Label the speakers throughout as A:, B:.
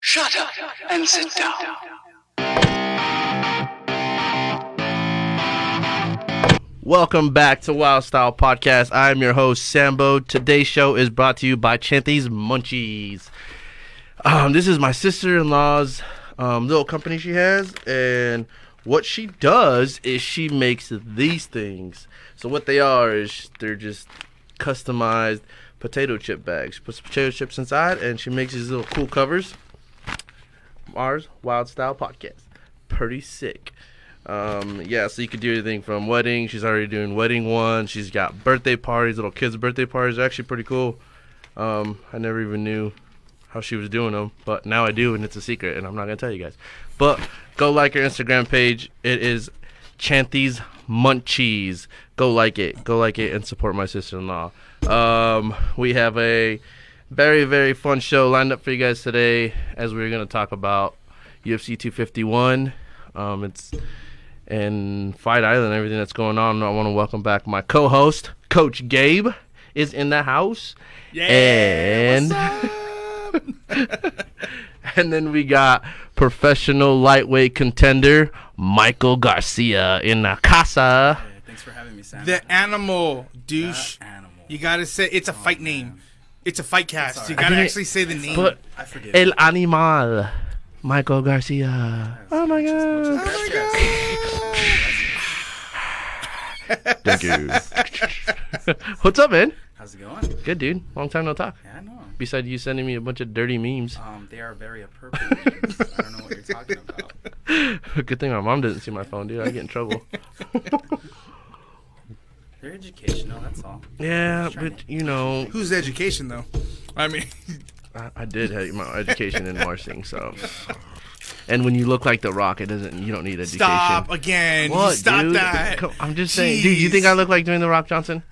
A: Shut up and sit down.
B: Welcome back to Wild Style Podcast. I am your host, Sambo. Today's show is brought to you by Chanty's Munchies. Um, this is my sister in law's um, little company she has. And what she does is she makes these things. So, what they are is they're just customized potato chip bags. She puts potato chips inside and she makes these little cool covers. Ours, Wild Style Podcast. Pretty sick. Um, yeah, so you could do anything from wedding. She's already doing wedding one. She's got birthday parties, little kids' birthday parties. They're actually pretty cool. Um, I never even knew how she was doing them, but now I do, and it's a secret, and I'm not gonna tell you guys. But go like her Instagram page. It is Chanty's Munchies. Go like it. Go like it and support my sister-in-law. Um, we have a very very fun show lined up for you guys today, as we're gonna talk about UFC 251. Um, it's and Fight Island, everything that's going on. I want to welcome back my co-host, Coach Gabe, is in the house,
C: Yeah.
B: and and then we got professional lightweight contender Michael Garcia in the casa.
D: Thanks for having me, Sam.
C: The animal douche.
D: animal.
C: You gotta say it's a
D: Oh,
C: fight name. It's a fight cast. You gotta
B: I
C: actually say the name.
B: But
D: I forget.
B: El Animal, Michael Garcia. Oh my
D: Just-
B: god!
D: just- just-
B: Thank you. What's up, man?
D: How's it going?
B: Good, dude. Long time no talk.
D: Yeah, I know.
B: Besides you sending me a bunch of dirty memes.
D: Um, they are very appropriate. names. I don't know what you're talking about.
B: Good thing my mom doesn't see my phone, dude. I get in trouble.
D: They're educational. That's all.
B: yeah, but you know,
C: Who's education though? I mean,
B: I, I did have my education in marching, so. And when you look like the Rock, it doesn't. You don't need education.
C: stop again. You
B: What,
C: stop
B: dude?
C: that.
B: Come- I'm just saying, dude. You think I
C: Jeez.
B: look like doing the Rock Johnson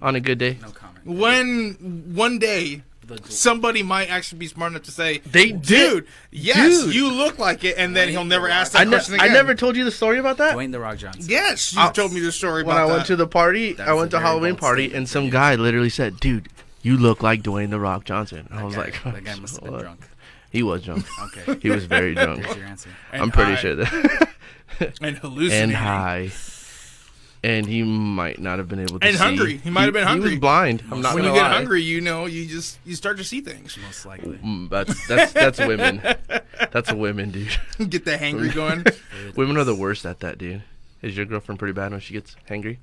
B: on a good day?
D: No comment.
C: When one day
D: The du-
C: somebody might actually be smart enough to say,
B: They
C: "Dude, yes,
B: Dude.
C: you look like it," and then
D: Wait,
C: he'll never
D: what?
C: ask that
B: I, ne-
C: question
B: I
C: again.
B: never told you the story about that.
D: Dwayne the Rock Johnson.
C: Yes, you
B: I'll-
C: told me the story
B: when
C: about
B: I went
C: that.
B: to the party,
D: That
B: I
D: was
B: went
D: a
B: to
D: very
B: Halloween
D: bold
B: party,
D: statement
B: and some guy literally said, "Dude, you look like Dwayne the Rock Johnson." And I was
D: That
B: like, "Oh,
D: guy- that guy must have been
B: "What?"
D: drunk.
B: He was drunk.
D: Okay.
B: he was very drunk.
D: Here's your answer.
B: I'm pretty
C: high.
B: sure that
C: and hallucinating.
B: and high. And he might not have been able to
C: And
B: see.
C: hungry. He might have been
B: He
C: hungry.
B: was blind. I'm not
C: When you
B: gonna
C: get
B: lie.
C: hungry, you know, you just you start to see things.
D: Most likely.
B: Mm, That's that's that's women. That's a women, dude.
C: Get the hangry going.
B: Women are the worst at that, dude. Is your girlfriend pretty bad when she gets hangry?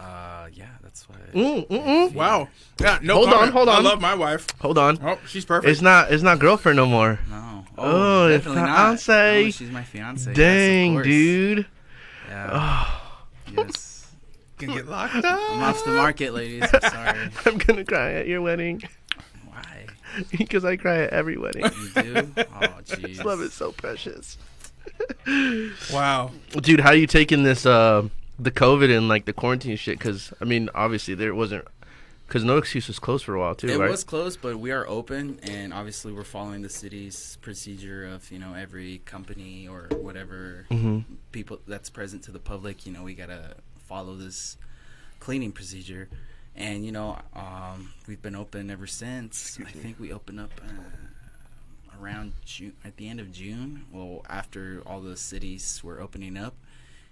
D: Uh, yeah, that's why.
B: Mm, mm, mm.
C: wow. Yeah, no
B: Hold on,
C: comment.
B: hold on.
C: I love my wife.
B: Hold on.
C: Oh, she's perfect.
B: It's not it's not girlfriend no more.
D: No.
B: Oh, the
D: definitely not.
B: fiancé.
D: No, she's my fiance. yes, of
B: Dang,
D: course.
B: dude. Oh.
D: Yeah. yes.
C: can get locked up.
D: I'm off the market, ladies. I'm sorry.
B: I'm gonna cry at your wedding
D: Why?
B: because I cry at every wedding.
D: You do? Oh, jeez.
B: Love is so precious,
C: Wow.
B: dude. How you taking this? Uh, the COVID and like the quarantine shit? Because I mean, obviously there wasn't. Because no excuse was closed for a while too,
D: It
B: right?
D: was closed, but we are open, and obviously we're following the city's procedure of you know every company or whatever
B: Mm-hmm.
D: people that's present to the public. You know, we gotta follow this cleaning procedure, and you know um, we've been open ever since. I think we opened up. Uh, around June, at the end of June, well, after all the cities were opening up,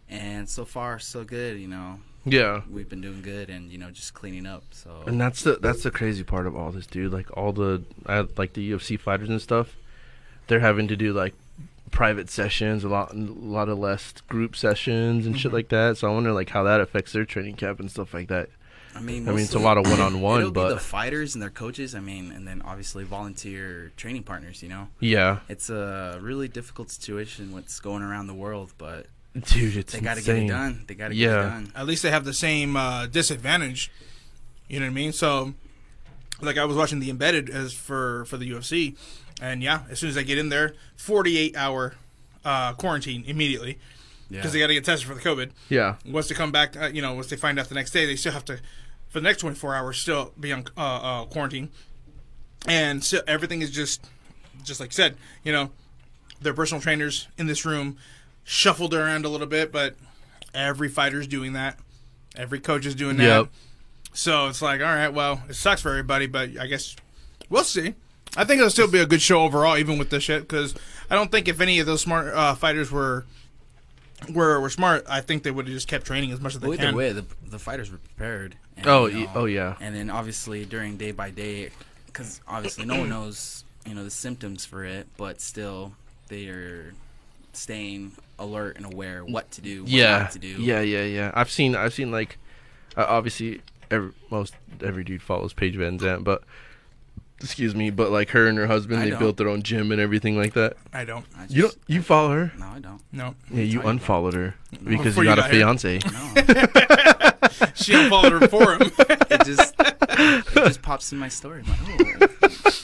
D: and so far so good. You know,
B: yeah.
D: we've been doing good, and you know, just cleaning up. So
B: And that's the that's the crazy part of all this, dude. Like all the uh, like the UFC fighters and stuff, they're having to do like private sessions, a lot a lot of less group sessions and
D: Mm-hmm.
B: shit like that. So I wonder like how that affects their training camp and stuff like that.
D: I mean,
B: I mean, it's a
D: mostly-
B: lot of one on
D: It'll
B: one,
D: be the
B: but
D: fighters and their coaches. I mean, and then obviously volunteer training partners. You know,
B: yeah,
D: it's a really difficult situation what's going around the world, but
B: dude, it's
D: they got to get
B: insane.
D: it done. They got to
B: Yeah.
D: get it done.
C: At least they have the same uh, disadvantage. You know what I mean? So, like, I was watching the embedded as for for the UFC, and yeah, as soon as I get in there, forty eight hour uh, quarantine immediately because they got to get tested for the COVID.
B: Yeah,
C: Once they come back, uh, you know, once they find out the next day, they still have to for the next twenty four hours still be on uh, uh, quarantine, and so everything is just just like you said, you know, their personal trainers in this room shuffled around a little bit, but every fighter's doing that. Every coach is doing that.
B: Yep.
C: So it's like, all right, well, it sucks for everybody, but I guess we'll see. I think it'll still be a good show overall, even with this shit, because I don't think if any of those smart uh, fighters were were were smart, I think they would have just kept training as much as they
D: Well, either
C: can.
D: way, the, the fighters were prepared. and,
B: Oh,
D: you
B: y-
D: know,
B: oh, yeah.
D: And then obviously during day by day, because obviously no one knows, you know, the symptoms for it, but still they are staying alert and aware what to do, what
B: yeah,
D: not to do.
B: yeah, yeah, yeah. I've seen, I've seen like, uh, obviously, every, most every dude follows Paige Van Zant, but excuse me, but like her and her husband,
D: I
B: they
D: don't.
B: built their own gym and everything like that.
C: I don't.
D: I
B: You don't,
D: just-
B: you follow her?
D: No, I don't.
C: No,
B: Yeah, you
D: Sorry.
B: unfollowed her because
C: Before
B: you
C: Oh, you
B: got a
C: got here.
B: fiance.
D: No,
C: she unfollowed her for him.
D: it just it just pops in my story. I'm like, oh,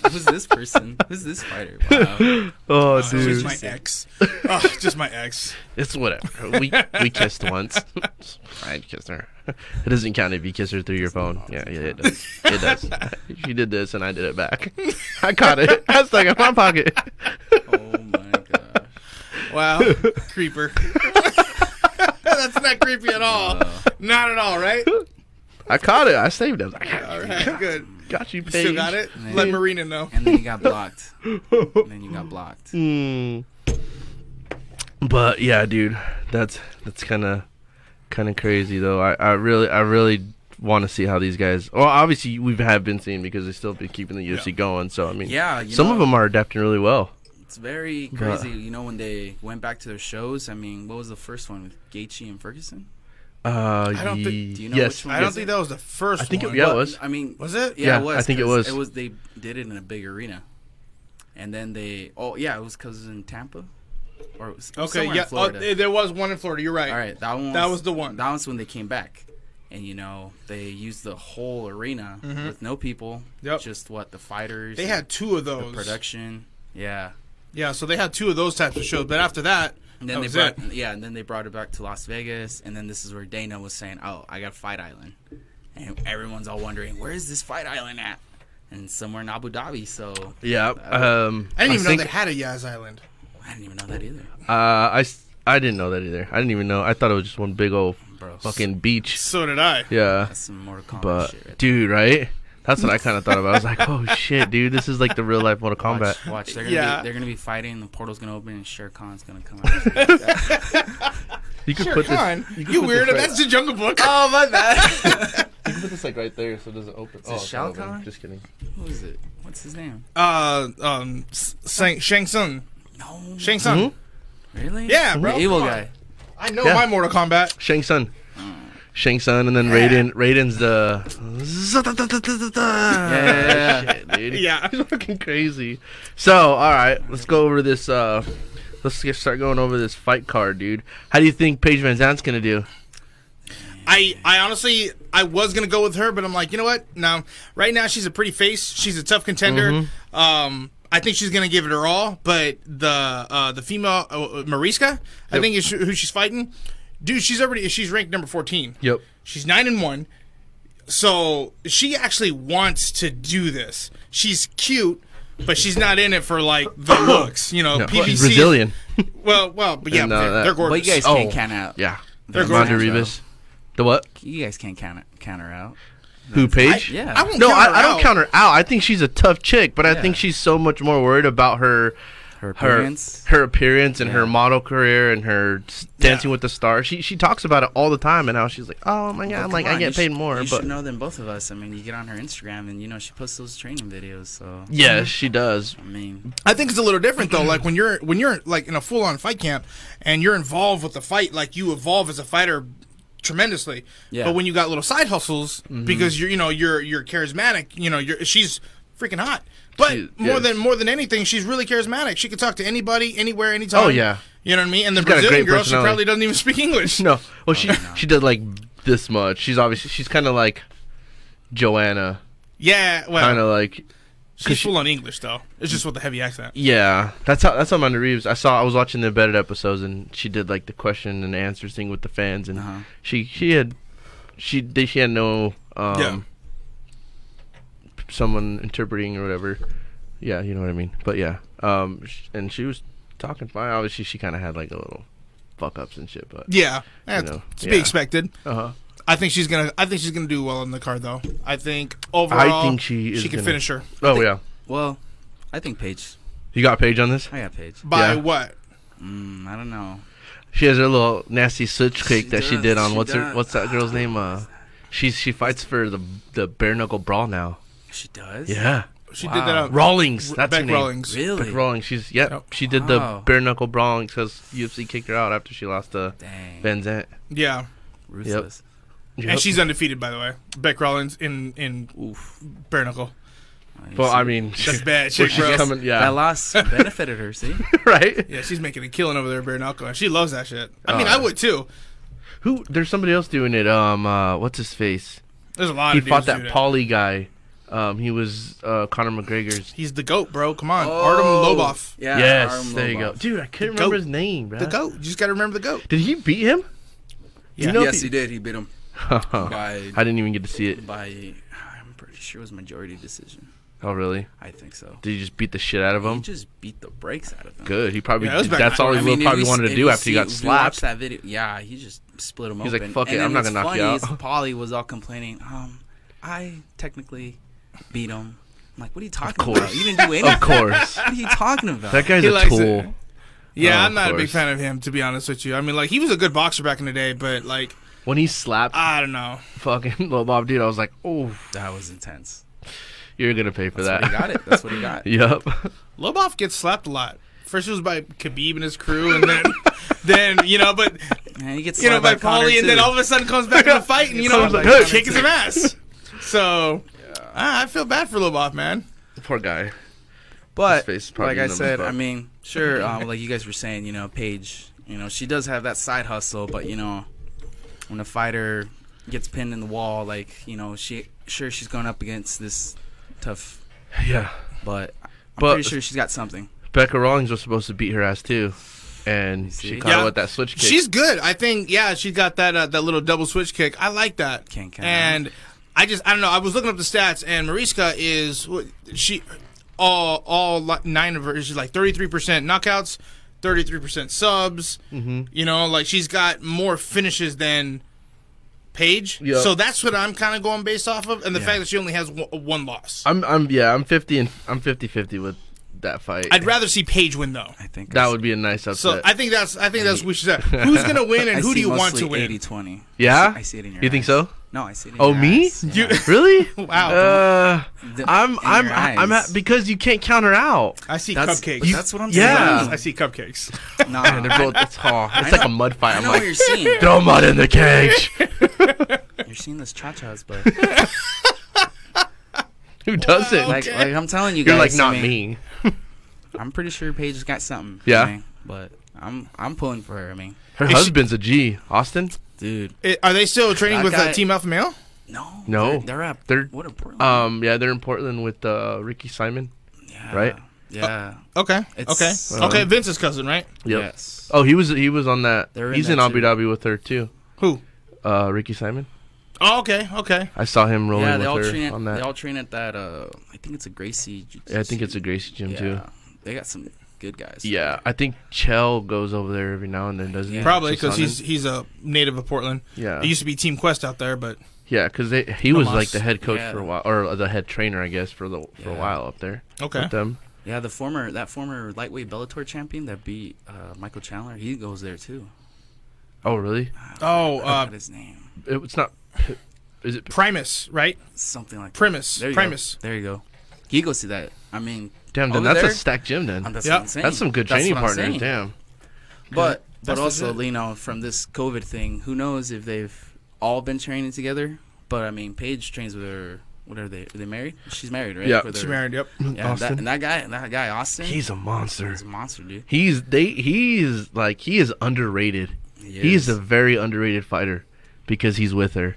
D: who's this person? Who's this fighter? Wow.
B: Oh,
C: She's
B: dude,
C: my ex. Oh, just my ex.
B: it's whatever. We we kissed once. I kissed her. It doesn't count if you kiss her through your phone. Yeah, yeah, it does. It does. she did this and I did it back. I caught it. I stuck it in my pocket.
D: Oh my gosh.
C: Wow, creeper. That's not creepy at all.
D: Uh,
C: Not at all, right?
B: I caught it. I saved it. I was like,
C: All right, good.
B: got you,
C: You
B: Paige.
C: still got it?
D: Man.
C: Let Marina know.
D: and then you got blocked. And then you got blocked.
B: Hmm. But yeah, dude, that's that's kind of kind of crazy though. I, I really I really want to see how these guys. Well, obviously we have been seeing because they still been keeping the UFC going. So I mean,
D: Yeah, you
B: some
D: know,
B: of them are adapting really well.
D: It's very crazy, you know, when they went back to their shows. I mean, what was the first one with Gaethje and Ferguson?
B: Uh,
C: I don't think-
D: do you know
B: yes,
D: which one
C: I don't
D: Is
C: think
D: it?
C: that was the first.
B: I think it-
C: one.
B: yeah, it
D: Well,
B: was.
D: I mean,
C: Was it?
D: Yeah,
B: Yeah,
D: it was.
B: I think it
D: 'cause
B: was.
D: It was. They did it in a big arena, and then they. Oh yeah, it was because it was in Tampa, or it was it was
C: Okay,
D: somewhere
C: yeah.
D: in
C: Oh,
D: Florida.
C: there was one in Florida. You're right.
D: All right, that one.
C: That was the one.
D: That was when they came back, and you know they used the whole arena with no people.
C: Mm-hmm. Yep.
D: Just what the fighters.
C: They
D: and
C: had two of
D: the
C: those.
D: production. Yeah.
C: Yeah, so they had two of those types of shows. But after that,
D: And then
C: that
D: they
C: was
D: brought
C: it.
D: yeah, and then they brought it back to Las Vegas, and then this is where Dana was saying, "Oh, I got Fight Island," and everyone's all wondering, "Where is this Fight Island at?" And somewhere in Abu Dhabi, so
B: yeah. Um,
C: I didn't even
B: think,
C: know they had a Yaz Island.
D: I didn't even know that either,
B: Uh, I s- I didn't know that either. I didn't even know. I thought it was just one big old
D: bro.
B: fucking beach.
C: So did I.
B: Yeah.
D: that's some Mortal Kombat
B: But
D: shit. Right
B: dude, right? That's what I kind of thought about. I was like, oh shit, dude, this is like the real life Mortal
D: there.
B: Kombat.
D: Watch, watch, they're gonna
C: Yeah.
D: be they're gonna be fighting. The portal's gonna open, and Shere Khan's gonna come out.
B: You could
C: Sure,
B: put this.
C: Khan,
B: You,
C: you,
B: could put
C: weirdo.
B: This right,
C: That's the Jungle Book.
D: oh my bad.
B: you could put this like right there, so it doesn't open.
D: it
B: it's
D: Shao
B: not open.
D: Kahn?
B: Just kidding.
D: Who is it? What's his name?
C: Uh, um, S- Sang- Shang Tsung.
D: No,
C: Shang Tsung.
B: Mhm.
D: really?
C: Yeah, bro,
D: The evil
C: come on.
D: guy.
C: I know
B: Yeah.
C: my Mortal Kombat.
B: Shang Sun.
C: Mm.
B: Shang Sun, and then Raiden. Raiden's the.
D: yeah, yeah.
B: Shit, dude.
C: Yeah.
B: He's fucking crazy. So, all right, let's go over this. uh Let's get, start going over this fight card, dude. How do you think Paige Van Zandt's gonna do?
C: I, I honestly, I was gonna go with her, but I'm like, you know what? No, right now she's a pretty face. She's a tough contender.
B: Mm-hmm.
C: Um, I think she's gonna give it her all. But the uh, the female uh, uh, Mariska, I think is who she's fighting. Dude, she's already she's ranked number 14.
B: Yep.
C: She's nine and one. So she actually wants to do this. She's cute, but she's not in it for like the looks. You know, PBC.
B: She's Brazilian.
C: Well, well, but yeah,
B: And, uh,
C: they're,
B: that-
C: they're
D: But you
C: gorgeous.
D: guys
B: Oh.
D: can't count out.
B: yeah.
D: They're
B: Amanda
D: gorgeous.
B: Ribas. The what?
D: you guys can't count it, counter out.
B: Who? Paige?
D: yeah.
C: I won't
B: No,
C: count her
B: I, I don't
C: out.
B: count her out. I think she's a tough chick, but I
D: Yeah.
B: think she's so much more worried about her
D: Her
B: her
D: appearance.
B: her appearance and her model career and her s- dancing
C: Yeah.
B: with the stars. She she talks about it all the time and how she's like, oh my god,
D: Well,
B: I'm like
D: come
B: I
D: on,
B: get
D: you should-
B: paid more.
D: You
B: But
D: should know than both of us. I mean, you get on her Instagram and you know she posts those training videos. So
B: yeah, she does.
D: I mean,
C: I think it's a little different though. Like when you're when you're like in a full on fight camp and you're involved with the fight, like you evolve as a fighter tremendously.
D: Yeah.
C: But when you got little side hustles
B: Mm-hmm.
C: because you're you know you're you're charismatic, you know you're she's freaking hot. But
B: She-
C: more
B: yes.
C: than more than anything, she's really charismatic. She can talk to anybody, anywhere, anytime.
B: Oh, yeah.
C: You know what I mean? And the
B: got a
C: Brazilian
B: great
C: girl, she
B: personality.
C: probably doesn't even speak English.
B: No, well
D: Oh,
B: she she did like this much. She's obviously she's kind of like Joanna,
C: Yeah, well,
B: kind of like
C: she's
B: she-
C: full on English though. It's just with the heavy accent.
B: Yeah, that's how that's how Amanda Reeves. I saw I was watching the embedded episodes and she did like the question and answers thing with the fans and
D: Uh-huh.
B: she she had she did she had no um
C: Yeah.
B: someone interpreting or whatever. Yeah, you know what I mean. But yeah, um, sh- and she was talking fine. Obviously, she kind of had like a little fuck ups and shit, but
C: Yeah, that's
B: know,
C: to be
B: yeah.
C: expected.
B: uh huh.
C: I think she's gonna. I think she's gonna do well in the card, though. I think overall,
B: think she is
C: she can
B: gonna-
C: finish her.
B: Oh yeah,
D: well, I think Paige.
B: You got Paige on this?
D: I got Paige.
B: Yeah.
C: By what?
D: Mm, I don't know.
B: She has her little nasty sitch cake
D: She
B: that she
D: does,
B: did on
D: she
B: what's her
D: does.
B: what's that girl's name? Uh, she she fights for the the bare knuckle brawl now.
D: She does.
B: Yeah,
C: She did that.
D: Wow.
C: on
B: Rawlings. That's
C: Beck
B: her name.
C: Rawlings.
D: Really?
B: Beck Rawlings. She's yep.
C: Yep.
B: She did
D: Wow.
B: the bare knuckle brawling because UFC kicked her out after she lost to
D: Dang.
B: Van Zant.
C: Yeah,
D: Ruthless.
B: Yep.
C: and she's undefeated by the way. Beck Rollins in in
D: Oof.
C: bare knuckle.
B: well, I mean,
C: That's bad
B: well,
C: shit,
B: she's
C: bro.
B: coming.
D: That
B: Yeah,
D: loss benefited her. See,
B: right.
C: Yeah, she's making a killing over there, bare knuckle, and she loves that shit. I mean,
B: Oh.
C: I would too.
B: Who? There's somebody else doing it. Um, uh, what's his face?
C: There's a lot
B: He
C: of
B: fought
C: dudes do
B: that Pauly guy. Um, he was uh, Conor McGregor's.
C: He's the goat, bro. Come
D: Oh.
C: on, Artem Lobov,
D: Yeah.
B: yes,
D: Artem
B: there you go,
D: Lobov.
B: dude. I couldn't
C: The
B: remember
C: goat.
B: his name. Bro.
C: the goat. You just got to remember the goat.
B: Did he beat him?
C: Yeah.
B: You know if
D: yes, he did. He beat him by
B: I didn't even get to see it.
D: by. I'm pretty sure it was majority decision.
B: Oh, really?
D: I think so.
B: Did you just beat the shit out of
D: He
B: him?
D: just beat the brakes out of him.
B: Good. He probably
C: Yeah, that was back
B: that's
C: in-
B: all he
C: I
B: would
D: if
B: probably
D: you-
B: wanted to
D: if
B: do
D: you
B: after he
D: see-
B: got
D: if you watch
B: slapped.
D: that video, yeah, he just split him
B: He's like,
D: open.
B: "Fuck
D: and
B: it, I'm
D: then
B: not
D: what's
B: gonna knock you out."
D: funny is Polly was all complaining. Um, I technically beat him. I'm like, what are you talking about?
B: course.
D: You didn't do anything.
B: Of course,
D: What are you talking about?
B: that guy's
C: He
B: a
C: likes
B: tool.
C: it. Yeah,
B: Oh,
C: I'm
B: of
C: not a big
B: course.
C: fan of him to be honest with you. I mean, like he was a good boxer back in the day, but like
B: When he slapped
C: I don't know.
B: fucking little Bob, dude, I was like, oh,
D: That was intense.
B: you're gonna pay for
D: That's what he
B: that.
D: got it. That's what he got.
B: Yep.
C: Lobov gets slapped a lot. First it was by Khabib and his crew, and then then you know, but
D: And he gets
C: you know by,
D: by, Conor,
C: Paulie, and then
D: too.
C: all of a sudden comes back in the fight, and you know,
B: Sounds like
C: like,
B: Conor,
C: kicking some ass. So ah, I feel bad for Lobov, man.
B: Poor guy. His
D: But
B: face is probably
D: like I
B: numb as
D: said,
B: fuck.
D: I mean, sure, um, like you guys were saying, you know, Paige, you know, she does have that side hustle, but you know, when a fighter gets pinned in the wall, like you know, she sure she's going up against this tough,
B: Yeah.
D: but I'm
B: But-
D: pretty sure she's got something.
B: Becca Rawlings was supposed to beat her ass too, and she
D: see?
B: caught
C: Yeah.
B: her with that switch kick.
C: She's good. I think yeah, she got that uh, that little double switch kick. I like that.
D: Can't count.
C: And I just I don't know. I was looking up the stats, and Mariska is what- she all all li- nine of her. She's like thirty three percent knockouts, thirty three percent subs. You know, like she's got more finishes than. Paige,
B: Yeah.
C: so that's what I'm kind of going based off of, and the fact that she only has one, one loss.
B: I'm, I'm, yeah, I'm 50 and I'm 50-50 with that fight.
C: I'd rather see Paige win though.
D: I think
B: that would be a nice upset.
C: So I think that's I think that's what we should say. Who's gonna win, and
D: I
C: who
D: see
C: do you want to
D: mostly
C: win?
D: 80-20.
B: Yeah?
D: I see it in your.
B: you think
D: eyes.
B: so?
D: No, I see it. in
B: Oh,
D: your
B: me?
D: eyes.
B: You
D: Yeah.
B: really?
C: Wow.
B: Uh,
D: The-
B: I'm,
D: in
B: I'm,
D: your
B: I'm at,
D: eyes.
B: because you can't count her out.
C: I see
D: That's,
C: cupcakes.
D: but that's what I'm
B: yeah.
D: saying.
C: I see cupcakes.
D: Nah,
B: Man, they're both. It's hard. It's like a mud fight.
D: I
B: I'm
D: know
B: like,
D: what you're seeing.
B: throw mud in the cage.
D: You're seeing those cha-chas, but
B: Who doesn't?
D: like, like I'm telling you
B: you're like
D: guys,
B: not
D: I mean,
B: me.
D: I'm pretty sure Paige's got something.
B: Yeah.
D: I mean, but I'm I'm pulling for her. I mean,
B: Her
C: Is she-
B: husband's a G. Austin.
D: dude.
C: It- are they still training
D: That
C: with uh,
D: guy-
C: Team Alpha Male?
D: No.
B: No.
D: They're, they're up.
B: They're-
D: what a Portland.
B: Um. Yeah, they're in Portland with uh, Ricky Simon.
D: yeah,
B: right?
D: Yeah.
C: Okay.
D: It's-
C: okay. okay. Vince's cousin, right?
B: Yep.
D: Yes.
B: Oh, he was he was on that.
D: They're in
B: He's
D: that
B: in Abu
D: too.
B: Dhabi with her too.
C: Who?
B: Uh, Ricky Simon.
C: Oh, okay. Okay.
B: I saw him rolling
D: yeah, they all
B: with her
D: train. At,
B: on
D: They
B: that.
D: all train at that. Uh, I think it's a Gracie. Jiu-
B: Yeah, I think it's a Gracie gym
D: yeah.
B: too.
D: They got some good guys.
B: Yeah, I think Chell goes over there every now and then, doesn't he?
D: Yeah.
C: Probably
B: Just on
C: because he's
B: him.
C: he's a native of Portland.
B: yeah,
C: It used to be Team Quest out there, but
B: yeah, because he was like
C: Hamas.
B: the head coach
D: Yeah.
B: for a while, or the head trainer, I guess, for the for a
D: Yeah.
B: while up there
C: okay.
B: with them.
D: Yeah, the former that former lightweight Bellator champion that beat uh, Michael Chandler, he goes there too.
B: Oh, really?
D: I
C: Oh,
D: forgot
C: uh,
D: his name.
B: It, it's not. Is it?
C: Primus, right?
D: Something like
C: Primus.
D: That. There you
C: Primus.
D: Go. There you go. He goes to that. I mean,
B: Damn, then
D: over
B: that's
D: there,
B: a stacked gym. Then
D: um, that's,
C: Yeah.
D: what I'm saying.
B: that's some good
D: That's
B: training
D: what I'm
B: partners.
D: saying.
B: Damn.
D: But but
C: That's
D: also,
C: legit.
D: you know, from this COVID thing, who knows if they've all been training together? But I mean, Paige trains with her. What are they? Are they married? She's married, right?
B: Yeah.
D: With
C: She
D: her-
C: married. Yep.
D: Yeah, and that-
B: Austin.
D: and that guy, and that guy Austin,
B: He's a monster.
D: he's a monster, dude.
B: He's they he's like he is underrated.
D: He
B: He's a
D: is.
B: very underrated fighter because he's with her.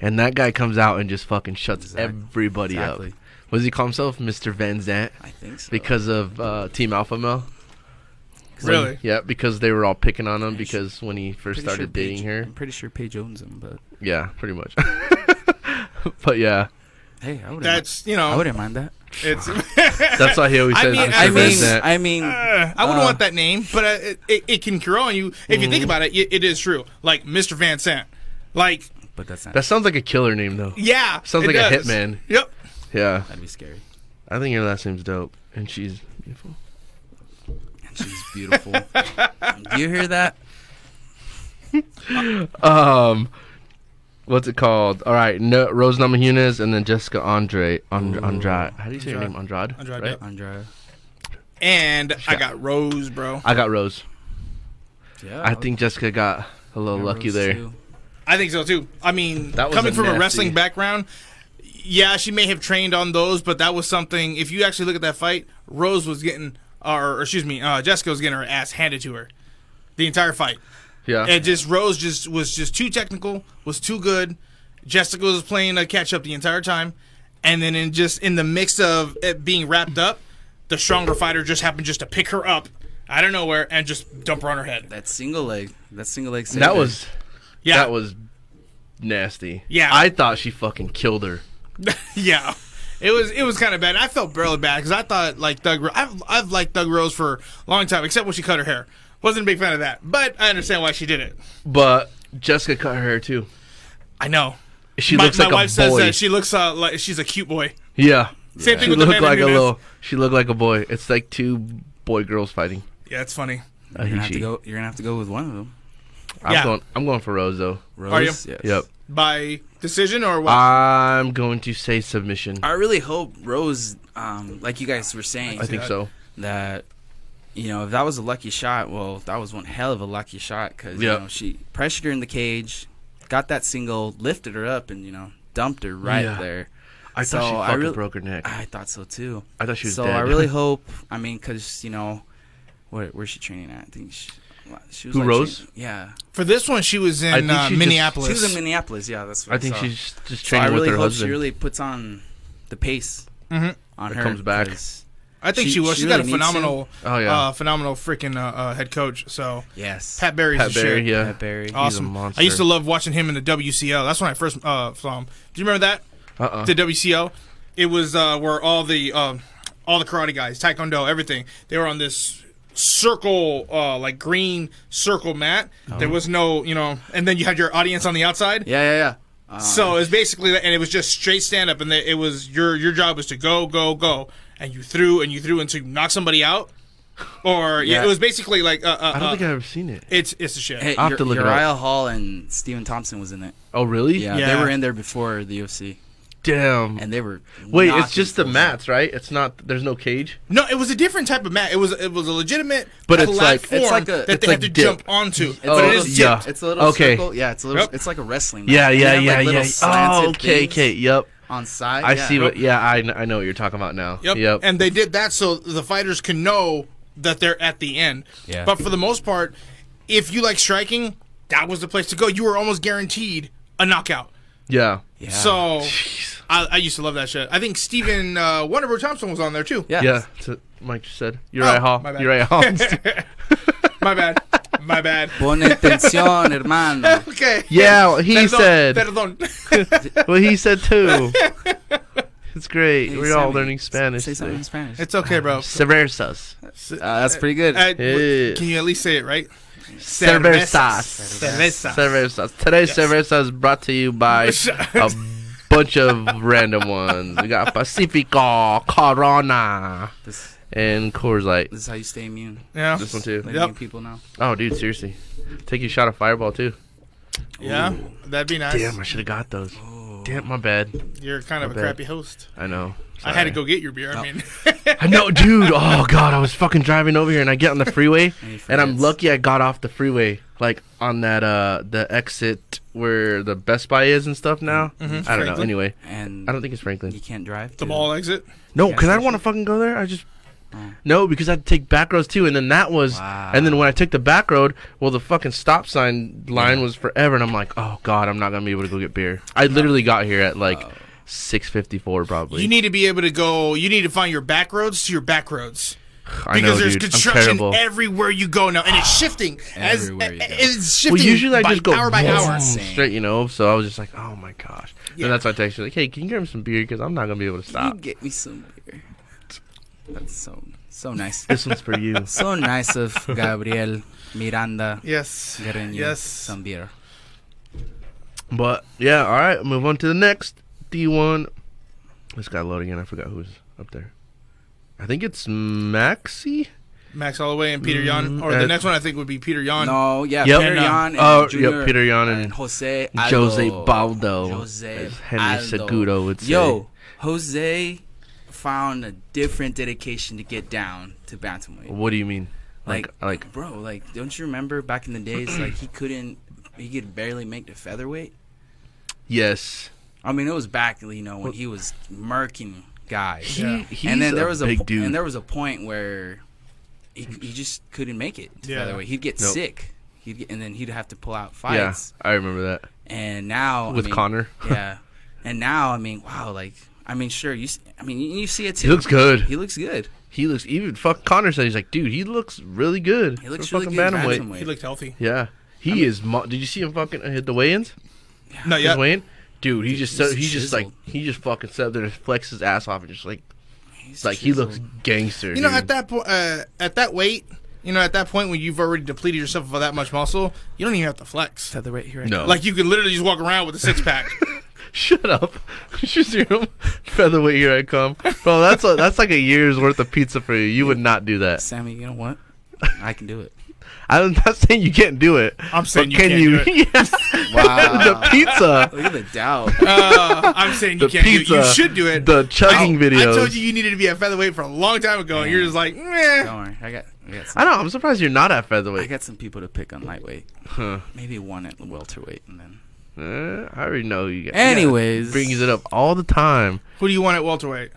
B: And that guy comes out and just fucking shuts
D: Exact-
B: everybody
D: exactly.
B: up. What does he call himself? Mr. Van Zant
D: I think so.
B: because of uh, Team Alpha Male.
C: Really?
B: Yeah, because they were all picking on him
D: Yeah, she-
B: because when he first
D: Pretty
B: started
D: sure
B: dating
D: Paige,
B: her.
D: I'm pretty sure Paige owns him, but
B: Yeah, pretty much. but yeah,
D: hey, I wouldn't.
C: That's you
D: I
C: know.
D: wouldn't mind that.
C: It's.
B: that's why he always
C: I
B: says
C: mean-
B: Mr.
D: I
C: I
B: Van
D: mean,
C: mean-
B: Zant.
D: I mean,
C: Uh, I wouldn't
D: Uh, Mm-hmm.
C: want that name, but uh, it, it, it can grow on you if you think about it. It, it is true, like Mr. Van Sant, like
D: but that's not.
B: that sounds like a killer name though.
C: yeah,
B: Sounds
C: it
B: like a
C: does.
B: hitman.
C: Yep,
B: Yeah,
D: that'd be scary.
B: I think your last name's dope. and she's beautiful.
D: She's beautiful. Do you hear that?
B: Um, what's it called? All right, no, Rose Namajunas and then Jessica Andre Andre. Andrade. How do you say your
C: Andrade.
B: name? Andrade.
C: Andrade,
B: right?
C: yep.
D: Andrea.
C: And I got Rose, bro.
B: I got Rose.
D: Yeah.
C: Oh.
B: I think Jessica got a little lucky there.
C: I think so too. I mean,
B: That was
C: coming
B: a
C: from a
B: nasty-
C: wrestling background, yeah, she may have trained on those, but that was something. If you actually look at that fight, Rose was getting, or, or excuse me, uh, Jessica was getting her ass handed to her the entire fight.
B: Yeah.
C: And just Rose just was just too technical, was too good. Jessica was playing a catch up the entire time, and then in just in the mix of it being wrapped up, the stronger fighter just happened just to pick her up out of nowhere and just dump her on her head.
D: That single leg. That single leg. saved
B: that
D: her.
B: was
C: Yeah,
B: that was nasty.
C: Yeah.
B: I thought she fucking killed her.
C: yeah. It was it was kind of bad. I felt really bad because I thought like Doug. Ro- I've I've liked Doug Rose for a long time, except when she cut her hair. Wasn't a big fan of that, but I understand why she did it.
B: But Jessica cut her hair too.
C: I know.
B: She
C: my
B: looks
C: my
B: like
C: wife
B: a
C: says
B: boy.
C: that she looks uh, like she's a cute boy.
B: yeah.
C: Same
B: She
C: thing with the
B: looked like a
C: Nunez.
B: little. She looked like a boy. It's like two boy girls fighting.
C: Yeah, it's funny.
B: A
D: You're gonna, have
B: he,
D: to
B: she.
D: go, you're gonna have to go with one of them.
B: I'm
C: Yeah.
B: going. I'm going for Rose though.
D: Rose.
C: Are you?
D: Yes.
B: Yep.
C: By decision or what?
B: Uh, I'm going to say submission.
D: I really hope Rose, um, like you guys were saying,
B: I think so.
D: that you know if that was a lucky shot well that was one hell of a lucky shot because
B: Yeah.
D: you know she pressured her in the cage got that single lifted her up and you know dumped her right
B: Yeah.
D: there
B: I
D: So,
B: thought she
D: I
B: fucking
D: really-
B: broke her neck.
D: i thought so too
B: I thought she was
D: so
B: dead.
D: i really hope i mean because you know where, where's she training at i think she, she was
B: Who,
D: like
B: Rose?
D: train- yeah
C: For this one, she was
B: I think
C: in uh,
B: she just-
D: she
C: Minneapolis.
D: was in minneapolis yeah that's what
B: I think
D: saw.
B: she's just
D: so i
B: training
D: really
B: with her
D: hope
B: husband.
D: she really puts on the pace
C: Mhm.
D: on
B: It
D: her
B: comes back.
D: 'cause-
C: I think
D: she-
C: she, was.
D: she
C: She has got
D: really
C: a
D: needs to.
C: phenomenal,
B: Oh, yeah.
C: uh, phenomenal freaking uh, uh, head coach. So
D: yes
C: Pat Barry's
B: Pat
C: the
B: Barry,
C: shit.
B: yeah.
D: Pat Barry.
B: He's a
C: Awesome.
B: monster.
C: I used to love watching him in the WCL. That's when I first uh, saw him. Do you remember that?
B: Uh-uh.
C: the WCO. It was uh, where all the um, all the karate guys, taekwondo, everything. They were on this circle, uh, like green circle mat.
B: Oh.
C: There was no, you know, and then you had your audience on the outside.
D: yeah yeah yeah Um,
C: So it's basically, that- and it was just straight stand up, and they, it was your your job was to go, go, go, and you threw and you threw until you knocked somebody out, or yeah,
D: Yeah.
C: it was basically like uh, uh,
B: I don't
C: uh,
B: think I've ever seen it.
C: it's it's the shit.
D: Hey,
B: I'll have to
D: Ur-
B: look it up.
D: Uriah Hall and Stephen Thompson was in it.
B: Oh really?
D: Yeah,
C: Yeah.
D: they were in there before the UFC,
B: Damn.
D: and they were.
B: Wait, it's
D: knocking
B: just the
D: fools
B: mats, right? It's not. There's no cage.
C: No, it was a different type of mat. It was it was a legitimate
B: But it's like-
C: platform
B: it's
D: like a-
C: that
D: it's
C: they
B: like
C: had to
B: dip.
C: jump onto.
D: out. It's
B: Oh,
D: a
C: but it
D: little,
C: is
B: yeah.
C: dipped.
D: yeah, it's a little
B: Okay.
D: circle. Yeah, it's a little.
C: Yep.
D: It's like a wrestling. Mat.
B: Yeah,
D: They
B: yeah,
D: have,
B: yeah,
D: like,
B: yeah.
D: little
B: Oh,
D: slanted
B: okay,
D: things
B: okay. Yep.
D: On side.
B: I
D: yeah.
B: see what. Yeah, I, kn- I know what you're talking about now.
C: Yep.
B: Yep.
C: And they did that so the fighters can know that they're at the end.
D: Yeah.
C: But for the most part, if you like striking, that was the place to go. You were almost guaranteed a knockout.
B: yeah.
D: Yeah.
C: So
B: Jeez.
C: I, I used to love that shit. I think Steven uh, Wonderbird Thompson was on there too.
D: Yeah.
B: Yeah. That's what Mike just said. Uriah
C: Oh,
B: Hall.
C: my bad.
B: Uriah Hall.
C: My bad. My bad.
D: Pon atención, hermano.
C: Okay.
B: yeah. What he
C: Perdón,
B: said.
C: Perdón.
B: What he said too. it's great.
D: Hey,
B: We're
D: say
B: all
D: something-
B: learning Spanish.
D: Say something
B: today.
D: in Spanish.
C: it's okay, bro.
B: Cervezas.
D: Uh, that's pretty good.
C: Uh,
B: Yeah.
C: Can you at least say it right?
B: Cervezas.
C: Cervezas.
B: Cervezas. Today's Cervezas is brought to you by a bunch of random ones. We got Pacifico, Corona,
D: This,
B: and Coors Light.
D: this is how you stay immune.
C: Yeah.
B: This one too.
D: Like
C: Yep.
D: immune people now.
B: Oh, dude, seriously. Take your shot of Fireball too.
C: Yeah. That'd be nice.
B: Damn, I should have got those. Damn, my bad.
C: You're kind of a
B: bad.
C: crappy host.
B: Oh. I know.
C: I had to
B: Sorry.
C: go get your beer. I mean,
B: I know, dude. Oh god, I was fucking driving over here and I get on the freeway
D: he
B: and I'm
D: forgets.
B: lucky I got off the freeway like on that uh the exit where the Best Buy is and stuff now. I don't know.
C: Franklin.
B: Anyway,
D: And
B: I don't think it's
D: you
B: Franklin.
D: can't drive.
C: the
D: to-
C: mall exit.
B: No,
D: gas
B: cuz I don't
D: station?
B: want to fucking go there. I just
D: Oh.
B: No, because I had to take back roads too and then that was
D: Wow.
B: and then when I took the back road, well the fucking stop sign line was forever and I'm like, "Oh god, I'm not going to be able to go get beer." I literally got here at like 6:54 probably.
C: Oh. You need to be able to go. You need to find your back roads to your back roads
B: I
C: because
B: know,
C: there's
B: dude. I'm
C: construction
B: terrible.
C: everywhere you go now, and it's shifting as eh,
D: Everywhere you go.
C: it's shifting.
B: Well, usually I
C: by
B: just go
C: hour by
B: boom,
C: hour.
D: Insane.
B: straight, you know. So I was just like, oh my gosh. And
C: Yeah.
B: that's why I texted you like, hey, can you grab me some beer? Because I'm not gonna be able to
D: You
B: stop.
D: get me some beer. That's so so nice.
B: this one's for you.
D: so nice of Gabriel Miranda
C: Yes.
D: getting you
C: Yes.
D: some beer.
B: But yeah, all right. Move on to the next D1. This guy loading in. I forgot who's up there. I think it's Maxi.
C: Max Holloway and Peter Yan, or
B: uh,
C: the next one I think would be Peter Yan.
D: No, yeah,
B: Yep.
D: Peter
C: And, uh,
D: Yan and
B: oh, yep,
D: Junior-
B: Peter Yan and
D: and Jose Aldo.
B: Jose Baldo,
D: Jose
B: as Henry
D: Aldo.
B: Cejudo would say.
D: Yo, Jose found a different dedication to get down to bantamweight.
B: What do you mean? Like, like,
D: bro, like, don't you remember back in the days? like, he couldn't, he could barely make the featherweight.
B: yes.
D: I mean, it was back, you know, when he was murking guys.
B: He,
C: Yeah.
B: he's
D: and then there
B: a
D: was
B: big
D: po-
B: dude.
D: and there was a point where he, he just couldn't make it.
C: Yeah.
D: Yeah. By the way, he'd get
B: Nope.
D: sick. He'd get, and then he'd have to pull out
B: yeah,
D: fights.
B: I remember that
D: And now I
B: with
D: mean,
B: Connor.
D: yeah. And now I mean, wow, like I mean, sure, you s- I mean, you, you see it too.
B: He looks good.
D: He looks good.
B: He looks even. Fuck Connor said he's like, dude, he looks really good.
D: He looks
B: for a
D: really good.
B: fucking
D: in
B: bantamweight.
D: bantamweight.
C: He looked healthy.
B: Yeah, he is. Mo- Did you see him fucking hit the weigh-ins?
C: Not
B: His
C: yet.
B: weigh-in, dude. He just
D: He's
B: he just like
D: chiseled.
B: he just fucking sat there and flexed his ass off and just like
D: He's
B: it's like he
D: chiseled.
B: looks gangster.
C: You know,
B: dude.
C: at that point, uh, at that weight, you know, at that point when you've already depleted yourself of that much muscle, you don't even have to flex.
D: featherweight here.
B: No.
C: Like you could literally just walk around with a six pack.
B: Shut up. Did you see him? Featherweight, here I come. Bro, that's a, that's like a year's worth of pizza for you. You would not do that.
D: Sammy, you know what? I can do it.
B: I'm not saying you can't do it.
C: I'm saying
B: but
C: you can't do
B: you? Yes.
D: Wow.
B: the pizza.
D: Look at the doubt.
C: Uh, I'm saying you
B: The
C: can't do it.
B: pizza,
C: You should do it.
B: The chugging
C: I,
B: videos.
C: I told you you needed to be at featherweight for a long time ago, and you're just like, meh.
D: Don't worry, I got. I got some.
B: I know. I'm surprised you're not at
D: I
B: featherweight.
D: got some people to pick on lightweight.
B: Huh.
D: Maybe one at welterweight, and then.
B: Eh, I already know you. Guys.
D: Anyways,
B: brings it up all the time.
C: Who do you want at welterweight? Uh,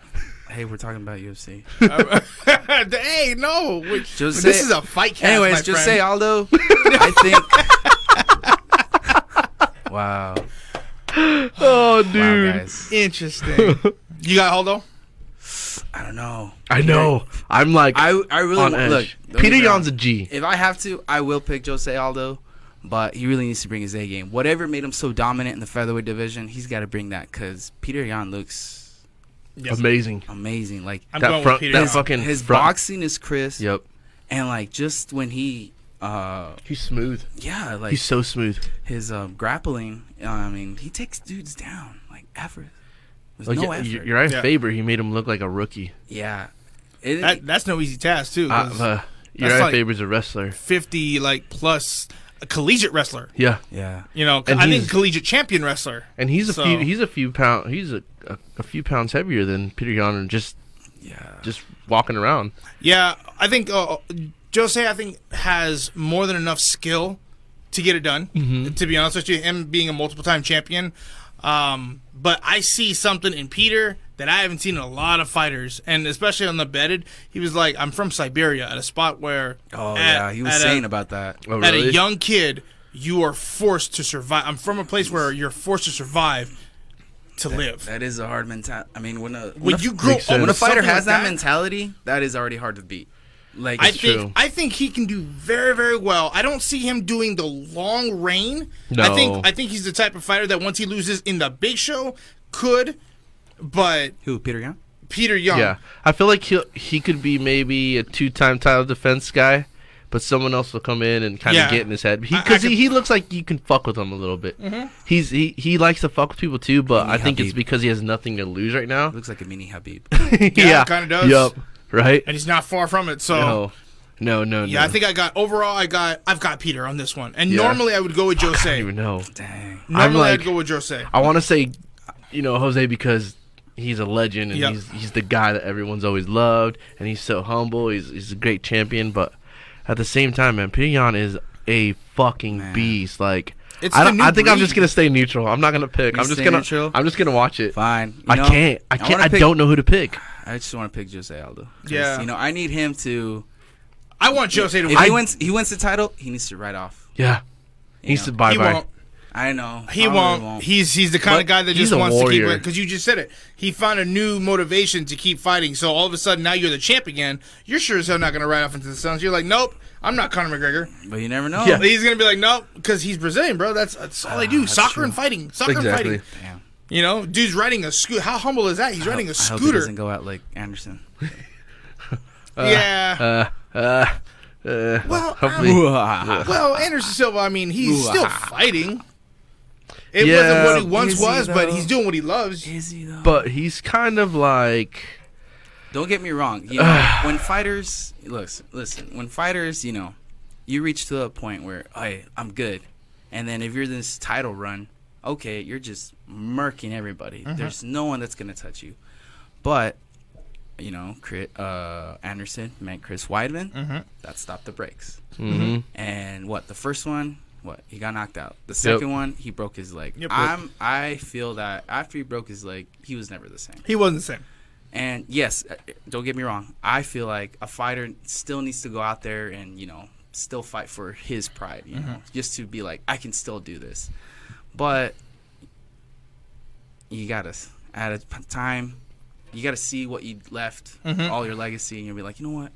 D: Hey, we're talking about UFC.
C: hey, no. We-
D: Just
C: this
D: say-
C: is a fight cast, my
D: Anyways, just
C: friend.
D: say Aldo. I think. wow, wow,
B: Oh, dude.
D: guys.
C: Interesting. you got Aldo?
D: I don't know.
B: I know. I'm like
D: I I really
B: on
D: wa-
B: edge.
D: look. don't
B: Peter
D: get me wrong.
B: Yan's a G.
D: If I have to, I will pick Jose Aldo, but he really needs to bring his A game. Whatever made him so dominant in the featherweight division, he's got to bring that because Peter Yan looks
C: Yes.
B: Amazing.
D: amazing. Like
C: I'm going
B: that front.
C: with Peter.
B: that
C: Yan.
B: fucking
D: his
B: front.
D: boxing is crisp,
B: Yep.
D: and like just when he, uh,
B: He's smooth.
D: yeah, like
B: He's so smooth.
D: his um, grappling. Uh, I mean, he takes dudes down like effort. There's
B: Like,
D: no
B: Oh, y-
D: effort.
B: y- Uriah
C: Yeah.
B: Faber, he made him look like a rookie.
D: yeah, it,
C: That, that's no easy task, too.
B: Uh,
C: 'cause
B: uh, Uriah
C: like-
B: Faber's a wrestler.
C: 50, like, plus a collegiate wrestler.
B: Yeah,
D: yeah.
C: You know,
B: And
C: I
B: he's-
C: think collegiate champion wrestler.
B: and he's a
C: So-
B: few. He's a few pound. He's a, a, a few pounds heavier than Peter Yan, and just
D: Yeah.
B: just walking around.
C: Yeah, I think uh, Jose. I think has more than enough skill to get it done.
D: Mm-hmm.
C: To be honest with you, him being a multiple-time champion, um, but I see something in Peter that I haven't seen in a lot of fighters, and especially on the bedded. He was like, "I'm from Siberia," at a spot where
D: Oh
C: at-
D: yeah, he was
C: at a-
D: saying about that.
B: Oh,
C: at
B: really?
C: a young kid, you are forced to survive. I'm from a place where you're forced to survive to live.
D: That is a hard mentality. I mean, when a when,
C: when
D: a,
C: you grow
B: Makes
C: up,
B: sense.
D: when a
C: with
D: fighter
C: something
D: has that,
C: like
D: mentality, that is already hard to beat. Like
C: I
D: it's-
C: think
B: true.
C: I think he can do very very well. I don't see him doing the long reign. I
B: No.
C: think I think he's the type of fighter that once he loses in the big show could, but
D: who Peter Young?
C: Peter Young.
B: Yeah, I feel like he he could be maybe a two time title defense guy, but someone else will come in and kind of
C: Yeah.
B: get in his head.
C: I- I
B: Because he,
C: could- Mm-hmm.
B: he looks like you can fuck with him a little bit. He's he, he likes to fuck with people too, but I
D: Yeah,
B: think it's
D: Habib.
B: because he has nothing to lose right now.
D: Looks like a mini Habib.
B: yeah,
C: kinda does.
B: Yup. Right.
C: and he's not far from it. So
B: No. No. No.
C: yeah,
B: no.
C: I think I got overall. I got I've got Peter on this one, and
B: Yeah.
C: normally I would go with
B: I don't
C: Jose.
B: even know.
D: Dang.
B: I'm
C: Normally
B: like-
C: I'd go with Jose.
B: I want to say, you know, Jose because he's a legend and
C: Yeah.
B: he's he's the guy that everyone's always loved, and he's so humble. He's he's a great champion, but at the same time, man, Pignon is a fucking
D: Man.
B: beast. Like,
C: It's
B: I
C: the
B: don't.
C: new
B: I think I'm just
C: breed.
B: gonna stay neutral. I'm not gonna pick.
D: You
B: I'm just
D: stay
B: gonna.
D: neutral?
B: I'm just gonna watch it.
D: Fine. You
B: I
D: know,
B: can't. I can't.
D: wanna
B: I,
D: pick-
B: don't know who to pick.
D: I just want to pick Jose Aldo. 'Cause,
C: Yeah.
D: You know, I need him to.
C: I want Jose to
D: If
C: win.
D: he wins, he wins the title. He needs to write off.
B: Yeah,
D: you
B: he's
D: know.
B: to bye
C: he
B: bye.
C: won't.
D: I know.
C: He
D: probably
C: won't. He's he's the kind of
B: But
C: guy that
B: he's
C: just
B: a
C: wants to
B: warrior.
C: keep it because you just said it. He found a new motivation to keep fighting. So all of a sudden now you're the champ again. You're sure as hell not going to ride off into the suns. You're like, nope, I'm not Conor McGregor.
D: But you never know.
B: Yeah.
C: He's going to be like, nope, because he's Brazilian, bro. That's that's all they do.
D: that's
C: Soccer
D: true.
C: and fighting. Soccer
B: Exactly.
C: and fighting.
D: Damn.
C: You know, dude's riding a scooter. How humble is that? He's riding a
D: I hope he
C: scooter.
D: doesn't go out like Anderson.
C: yeah.
B: Uh, uh, uh,
C: Well,
B: hopefully.
C: I'm-
D: Yeah.
C: well, Anderson Silva. I mean, he's
D: Ooh,
C: still
D: ah.
C: fighting. It
B: Yeah,
C: wasn't what he once
D: is he,
C: was, but
D: though?
C: he's doing what he loves.
D: Is he though?
B: but he's kind of like
D: Don't get me wrong. You know, when fighters, look, listen. When fighters, you know, you reach to a point where, hey, I'm good, and then if you're in this title run, okay, you're just murking everybody. There's no one that's gonna touch you, but. You know, Chris, uh, Anderson met Chris Weidman. That stopped the brakes.
B: Mm-hmm.
D: And what the first one, what he got knocked out. The second one, he broke his leg.
C: Yep.
D: I'm I feel that after he broke his leg, he was never the same.
C: He wasn't the same.
D: And yes, uh, don't get me wrong. I feel like a fighter still needs to go out there and you know still fight for his pride. You know, just to be like I can still do this. But you gotta s- at a p- time, you gotta see what you left, all your legacy, and you'll be like, you know what,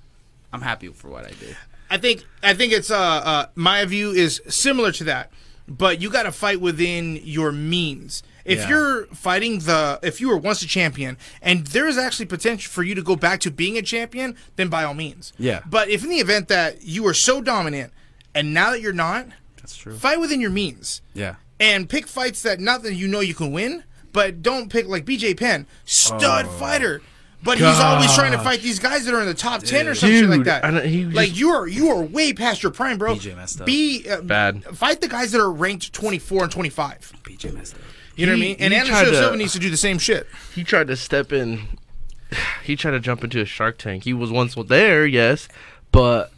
D: I'm happy for what I did.
C: I think I think it's uh, uh my view is similar to that, but you got to fight within your means. If
D: Yeah.
C: you're fighting the if you were once a champion and there is actually potential for you to go back to being a champion, then by all means.
D: Yeah.
C: But if in the event that you were so dominant and now that you're not,
D: That's true.
C: fight within your means
D: Yeah.
C: and pick fights that not that you know you can win, but don't pick like BJ Penn,
B: Oh.
C: stud fighter. But he's always trying to fight these guys that are in the top ten or some shit like
B: Dude,
C: that.
B: I know- he
C: like
B: just-
C: you are you are way past your prime, bro.
D: BJ messed up.
C: Be uh,
B: Bad.
C: Fight the guys that are ranked twenty four and twenty five.
D: PJ messed up.
C: You know what I
B: He-
C: mean? And
B: he
C: Anderson
B: tried to-
C: Silva needs to do the same shit.
B: He tried to step in. He tried to jump into a Shark Tank. He was once there, yes, but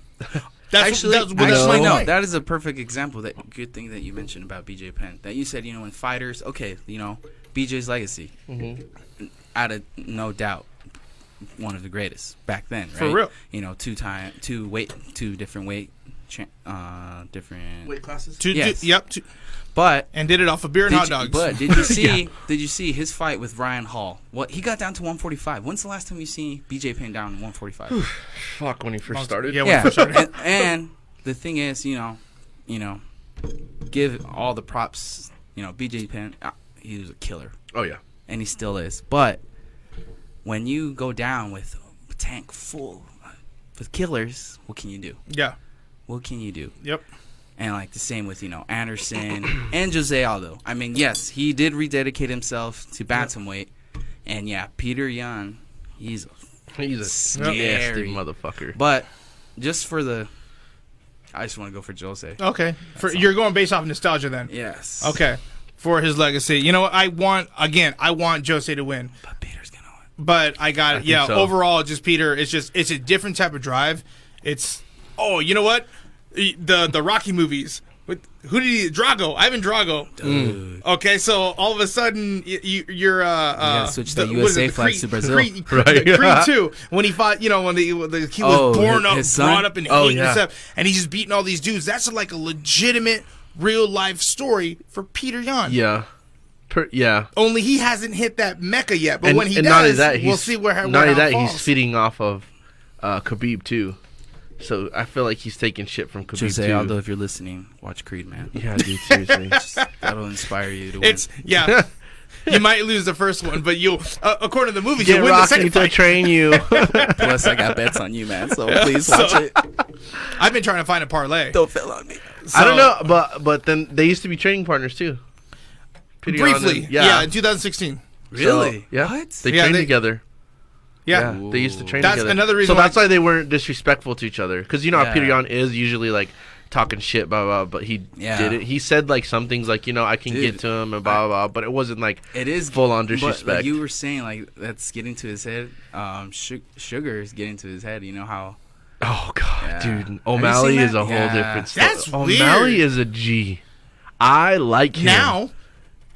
C: That's
D: Actually,
C: that's, that's
D: actually,
C: my
D: no.
C: point.
D: That is a perfect example. That good thing that you mentioned about BJ Penn. That you said, you know, in fighters, okay, you know, BJ's legacy,
C: Mm-hmm.
D: out of no doubt, one of the greatest back then. Right? For
C: real.
D: You know, two time, two weight, two different weight, cha- uh, different.
B: classes.
C: To- to-
D: yes.
C: yep. to-
D: But
C: and did it off of beer and
D: did
C: hot
D: you-
C: dogs.
D: But did you see? Did you see his fight with Ryan Hall? What he got down to 145. When's the last time you seen BJ Penn down to 145?
B: Fuck when he first started.
C: Yeah,
D: yeah.
C: when first started.
D: and, and the thing is, you know, you know, give all the props. You know, BJ Penn, uh, he was a killer,
B: Oh yeah.
D: and he still is. But when you go down with a tank full with killers, what can you do?
C: yeah.
D: What can you do?
C: Yep.
D: And like the same with you know Anderson and Jose Aldo. I mean, yes, he did rededicate himself to bantamweight, and yeah, Peter Yan, he's a
B: He's a
D: Scary.
B: nasty motherfucker.
D: But just for the, I just want to go for Jose.
C: Okay. For, you're going based off nostalgia then.
D: Yes.
C: Okay. For his legacy. You know what? I want again, I want Jose to win.
D: But Peter's gonna win.
C: But I got it. yeah.
B: so.
C: Overall, just Peter. It's just it's a different type of drive. It's oh, you know what? E- The the Rocky movies. With, who did he? Drago. Ivan Drago. Okay, so all of a sudden y- you, you're uh, uh
D: gotta switch the
C: what is
D: USA
C: the
D: flag
C: Creed-
D: to Brazil.
C: Creed,
B: Right.
C: the Creed two when he fought you know when the, when the he was
D: Oh,
C: born
D: hi-
C: up
D: his son?
C: brought up in
B: Oh,
C: hate
B: yeah.
C: and stuff and he's just beating all these dudes. That's like a legitimate real life story for Peter Yan.
B: Yeah. Per, yeah.
C: Only he hasn't hit that mecca yet. But
B: and,
C: when he
B: and
C: does,
B: not only that, he's,
C: we'll see where, where
B: not only
C: how it
B: that
C: falls.
B: he's feeding off of uh, Khabib too. So I feel like he's taking shit from Khabib
D: Jose
B: too.
D: Aldo, if you're listening, watch Creed, man.
B: Yeah, dude, seriously.
D: That'll inspire you to win.
C: It's yeah. you might lose the first one, but you, uh, according to the movies,
B: Get
C: you win the
B: Rocky
C: second
B: to
C: fight.
B: train you.
D: Plus, I got bets on you, man. So please watch it.
C: I've been trying to find a parlay.
D: Don't fail on me.
B: I don't
C: So,
B: know, but but then they used to be training partners too. Pretty on
C: Briefly,
B: and-
C: yeah. in 2016.
B: So, yeah.
D: What?
B: They
C: Yeah,
B: trained
C: they-
B: together.
C: Yeah,
B: Yeah, they used to train
C: That's
B: together.
C: another reason
B: So
C: why-
B: that's why they weren't disrespectful to each other. Because you know how Peter
D: Yeah.
B: Yan is usually like talking shit, blah blah. But he
D: Yeah.
B: did it. He said like some things like you know I can
D: Dude,
B: get to him and blah blah. blah but it wasn't like
D: It is
B: full on
D: but,
B: disrespect.
D: Like you were saying, like that's getting to his head. Um, Su- sugar is getting to his head. You know how?
B: oh god,
D: Yeah. Have you
B: dude,
D: seen
B: O'Malley is
D: that?
B: a whole
D: Yeah.
B: different. Story.
C: That's weird.
B: O'Malley is a G. I like him.
C: now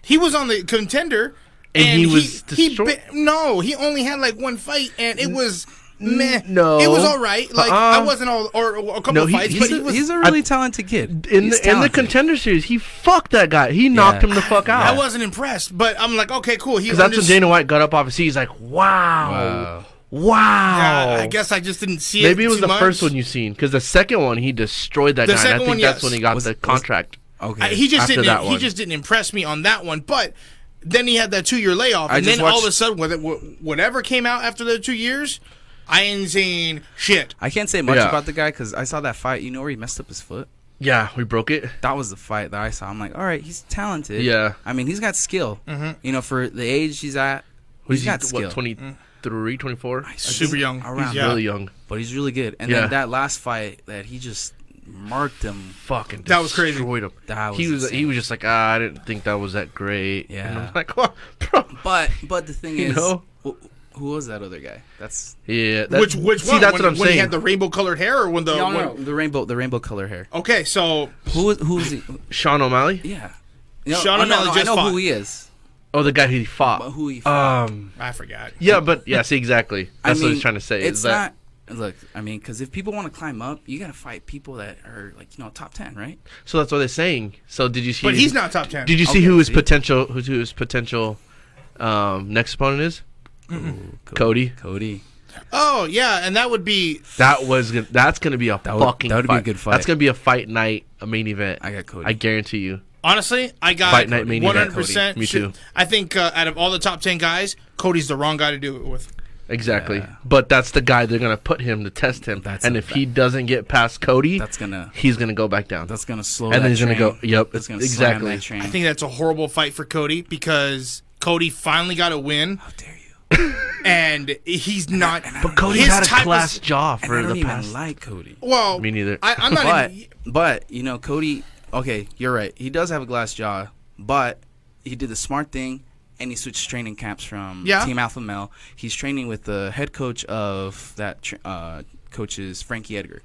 C: he was on the contender,
B: And
C: and,
B: he was
C: he,
B: destroy-
C: ba- no, he only had like one fight, and it was meh.
B: no.
C: it was all right. Like
B: Uh-uh.
C: I wasn't all or, or a couple
B: No, he-
C: fights,
B: he's
C: but
B: a-
C: he was.
D: He's a really talented
B: in
D: kid. He's
B: the in the
D: talented.
B: contender series, he fucked that guy. He knocked
D: Yeah.
B: him the fuck
C: I
B: out.
C: wasn't impressed, but I'm like, okay, cool. He
B: Because that's when
C: unders-
B: Dana White got up off his seat. He's like, wow,
D: Wow.
B: wow.
C: I, I guess I just didn't see it.
B: Oh. Maybe it was
C: too
B: the
C: much.
B: first one you seen because the second one he destroyed that
C: The
B: guy. And I
C: second
B: think
C: one,
B: that's
C: yes.
B: when he got
D: Was-
B: the
D: was-
B: contract.
D: Okay.
C: I- he just
B: after
C: didn't.
B: that
C: he
B: one.
C: just didn't impress me on that one. But then he had that two year layoff,
D: I
C: and
D: just
C: then all of
D: watched-
C: a sudden, whether- wh- whatever came out after the two years, I ain't seen shit.
D: I can't say much
B: Yeah.
D: about the guy because I saw that fight. You know where he messed up his foot?
B: yeah, we broke it.
D: that was the fight that I saw. I'm like, all right, he's talented.
B: Yeah.
C: Mm-hmm.
D: I mean, he's got skill. You know, for the age he's at,
B: What
D: he's
B: is
D: got
B: he,
D: skill.
B: what twenty three, 24.
C: Super
D: think
C: young.
D: around.
C: He's yeah.
B: Really young.
D: but he's really good. And
B: Yeah.
D: then that last fight that he just marked him.
B: Fucking
C: That was crazy.
B: destroyed him.
D: That
B: he was
D: was
B: he was just like ah, I didn't think that was that great.
D: Yeah.
B: and I'm like, oh, bro.
D: But but the thing
B: You
D: is,
B: know?
D: wh- who was that other guy? That's
B: Yeah, that-
C: Which which
B: see
C: one?
B: that's
C: when,
B: what I'm
C: when
B: saying.
C: he had the rainbow colored hair, or when the
D: no,
C: when-
D: no, no, the rainbow the rainbow color hair.
C: okay, so
D: Who was who was he?
B: Sean O'Malley.
D: Yeah. No,
C: Sean
D: I know-
C: O'Malley
D: no,
C: just
D: I know who
C: fought.
D: he is.
B: Oh, the guy who he fought.
D: But who he fought.
B: Um.
C: I forgot.
B: Yeah, but yeah. See, exactly.
D: I
B: That's what I was
D: mean,
B: trying to say.
D: It's
B: is that,
D: not. Look, I mean, because if people want to climb up, you gotta fight people that are like you know top ten, right?
B: So that's what they're saying. So did you see?
C: But he's not top ten.
B: Did you see
D: Okay,
B: who his
D: see?
B: potential who, who his potential um, next opponent is? Cody.
D: Cody.
C: Oh yeah, and that would be
B: That was gon- that's gonna be a
D: That would-
B: fucking.
D: that would be
B: fight.
D: a good fight.
B: That's gonna be a fight night, a main event.
D: I got Cody.
B: I guarantee you.
C: honestly. I got
B: Fight Night Mania.
C: One hundred percent.
B: Me too.
C: I think uh, out of all the top ten guys, Cody's the wrong guy to do it with.
B: Exactly.
D: Yeah.
B: But that's the guy they're gonna put him to test him.
D: That's
B: and
D: a
B: if he doesn't get past Cody,
D: That's gonna
B: he's gonna go back down.
D: that's gonna slow.
B: And then
D: that
B: he's gonna
D: train.
B: go- yep,
D: That's gonna
B: exactly.
D: Slam that train.
C: I think that's a horrible fight for Cody because Cody finally got a win,
D: How dare you?
C: and he's not.
B: but Cody
C: his
B: had a
C: type of-
B: class jaw
D: And
B: for
D: I don't
B: the
D: even
B: past.
D: like Cody.
C: Well,
B: Me neither.
C: I, I'm not.
D: But
C: even,
D: but you know Cody. Okay, you're right. He does have a glass jaw, but he did the smart thing and he switched training camps from
C: Yeah.
D: Team Alpha Male. He's training with the head coach of that tr- uh, coach's Frankie Edgar.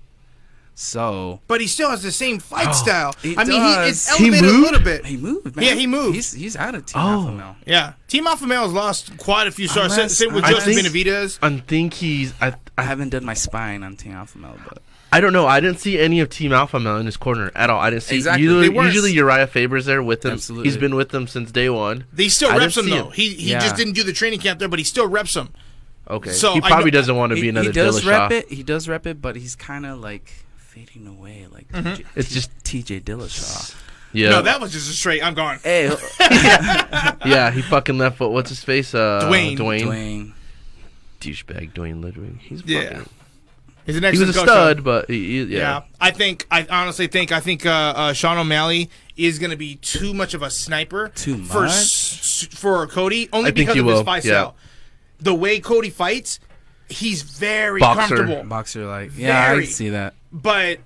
D: So
C: but he still has the same fight style.
D: Oh, he
C: I mean, he, it's
D: does.
B: He
C: elevated a
B: moved?
C: little bit.
D: he moved. Man.
C: Yeah, he moved.
D: He's he's out of Team
B: Oh.
D: Alpha Male.
C: Yeah, Team Alpha Male has lost quite a few stars. Same-
D: Unless-
C: Same with
D: I
C: Joseph
B: think-
C: Benavidez.
B: I think he's. I,
D: I
B: I
D: haven't done my spine on Team Alpha Male, but
B: I don't know. I didn't see any of Team Alpha Male in his corner at all. I didn't see.
D: Exactly.
B: Usually,
D: They weren't.
B: usually Uriah Faber's there with him.
D: Absolutely.
B: He's been with them since day one.
C: They still
B: I
C: reps
B: didn't
C: him
B: see
C: though.
B: him.
C: He he
D: Yeah.
C: just didn't do the training camp there, but he still reps him.
B: Okay.
C: So,
B: he
C: I
B: probably
C: know-
B: doesn't want to
D: he,
B: be another
D: he does
B: Dillashaw.
D: rep it. He does rep it, but he's kind of like fading away. Like
C: Mm-hmm.
D: TJ,
B: It's just-
D: TJ Dillashaw.
B: Yeah.
C: No, that was just a straight. I'm gone.
D: Hey,
B: yeah. He fucking left. What, what's his face? Uh,
C: Dwayne.
B: Dwayne.
D: Dwayne.
B: Douchebag. Dwayne Ludwig. He's
C: Yeah.
B: fucking.
C: He's an
B: He was
C: excellent
B: a
C: coach,
B: stud, but he, he-
C: though.
B: yeah.
C: Yeah. I think I honestly think I think uh, uh, Sean O'Malley is going to be too much of a sniper.
D: Too
C: for
D: much?
C: s- for Cody only
B: I think
C: because
B: he
C: of
B: will,
C: his fight
B: yeah.
C: style. The way Cody fights, he's very
B: Boxer.
C: comfortable,
D: Boxer like. Yeah, I
C: Very.
D: can see that.
C: but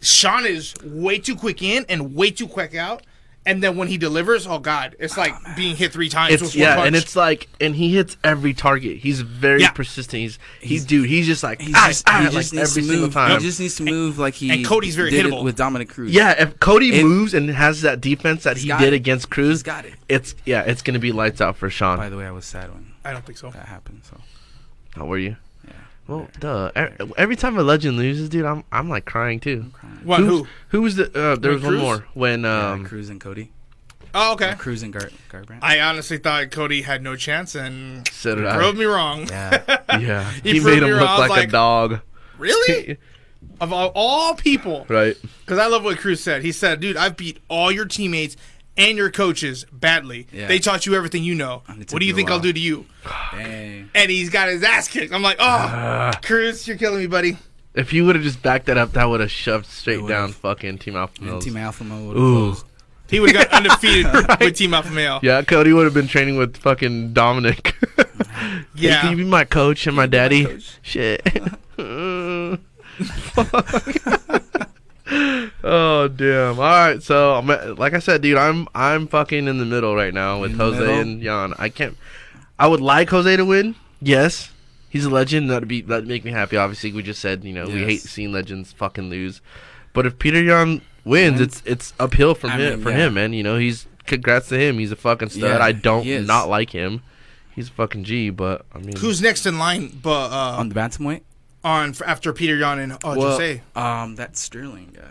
C: Sean is way too quick in and way too quick out. And then when he delivers, oh god, it's like being hit three times.
B: It's
C: with one
B: yeah,
C: punch.
B: and it's like, and he hits every target. He's very
C: Yeah.
B: persistent. He's he's dude. He's just like,
D: He's
B: ah,
D: just,
B: ah,
D: he
B: like
D: just needs
B: every
D: to
B: single
D: move.
B: time.
D: He just needs to move like he
C: and Cody's very
D: did it
C: hittable.
D: with Dominic Cruz.
B: Yeah, if Cody
D: If-
B: moves and has that defense that he
D: got
B: did
D: it.
B: against Cruz,
D: He's got it.
B: It's yeah, it's gonna be lights out for
D: By
B: Sean.
D: the way, I was sad when
C: I don't think so.
D: that happened. So
B: How were you?
D: yeah,
B: Well, duh. E- Every time a legend loses, dude, I'm I'm like crying too.
D: crying.
C: What?
B: Who's-
C: Who?
B: Who was the? Uh, there
C: When
B: was one
C: Cruz?
B: more when
D: Yeah,
B: um.
D: Cruz and Cody.
C: Oh, okay.
D: Cruz and Gar- Garbrandt.
C: I honestly thought Cody had no chance and
B: So did I.
C: proved me wrong.
D: yeah,
B: yeah, he,
C: He
B: made
C: proved
B: him
C: me
B: look
C: wrong,
B: like, a
C: like-
B: dog,
C: Really? of all, all people,
B: right?
C: because I love what Cruz said. He said, "Dude, I've beat all your teammates and your coaches badly.
D: Yeah.
C: They taught you everything you know.
D: And it
C: What
D: took
C: do you
D: you a
C: think I'll
D: while."
C: do to you?"
D: dang.
C: And he's got his ass kicked. I'm like, "Oh,
B: Ah.
C: Cruz, you're killing me, buddy."
B: If you would have just backed that up, that would have shoved straight
D: would've.
B: down fucking Team Alpha
D: And
B: Males.
D: Team Alpha Male would
B: Ooh.
D: closed.
C: He would have got undefeated with Team Alpha Male.
B: Yeah, Cody would have been training with fucking Dominic. Hey,
C: Yeah.
B: can you be my coach and my
D: be my
B: daddy?
D: coach?
B: Shit. oh damn! All right, so I'm at- like I said, dude, I'm I'm fucking in the middle right now with
D: In the
B: Jose
D: middle?
B: and Jan. I can't. I would like Jose to win. Yes, he's a legend. That'd be that'd make me happy. Obviously, we just said you know we
D: Yes.
B: hate seeing legends fucking lose, but if Peter Jan wins,
D: Wins?
B: it's it's uphill from
D: I
B: him
D: mean,
B: for
D: yeah.
B: him, man. You know he's congrats to him. He's a fucking stud.
D: Yeah,
B: I don't
D: he is.
B: not like him. He's a fucking G, but I mean,
C: Who's next in line? But uh,
D: on the bantamweight.
C: on f- after Peter Yan and uh, Jose
D: um, that Sterling guy.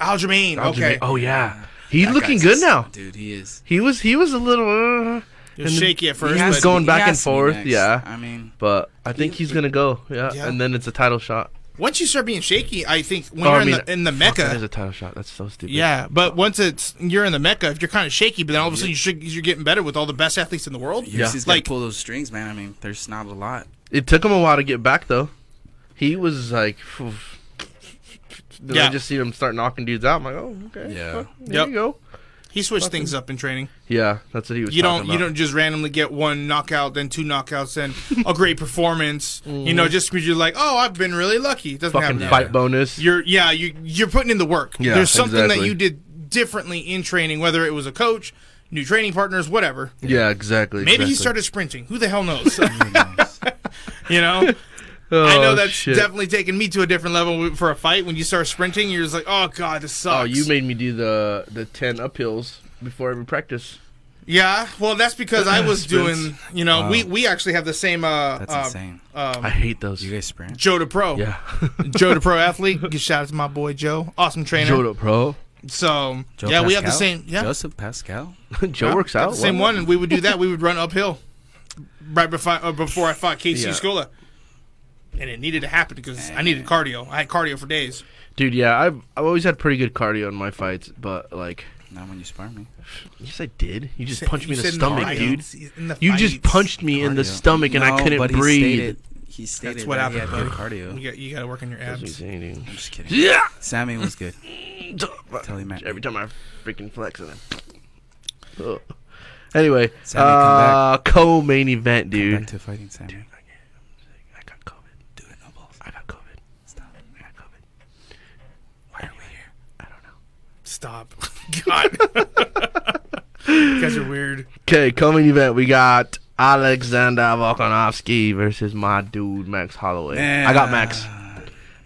C: Aljamain. Okay,
B: Aljamain- Oh yeah, he's
D: That
B: looking
D: guy's
B: good
D: just-
B: now.
D: dude. He is.
B: He was he was a little, uh,
C: he was shaky at first,
D: He has
C: but
D: to
B: going
D: be- he
B: back
D: has
B: and
D: to be
B: forth,
D: next.
B: yeah.
D: I mean,
B: but I think he's gonna go. Yeah,
C: Yeah.
B: and then it's a title shot.
C: once you start being shaky, I think when
B: Oh,
C: you're
B: I mean,
C: in the in the
B: fuck, that is
C: mecca,
B: a title shot. That's so stupid.
C: yeah. But once it's you're in the mecca, if you're kind of shaky, but then all of a sudden you should, you're getting better with all the best athletes in the world.
B: Yeah.
D: UFC's got to
C: Like-
D: pull those strings, man. I mean, there's not a lot.
B: it took him a while to get back though. He was like, phew. then I
C: Yeah.
B: just see him start knocking dudes out. I'm like, oh okay,
D: Yeah.
B: fuck, there
C: Yep.
B: you go.
C: He switched things up in training.
B: Yeah, that's what he was.
C: You
B: talking
C: don't you
B: about.
C: don't just randomly get one knockout, then two knockouts, then a great performance. You know, just because you're like, oh, I've been really lucky. It doesn't happen.
B: Mm-hmm. fucking
C: that
B: fight
C: way.
B: bonus.
C: You're yeah you you're putting in the work.
B: Yeah,
C: There's something
B: exactly.
C: that you did differently in training, whether it was a coach, new training partners, whatever.
B: yeah, exactly.
C: Maybe
B: exactly.
C: he started sprinting. Who the hell knows? you know. I
B: Oh,
C: know that's
B: shit.
C: definitely taken me to a different level for a fight. When you start sprinting, you're just like, "Oh God, this sucks."
B: Oh, you made me do the the ten uphills before every practice.
C: Yeah, well, that's because I was
B: Sprints.
C: doing. You know,
D: Wow.
C: we we actually have the same. Uh,
D: That's
C: uh,
D: insane.
B: I
C: Um,
B: hate those.
D: You guys sprint?
C: Joe to pro.
B: yeah,
C: Joe to pro athlete. Good shout out to my boy Joe. Awesome trainer.
B: Joe pro.
C: So
D: Joe
C: yeah, we have the
D: Pascal?
C: same. Yeah,
D: Joseph Pascal.
B: Joe
C: yeah,
B: works
C: got
B: out.
C: The same
B: well.
C: one, and we would do that. We would run uphill. Right before uh, before I fought KC
B: Yeah.
C: Scola. And it needed to happen because I needed cardio. I had cardio for days.
B: Dude, yeah, I've I've always had pretty good cardio in my fights, but like,
D: Not when you spar me.
B: yes, I did. You just punched me in
C: You
B: the
C: said
B: stomach,
C: fights.
B: dude.
C: In the
B: You just
C: fights.
B: punched me in the stomach, and I
D: No,
B: couldn't
D: but he
B: breathe.
D: Stated, he stated
C: what
D: that he
C: happened,
D: had good
C: You
D: cardio.
C: got, you got to work on your
B: That's
C: abs.
B: insane, dude.
D: I'm just kidding.
B: Yeah.
D: Sammy was good. Tell him that.
B: Every time I freaking flex, and I. Ugh. Anyway,
D: Sammy,
B: uh,
D: come
B: co-main event, dude.
D: Back to fighting Sammy.
B: I got COVID.
D: Do it, no balls.
B: I got COVID.
D: Stop.
B: I got COVID.
D: Why are we here?
B: I don't know.
C: Stop. God. you guys are weird.
B: Okay, coming event, we got Alexander Volkanovski versus my dude Max Holloway. I got Max.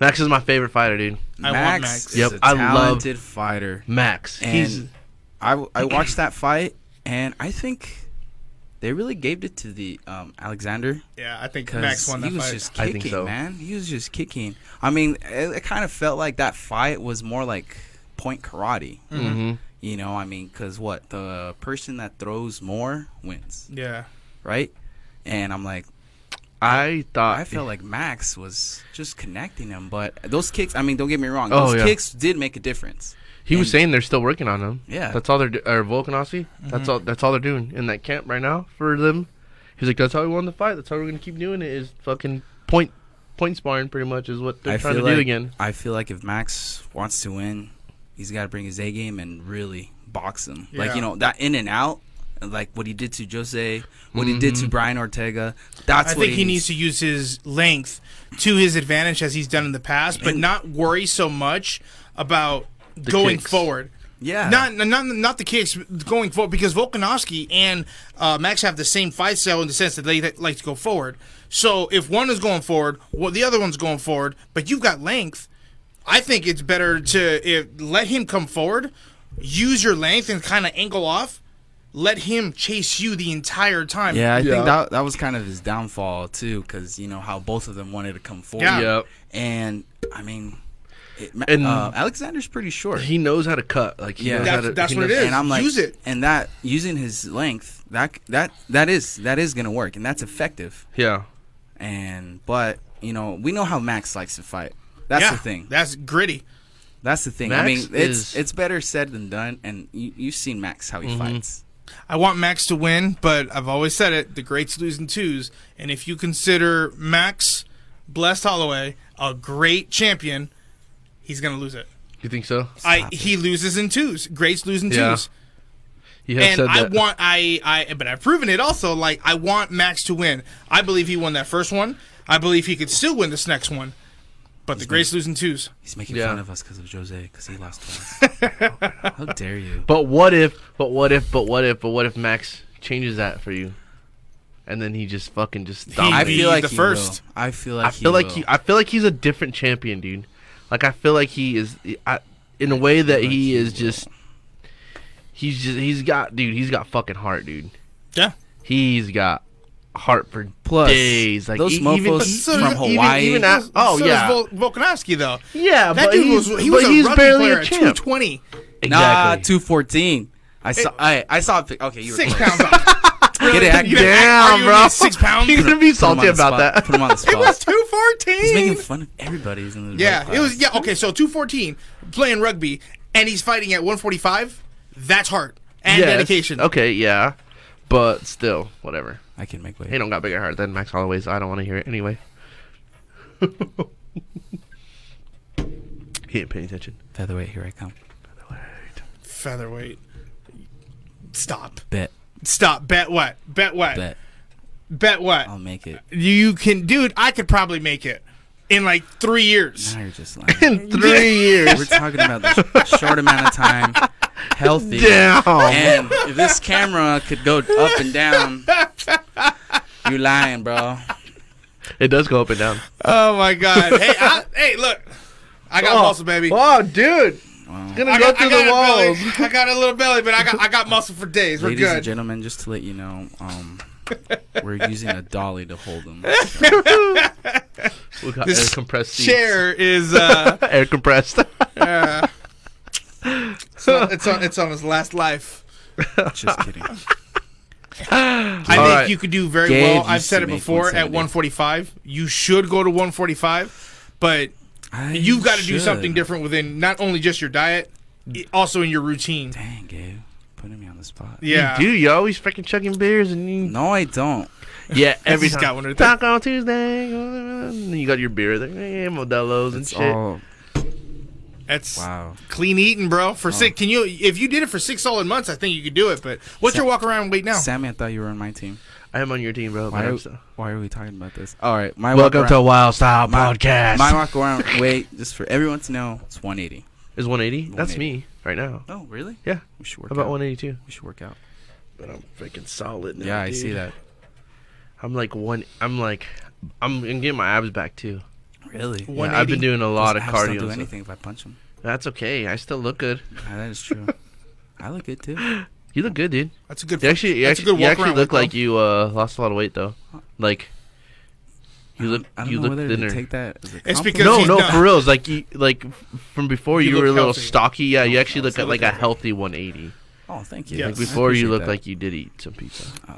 B: Max is my favorite fighter, dude.
C: I want
D: Uh, Max,
C: Max.
D: is
B: Yep,
D: a
B: I love-
D: talented fighter.
B: Max. he's
D: and I, I watched that fight, and I think they really gave it to the um, Alexander
C: Yeah, I think Max
D: because
C: won
D: he
C: that
D: was
C: fight.
D: just
B: I
D: kicking,
B: think so.
D: man. He was just kicking. I mean, it, it kind of felt like that fight was more like point karate.
C: Mm.
B: Mhm.
D: You know, I mean, because what the person that throws more wins,
C: yeah.
D: right? And I'm like,
B: I thought.
D: I felt like Max was just connecting him, but those kicks. I mean, don't get me wrong;
B: Oh,
D: those
B: yeah.
D: kicks did make a difference.
B: he was
D: and-
B: saying they're still working on him.
D: Yeah. Mm-hmm.
B: That's all they're do- or Volkanovski. That's all. That's all they're doing in that camp right now for them. He's like, that's how we won the fight. That's how we're gonna keep doing it. Is fucking point point sparring pretty much is what they're trying to
D: feel like,
B: do again.
D: I feel like if Max wants to win, he's got to bring his A game and really box him. Like
C: Yeah.
D: you know that in and out, like what he did to Jose, what he did
B: Mm-hmm.
D: to Brian Ortega. That's
C: I
D: what
C: think he needs to use his length to his advantage as he's done in the past, but not worry so much about going
B: kicks.
C: forward.
D: Yeah.
C: Not not not the kicks going forward because Volkanovski and uh, Max have the same fight style in the sense that they th- like to go forward. So if one is going forward, well, the other one's going forward, but you've got length. I think it's better to if, let him come forward, use your length and kind of angle off, let him chase you the entire time.
D: Yeah, I
B: Yeah.
D: think that that was kind of his downfall too, because you know how both of them wanted to come forward.
C: Yeah.
B: Yep.
D: And I mean, it, Ma-
B: And-
D: uh, Alexander's pretty short.
B: He knows how to cut. Like he
D: Yeah.
B: knows
D: That's-
B: how to,
C: that's
B: he
C: what it
B: knows-
C: is.
D: and I'm like,
C: Use it.
D: and that using his length, that that that is that is gonna work, and that's effective.
B: Yeah.
D: and but you know we know how Max likes to fight. That's
C: Yeah,
D: the thing.
C: That's gritty.
D: That's the thing. I
B: Max
D: mean,
B: is- Mm-hmm.
D: it's it's better said than done, and you, you've seen Max how he fights.
C: I want Max to win, but I've always said it: the greats lose in twos. And if you consider Max Blessed Holloway a great champion, he's gonna lose it.
B: You think so?
C: I he loses in twos. Greats lose in
B: Yeah,
C: twos.
B: He has
C: And
B: said
C: I
B: that.
C: want I I but I've proven it also. Like I want Max to win. I believe he won that first one. I believe he could still win this next one. But the greats lose in twos.
D: He's making
B: Yeah.
D: fun of us because of Jose because he lost twice. how dare you?
B: But what if? But what if? But what if? But what if Max changes that for you, and then he just fucking just
D: I
B: dominates?
C: be
D: feel like
C: the
D: he
C: first.
D: will. I feel like
B: I feel like
D: will.
B: he. I feel like he's a different champion, dude. Like I feel like he is, I, in a way that he is just. He's just. He's got, dude. He's got fucking heart, dude.
C: Yeah.
B: He's got heart for
D: Plus,
B: days. Like
D: those
B: e-
D: mofos
B: e-
D: from Hawaii.
B: Even, even at, oh
C: so
B: yeah,
C: Does Vol- Volkanovski though.
B: yeah.
C: That
B: but
C: dude
B: he's,
C: was he
B: but
C: was a
B: he's
C: rugby
B: barely
C: player
B: a
C: at
B: champ.
C: 220.
D: nah
B: Exactly.
D: two fourteen. I saw. I I saw. a pic- Okay, you were
C: Six
D: close.
C: pounds off.
D: Get it?
B: Damn,
D: Act- Put him
C: Are you
B: bro.
C: at six pounds?
B: He's gonna be
D: on
B: salty
D: the
B: about
D: spot.
B: that.
D: Put him on the
C: It was
D: spot.
C: two
D: He's making
C: fourteen.
D: fun of everybody. He's in the
C: Yeah,
D: right
C: it was.
D: class.
C: Yeah, okay. So two fourteen playing rugby, and he's fighting at one forty five. That's heart and
B: Yes.
C: dedication.
B: Okay, yeah, but still, whatever.
D: I can make
B: He
D: way.
B: don't got bigger heart than Max Holloway's. I don't want to hear it anyway. he ain't paying attention.
D: Featherweight, here I come.
C: Featherweight. Stop.
D: Bet,
C: Stop. Bet what? Bet what? Bet,
D: bet, Um,
C: what?
D: I'll make it.
C: you can, dude. I could probably make it in like three years.
D: Now you're just lying.
B: in three years.
D: We're talking about the sh- short amount of time, healthy.
B: Damn.
D: And if this camera could go up and down, you lying, bro.
B: It does go up and down.
C: Oh my god. hey, I, hey, look. I got muscle, baby.
B: Oh, dude. It's gonna
C: I
B: go
C: got, I
B: through
C: got
B: the
C: a
B: walls.
C: Belly. I got a little belly, but I got I got muscle for days. We're
D: Ladies and
C: good.
D: gentlemen, just to let you know, um, we're using a dolly to hold them.
B: We got
C: This
B: air compressed seats.
C: Chair is uh,
B: Air compressed.
C: uh it's, on, it's on it's on his last life.
D: Just kidding.
C: I
B: All
C: think
B: right.
C: you could do very
D: Gabe
C: well.
D: used
C: I've said
D: to
C: it
D: make
C: before at
D: 170.
C: 145. You should go to 145, but
D: I
C: you've got to do
D: should.
C: something different within not only just your diet, i- also in your routine.
D: Dang, Gabe, putting me on the spot.
C: Yeah.
B: You do. You're always freaking chugging beers and you.
D: No, I don't.
B: Yeah, every
C: just
B: time.
C: got one right there.
B: Taco on Tuesday. And then you got your beer. Like, hey, Modelo's and
D: It's
B: shit.
D: all
C: That's
D: wow.
C: clean eating, bro. For six, can you? If you did it for six solid months, I think you could do it. But what's
D: Sa-
C: your walk around weight now?
D: Sammy, I thought you were on my team.
B: I am on your team, bro.
D: Why
B: but
D: are,
B: I'm so-
D: why are we talking about this? All right, my
B: Welcome
D: walk
B: to
D: around,
B: Wild Style
D: my,
B: Podcast.
D: My walk around weight, just for everyone to know, it's 180.
B: is 180. That's
D: 180.
B: me right now.
D: Oh, really?
B: Yeah.
D: We should work
B: How about
D: out.
B: 182?
D: We should work out.
B: But I'm freaking solid now.
D: Yeah, I see
B: dude.
D: that.
B: I'm like one. I'm like, I'm gonna get my abs back too.
D: Really?
B: Yeah, I've been
C: 180?
B: doing a lot of
D: Those abs
B: cardio.
D: Don't do
B: and stuff.
D: anything if I punch them.
B: That's okay. I still look good.
D: that is true. I look good too.
B: You look good, dude.
C: That's a good.
B: You actually, you
C: that's
B: actually, you actually
C: walk-around
B: look
C: weight,
B: like you uh, lost a lot of weight though. Like, you look,
D: I don't
B: you
D: know
B: look
D: whether
B: thinner.
D: to take that. As a
C: It's
D: compliment.
C: because
B: No,
C: he's
B: no,
C: not-
B: for real. It's like, you, like from before
C: You
B: you,
C: look
B: were a little
C: healthy.
B: stocky. Yeah, you actually look
C: so
B: at like a
C: healthy.
B: healthy 180.
D: Oh, thank you.
C: Yes.
D: Thank
C: I
B: Before you
D: appreciate
B: look
D: that.
B: like you did eat some pizza,
D: Uh,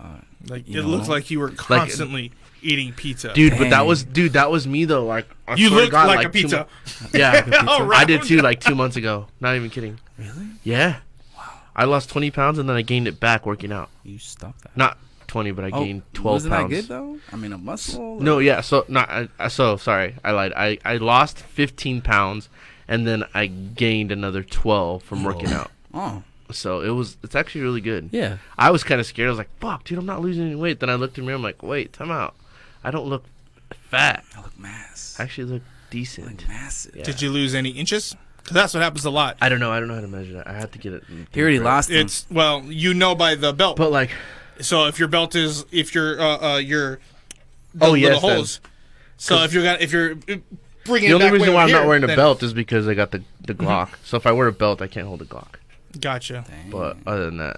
C: Like
D: you
C: it
D: know?
C: looked like you were constantly eating pizza,
B: dude. But that
D: Dang.
B: was, dude, that was me though. Like, I
C: You
B: swear to
C: looked
B: God,
C: like, a
B: two
C: pizza.
B: mon- yeah,
C: All
B: I did
C: round.
B: too. Like two months ago. Not even kidding.
D: really?
B: Yeah. I lost 20 pounds and then I gained it back working out.
D: You stopped that.
B: Not 20, but I gained 12
D: Oh, wasn't
B: pounds.
D: that good though? I mean, a muscle.
B: No, yeah. So not I, I- so sorry. I lied. I, I lost 15 pounds, and then I gained another 12 from working out.
D: Oh,
B: So it was it's actually really good.
D: yeah.
B: I was kind of scared. I was like, "Fuck, dude, I'm not losing any weight." Then I looked in the mirror. I'm like, "Wait, time out. I don't look fat.
D: I look mass.
B: I actually look
D: I
B: decent."
D: look massive.
B: Yeah.
C: Did you lose any inches? Because that's what happens a lot.
B: I don't know. I don't know how to measure that. I have to get it. in-
D: He already lost them.
C: It's well, you know by the belt.
B: But like,
C: so if your belt is, if your uh, uh your
B: oh
C: the
B: yes, then.
C: holes. So if you're gonna, if you're uh, bringing
B: The
C: it
B: only
C: back way
B: reason why
C: over
B: I'm
C: here,
B: not wearing a
C: then- Mm-hmm.
B: belt is because I got the the Glock. So if I wear a belt, I can't hold a Glock.
C: Gotcha.
D: Dang.
B: But other than that,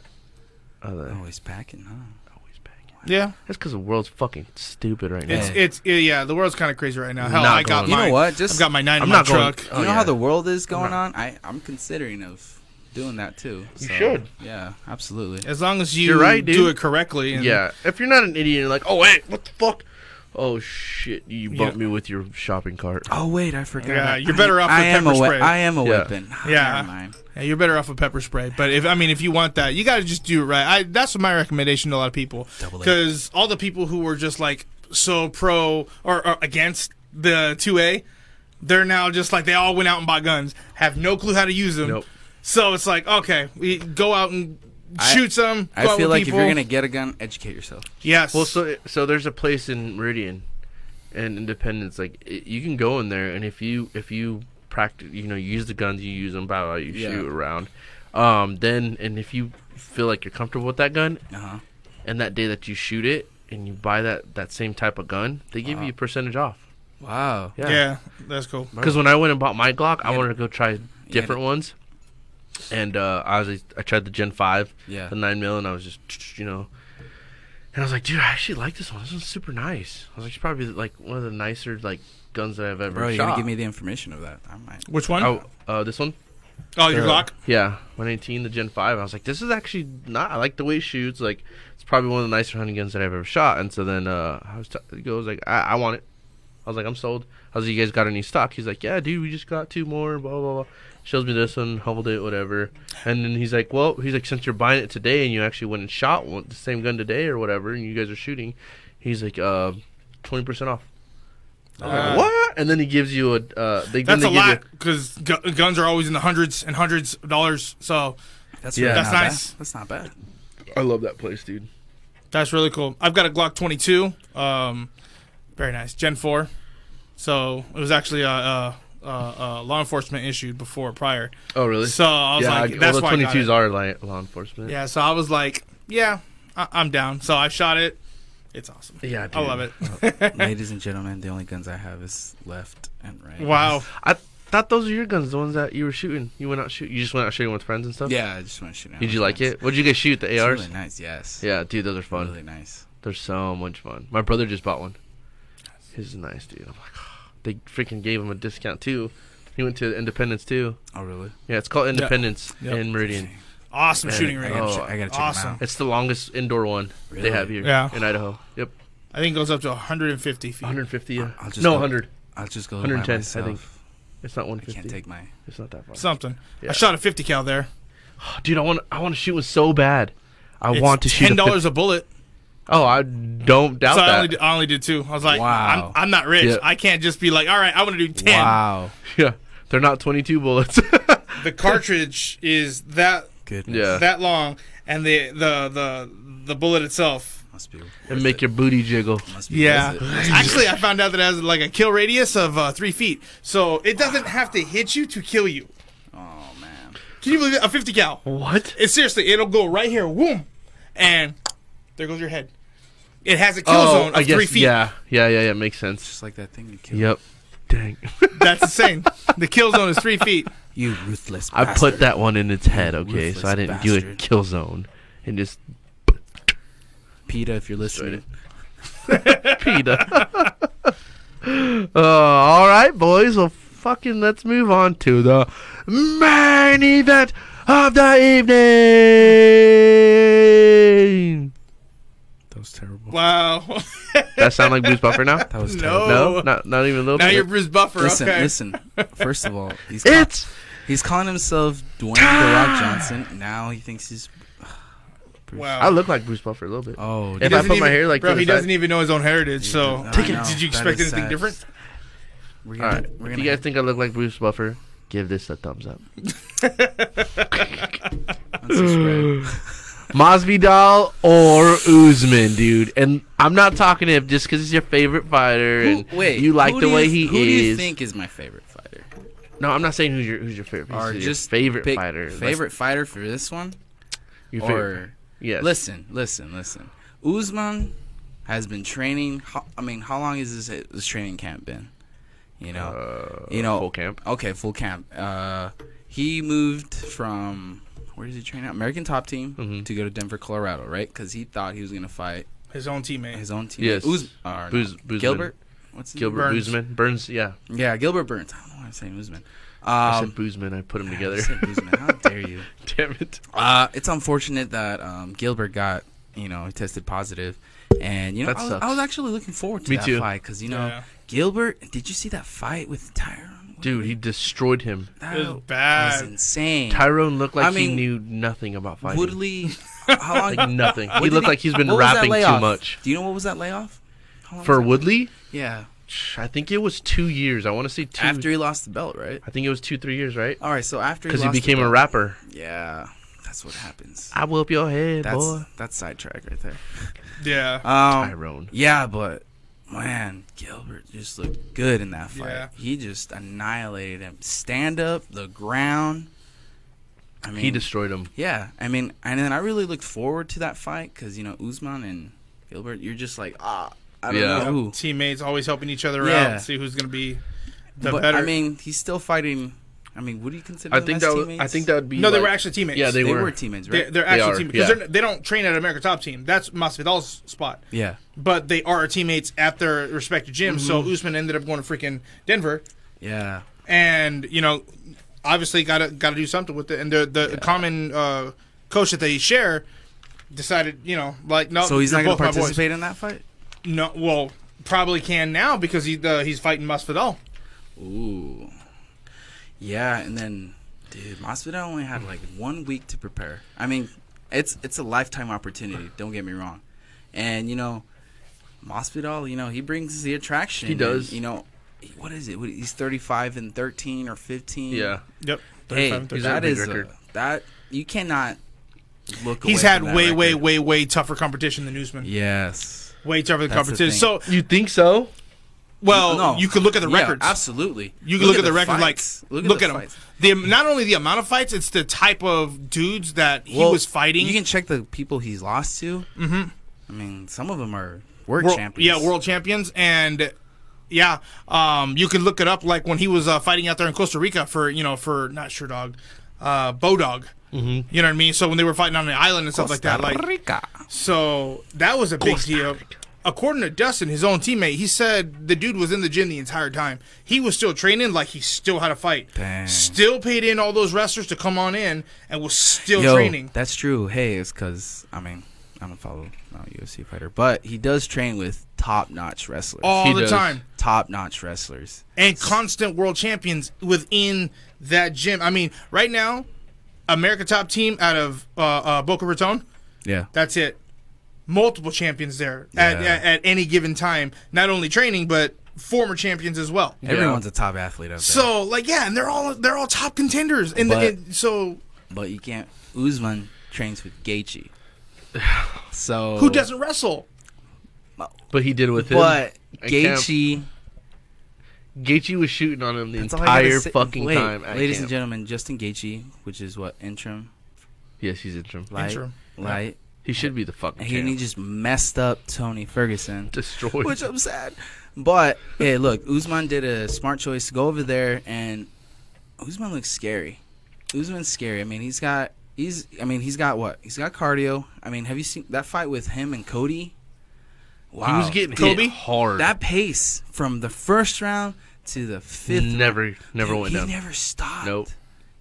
B: other than,
D: always Oh, packing, huh?
B: always back.
C: Yeah,
B: That's because the world's fucking stupid right now.
C: it's
D: Yeah.
C: it's yeah, yeah. The world's kind of crazy right now. Hell,
B: Not
C: I got
B: going.
D: You
C: my,
D: know what? Just
C: I've got my nine
B: I'm
C: in my
B: not going-
C: truck.
B: Oh,
D: you know how
B: yeah. Uh-huh.
D: the world is going on. I I'm considering of doing that too. so,
B: should.
D: Yeah, absolutely.
C: As long as you
B: You're right,
C: do
B: dude.
C: it correctly. And
B: yeah, if you're not an idiot, you're like, oh wait, what the fuck? Oh shit, you bumped
C: Yeah.
B: me with your shopping cart.
D: Oh wait, I forgot.
C: Yeah,
D: I-
C: you're better off
D: I
C: with
D: am
C: pepper
D: a
C: spray.
D: I am a
B: Yeah.
D: weapon. Ah,
C: Yeah.
D: Never mind.
C: Yeah, you're better off with pepper spray. But if I mean, if you want that, you got to just do it right. I, that's my recommendation to a lot of people
D: Double A.
C: because all the people who were just like so pro or, or against the two A, they're now just like they all went out and bought guns, have no clue how to use them.
B: Nope.
C: So it's like okay, we go out and
D: I-
C: shoot some. go
D: I
C: out
D: feel
C: with
D: like
C: people.
D: if you're gonna get a gun, educate yourself.
C: yes,
B: Well, so so there's a place in Meridian, and Independence. Like i you can go in there, and if you if you practice, you know, use the guns you use them, blah blah, you
D: Yeah.
B: shoot around. Um, then and if you feel like you're comfortable with that gun,
D: Uh huh.
B: and that day that you shoot it, and you buy that that same type of gun, they give you a percentage off.
D: Wow.
B: Yeah.
C: yeah. that's cool.
B: Because when I went and bought my Glock, I
D: Yeah.
B: wanted to go try different
D: Yeah.
B: ones. And uh, I was I tried the Gen Five,
D: Yeah.
B: the nine mil, and I was just you know, and I was like, dude, I actually like this one. This one's super nice. I was like, it's probably like one of the nicer like guns that I've ever
D: Bro, you're
B: shot.
D: gonna give me the information of that. I might.
C: Which one?
B: oh,
C: Oh,
B: uh, this one.
C: your
B: Uh,
C: Glock.
B: Yeah, 118, the Gen 5. I was like, this is actually not. I like the way it shoots. Like, it's probably one of the nicer hunting guns that I've ever shot. And so then uh, I was, t- he goes like, I-, I want it. I was like, I'm sold. I was like, you guys got any stock? He's like, yeah, dude, we just got two more. Blah blah blah. Shows me this one, humbled it, whatever. And then he's like, well, he's like, since you're buying it today and you actually went and shot one, the same gun today or whatever, and you guys are shooting, he's like, uh, twenty percent off. I was
C: Uh,
B: like, what? And then he gives you a. Uh, they, then
C: That's
B: they
C: a
B: give you-
C: lot because guns are always in the hundreds and hundreds of dollars. So
D: That's
B: Yeah.
D: really
C: That's
D: not
C: nice.
D: Bad. That's not bad.
B: I love that place, dude.
C: That's really cool. I've got a Glock 22. Um, very nice, Gen 4. So it was actually a, uh uh uh law enforcement issued before prior.
B: Oh, really?
C: So I was
B: yeah,
C: like,
B: I-
C: that's
B: well,
C: why I
B: the
C: got
B: 22s
C: it.
B: are like law enforcement.
C: Yeah, so I was like, yeah, I- I'm down. So I shot it. It's awesome.
B: Yeah, dude. Oh,
C: I love it.
D: Ladies and gentlemen, the only guns I have is left and right.
C: wow.
B: I thought those were your guns, the ones that you were shooting. You went out shoot. You just went out shooting with friends and stuff.
D: Yeah, I just want to shoot. out
B: Did
D: my
B: you like
D: guns.
B: it? What did you guys shoot? The
D: It's
B: ARs.
D: really nice. Yes.
B: Yeah, dude, those are fun.
D: Really nice.
B: They're so much fun. My brother just bought one. His is nice, dude. I'm like, they freaking gave him a discount too. He went to Independence too.
D: Oh really?
B: Yeah, it's called Independence
C: Yep.
B: in Meridian.
C: Awesome
B: Man,
C: shooting range.
D: I gotta,
B: Oh,
D: check, I gotta check 'em
C: awesome.
D: out.
B: It's the longest indoor one they
D: Really?
B: have here
C: Yeah.
B: in Idaho. Yep,
C: I think it goes up to 150 feet.
B: 150. Yeah.
D: I'll just
B: no,
D: go-
B: 100.
D: I'll just go.
B: 110, I
D: by myself.
B: think. It's not
D: I can't
B: 150.
D: take my.
B: it's not that far.
C: Something.
B: Yeah.
C: I shot a 50 cal there.
B: dude, I want I want to shoot one so bad. I
C: It's
B: want to shoot. a
C: ten dollars
B: fif-
C: a bullet.
B: Oh, I don't doubt
C: So I
B: that.
C: only, did, I only did two. I was like,
D: Wow.
C: I'm, I'm not rich.
B: Yeah.
C: I can't just be like, all right, I want to do ten.
D: Wow.
B: yeah, they're not 22 bullets.
C: The cartridge is that
D: Goodness.
B: Yeah.
C: that long, and the the the the bullet itself.
D: Must be.
B: and make your booty jiggle.
D: Must be worth it.
C: Actually, I found out that it has like a kill radius of uh, three feet, so it doesn't have to hit you to kill you.
D: Oh man.
C: Can you believe it? A 50 cal.
B: What?
C: It seriously, it'll go right here, whoom, and there goes your head. It has a kill zone of
B: Oh, I guess,
C: three feet.
B: Yeah, yeah, yeah, yeah. Makes sense.
D: Just like that thing you killed.
B: Yep. Dang.
C: That's insane. the kill zone is three feet.
D: You ruthless.
B: I
D: bastard.
B: put that one in its head, okay? So
D: Ruthless
B: I didn't do a
D: bastard.
B: kill zone. And just
D: Peta, if you're listening.
B: PETA. uh, all right, boys. Well, fucking let's move on to the main event of the evening.
D: That was terrible.
C: Wow.
B: That sound like Bruce Buffer now?
D: That was
C: No.
D: terrible.
B: No, not, not even a little
C: now
B: bit.
C: you're Bruce Buffer.
D: Listen,
C: okay.
D: listen. First of all, he's ca-
B: it's
D: he's calling himself Dwayne the Rock Johnson. Now he thinks he's.
C: Ah! Wow.
B: I look like Bruce Buffer a little bit.
D: Oh,
B: If
D: dude.
B: I
C: Doesn't
B: put my
C: even-
B: hair like
C: bro,
B: to
C: he
B: the side-
C: doesn't even know his own heritage. So,
D: I
C: Take it.
D: know.
C: did you
D: That
C: expect
D: is
C: anything
D: sad.
C: different?
D: We're
B: All
D: gonna,
B: right.
D: we're
B: If
D: gonna
B: you guys think I look like Bruce Buffer, give this a thumbs up.
D: unsubscribe.
B: Masvidal or Usman, dude. And I'm not talking to him just because he's your favorite fighter and
D: Who- wait,
B: you like
D: who
B: the
D: do
B: way
D: you-
B: he
D: who
B: is.
D: do you think is my favorite fighter?
B: No, I'm not saying who's your who's your favorite.
D: Or
B: who's
D: just
B: your favorite
D: pick
B: fighter. Let's-
D: Favorite fighter for this one?
B: Your favorite.
D: Or
B: Yes.
D: listen, listen, listen. Usman has been training. How, I mean, how long has this, this training camp been? You know,
B: Uh,
D: you know,
B: full camp.
D: Okay, full camp. Uh, he moved from where does he train at? American Top Team
B: Mhm.
D: to go to Denver, Colorado, right? Because he thought he was gonna fight
C: His own teammate.
D: his own team.
B: Yes.
D: Uz- or
B: Buz-
D: no,
B: Buzman.
D: Gilbert. What's his
B: Gilbert
C: Burns.
B: Boozman. Burns, yeah.
D: Name? Yeah, Gilbert Burns. I don't know why I'm saying Usman. Um,
B: I said Boozman. I put them
D: I
B: together.
D: said Usman. How dare you?
B: Damn it.
D: Uh, it's unfortunate that um, Gilbert got, you know, tested positive, and you know,
B: That
D: I was,
B: sucks.
D: I was actually looking forward to
B: Me
D: that
B: too.
D: fight because you know,
C: Yeah.
D: Gilbert. Did you see that fight with Tyrone?
B: Dude, he destroyed him.
D: that
C: It was
D: was
C: bad.
D: insane.
B: Tyrone looked like
D: I
B: he
D: mean,
B: knew nothing about fighting.
D: Woodley, how long?
B: like nothing. he
D: did
B: looked like he's been
D: what was that
B: rapping too
D: layoff?
B: much.
D: Do you know what was that layoff? How long
B: For
D: was
B: Woodley,
D: that? yeah,
B: I think it was two years. I want to say two.
D: after he lost the belt, right?
B: I think it was two, three years, right?
D: All right, so after
B: Because he
D: lost the
B: became a
D: belt-
B: rapper.
D: Yeah, that's what happens.
B: I whoop your head,
D: That's
B: boy.
D: that's sidetrack right there.
C: yeah.
D: Um,
B: Tyrone.
D: Yeah, but man, Gilbert just looked good in that fight.
C: Yeah.
D: He just annihilated him. Stand up, the ground. I mean,
B: He destroyed him.
D: yeah. I mean, and then I really looked forward to that fight because you know Usman and Gilbert, you're just like ah, I don't
B: Yeah.
D: know who.
C: Teammates always helping each other
D: Yeah.
C: out, see who's going to be the
D: but
C: better.
D: I mean, he's still fighting. I mean, would you consider?
B: I
D: them
B: think
D: as
B: that. Was,
D: teammates?
B: I think that would be.
C: no, they
B: like-
C: were actually teammates.
B: Yeah, they,
D: they,
B: were.
D: were. teammates,
C: They're,
D: right?
C: they're
B: They
C: actually
B: are,
C: teammates because
B: yeah.
C: they're they don't train at America Top Team. That's Masvidal's spot.
D: yeah,
C: But they are teammates at their respective gyms.
D: Mm-hmm.
C: So Usman ended up going to freaking Denver,
D: yeah.
C: and you know, obviously got to got to do something with it. And the the common uh, coach that they share decided, you know, like no,
D: So he's
C: you're
D: not going
C: Oh, both
D: to
C: my boys.
D: participate in that fight.
C: No, well, probably can now because he uh, he's fighting Masvidal.
D: Ooh. Yeah, and then, dude, Masvidal only had like one week to prepare. I mean, it's it's a lifetime opportunity. Don't get me wrong. And you know, Masvidal, you know, he brings the attraction.
B: He does.
D: and, you know, what is it? What- He's thirty-five and thirteen or fifteen.
B: Yeah.
C: Yep.
D: Hey,
C: 35,
B: he's at a
C: 30.
D: that
B: big
D: is a-
B: record.
D: that you cannot look.
C: He's
D: away
C: had
D: from that
C: way, way,
D: record.
C: way, way tougher competition than Newsman.
D: Yes.
C: Way tougher than
D: That's the
C: competition.
D: thing.
C: So,
B: You think so?
C: well,
D: No.
C: you could look at the
D: Yeah,
C: records.
D: absolutely.
C: You can look, at the, record
D: fights.
C: like look, at,
D: the
C: him.
D: fights.
C: The not only the amount of fights, it's the type of dudes that he
D: Well,
C: was fighting.
D: You can check the people he's lost to. Mm-hmm. I mean, some of them are world,
C: world,
D: champions.
C: Yeah, world champions, and yeah, um, you can look it up. Like when he was uh, fighting out there in Costa Rica for you know for not sure dog, uh, bow dog. Mm-hmm. You know what I mean? So when they were fighting on the island and stuff like that, like
D: Rica.
C: so that was a big deal. According to Dustin, his own teammate, he said the dude was in the gym the entire time. He was still training, like he still had a fight.
D: Dang.
C: Still paid in all those wrestlers to come on in, and was still
D: Yo,
C: training.
D: that's true. Hey, it's because I mean I don't follow uh, not a UFC fighter, but he does train with top notch wrestlers.
C: all
B: He
C: the
B: does.
C: time.
D: Top notch wrestlers.
C: and constant world champions within that gym. I mean, right now, America top team out of uh, uh, Boca Raton.
D: Yeah.
C: That's it. Multiple champions there at,
D: Yeah.
C: at, at any given time. Not only training, but former champions as well.
D: Everyone's a top athlete out there.
C: So like yeah, and they're all they're all top contenders. And, the,
D: But-
C: and so
D: but you can't. Usman trains with Gaethje. So
C: who doesn't wrestle?
B: But he did with him.
D: But
B: I can't-
D: Gaethje.
B: Gaethje was shooting on him the
D: That's all I gotta
B: entire
D: say-
B: fucking
D: Wait,
B: time. at
D: Ladies and
B: camp.
D: gentlemen, Justin Gaethje, which is what interim
B: Yes, he's interim.
D: light,
C: Interim,
D: light.
B: He should be the fucking
D: He,
B: champ.
D: he just messed up Tony Ferguson,
B: Destroyed.
D: which I'm sad. But hey, look, Usman did a smart choice to go over there, and Usman looks scary. Usman's scary. I mean, he's got he's. I mean, he's got what? He's got cardio. I mean, have you seen that fight with him and Cody? Wow,
B: He was getting
C: Kobe?
B: hit hard.
D: that pace from the first round to the fifth.
B: never, never
D: round,
B: went
D: he
B: down.
D: never stopped.
B: Nope.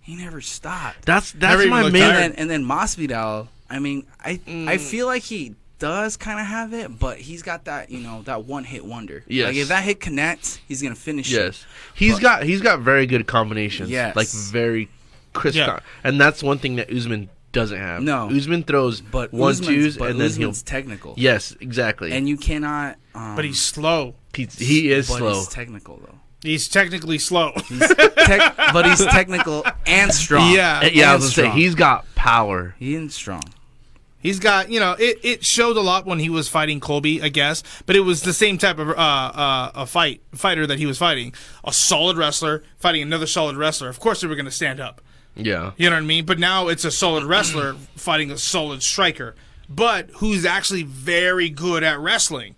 D: He never stopped.
B: That's that's
C: Never even
B: my
C: looked
B: main.
C: tired.
D: And then, and then Masvidal. I mean, I
B: Mm.
D: I feel like he does kind of have it, but he's got that you know that one hit wonder.
B: Yes.
D: Like if that hit connects, he's gonna finish. it.
B: Yes, he's
D: But-
B: got he's got very good combinations.
D: Yes.
B: like very crisp.
C: Yeah.
B: con- and that's one thing that Usman doesn't have.
D: No.
B: Usman throws
D: But
B: one
D: Usman's,
B: twos
D: but
B: and then
D: Usman's
B: he'll.
D: technical.
B: Yes, exactly.
D: And you cannot. Um,
C: But he's slow.
B: he's, he is
D: but
B: slow.
D: He's technical though.
C: He's technically slow.
D: He's tech, but he's technical and strong.
C: Yeah.
B: Uh, yeah, I was
D: and
B: gonna say
D: strong.
B: he's got power.
D: he's strong.
C: He's got, you know, it, it showed a lot when he was fighting Colby, I guess, but it was the same type of uh, uh, a fight fighter that he was fighting. A solid wrestler fighting another solid wrestler. Of course, they were going to stand up.
B: Yeah,
C: You know what I mean? But now it's a solid wrestler fighting a solid striker, but who's actually very good at wrestling.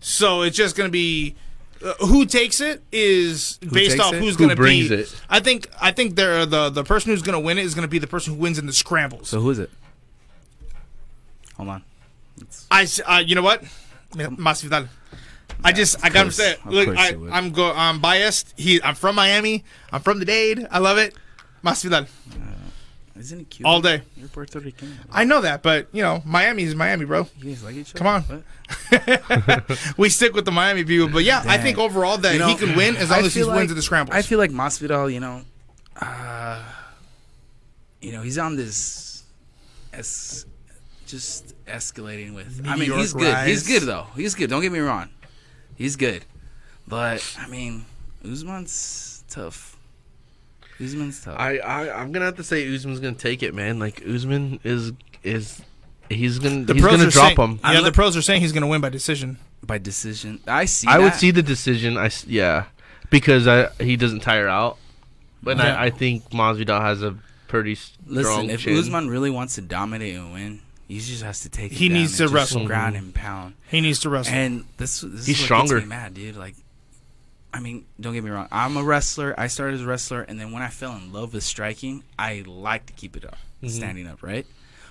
C: So it's just going to be uh, who takes it is based
D: takes
C: off
D: it?
C: who's
B: Who
C: going to
B: brings
C: be.
B: it?
C: I think I think they're the the person who's going to win it is going to be the person who wins in the scrambles.
D: So who is it? Hold on.
C: I, s- uh, you know what, Masvidal. I just, I gotta
D: course.
C: say, it.
D: Of
C: look,
D: course
C: I,
D: you would.
C: I'm go, I'm biased. He, I'm from Miami. I'm from the Dade. I love it, Masvidal,
D: Isn't he cute?
C: all day.
D: You're Puerto Rican.
C: I know that, but you know, Miami is Miami, bro.
D: You guys like each other?
C: Come on.
D: What?
C: We stick with the Miami view, but yeah, I
D: Dang.
C: think overall that
D: You know,
C: he can win as long
D: I
C: as he
D: feel
C: wins
D: like-
C: in the scrambles.
D: I feel like Masvidal, you know, uh, you know, he's on this, es- just escalating with. I mean, he's
C: Meteoric
D: good. He's
C: rise.
D: good though. He's good. Don't get me wrong, he's good. But I mean, Usman's tough. Usman's tough.
B: I, I I'm gonna have to say Usman's gonna take it, man. Like Usman is is he's gonna
C: the
B: he's
C: pros
B: gonna
C: are
B: drop
C: saying,
B: him.
C: Yeah,
D: I'm
C: the
D: not-
C: pros are saying he's gonna win by decision.
D: By decision, I see.
B: I would
D: that.
B: see the decision. I s- yeah, because I, he doesn't tire out, but
C: Yeah.
B: I, I think Masvidal has a pretty s- strong
D: Listen, if
B: chin.
D: Usman really wants to dominate and win, he just has to take. it
C: He
D: down
C: needs
D: and
C: to
D: just
C: wrestle.
D: ground and pound.
C: He needs to wrestle.
D: And this, this
B: He's
D: is what
B: stronger.
D: Gets me mad, dude. Like, I mean, don't get me wrong. I'm a wrestler. I started as a wrestler, and then when I fell in love with striking, I like to keep it up,
C: Mm-hmm.
D: standing up, right?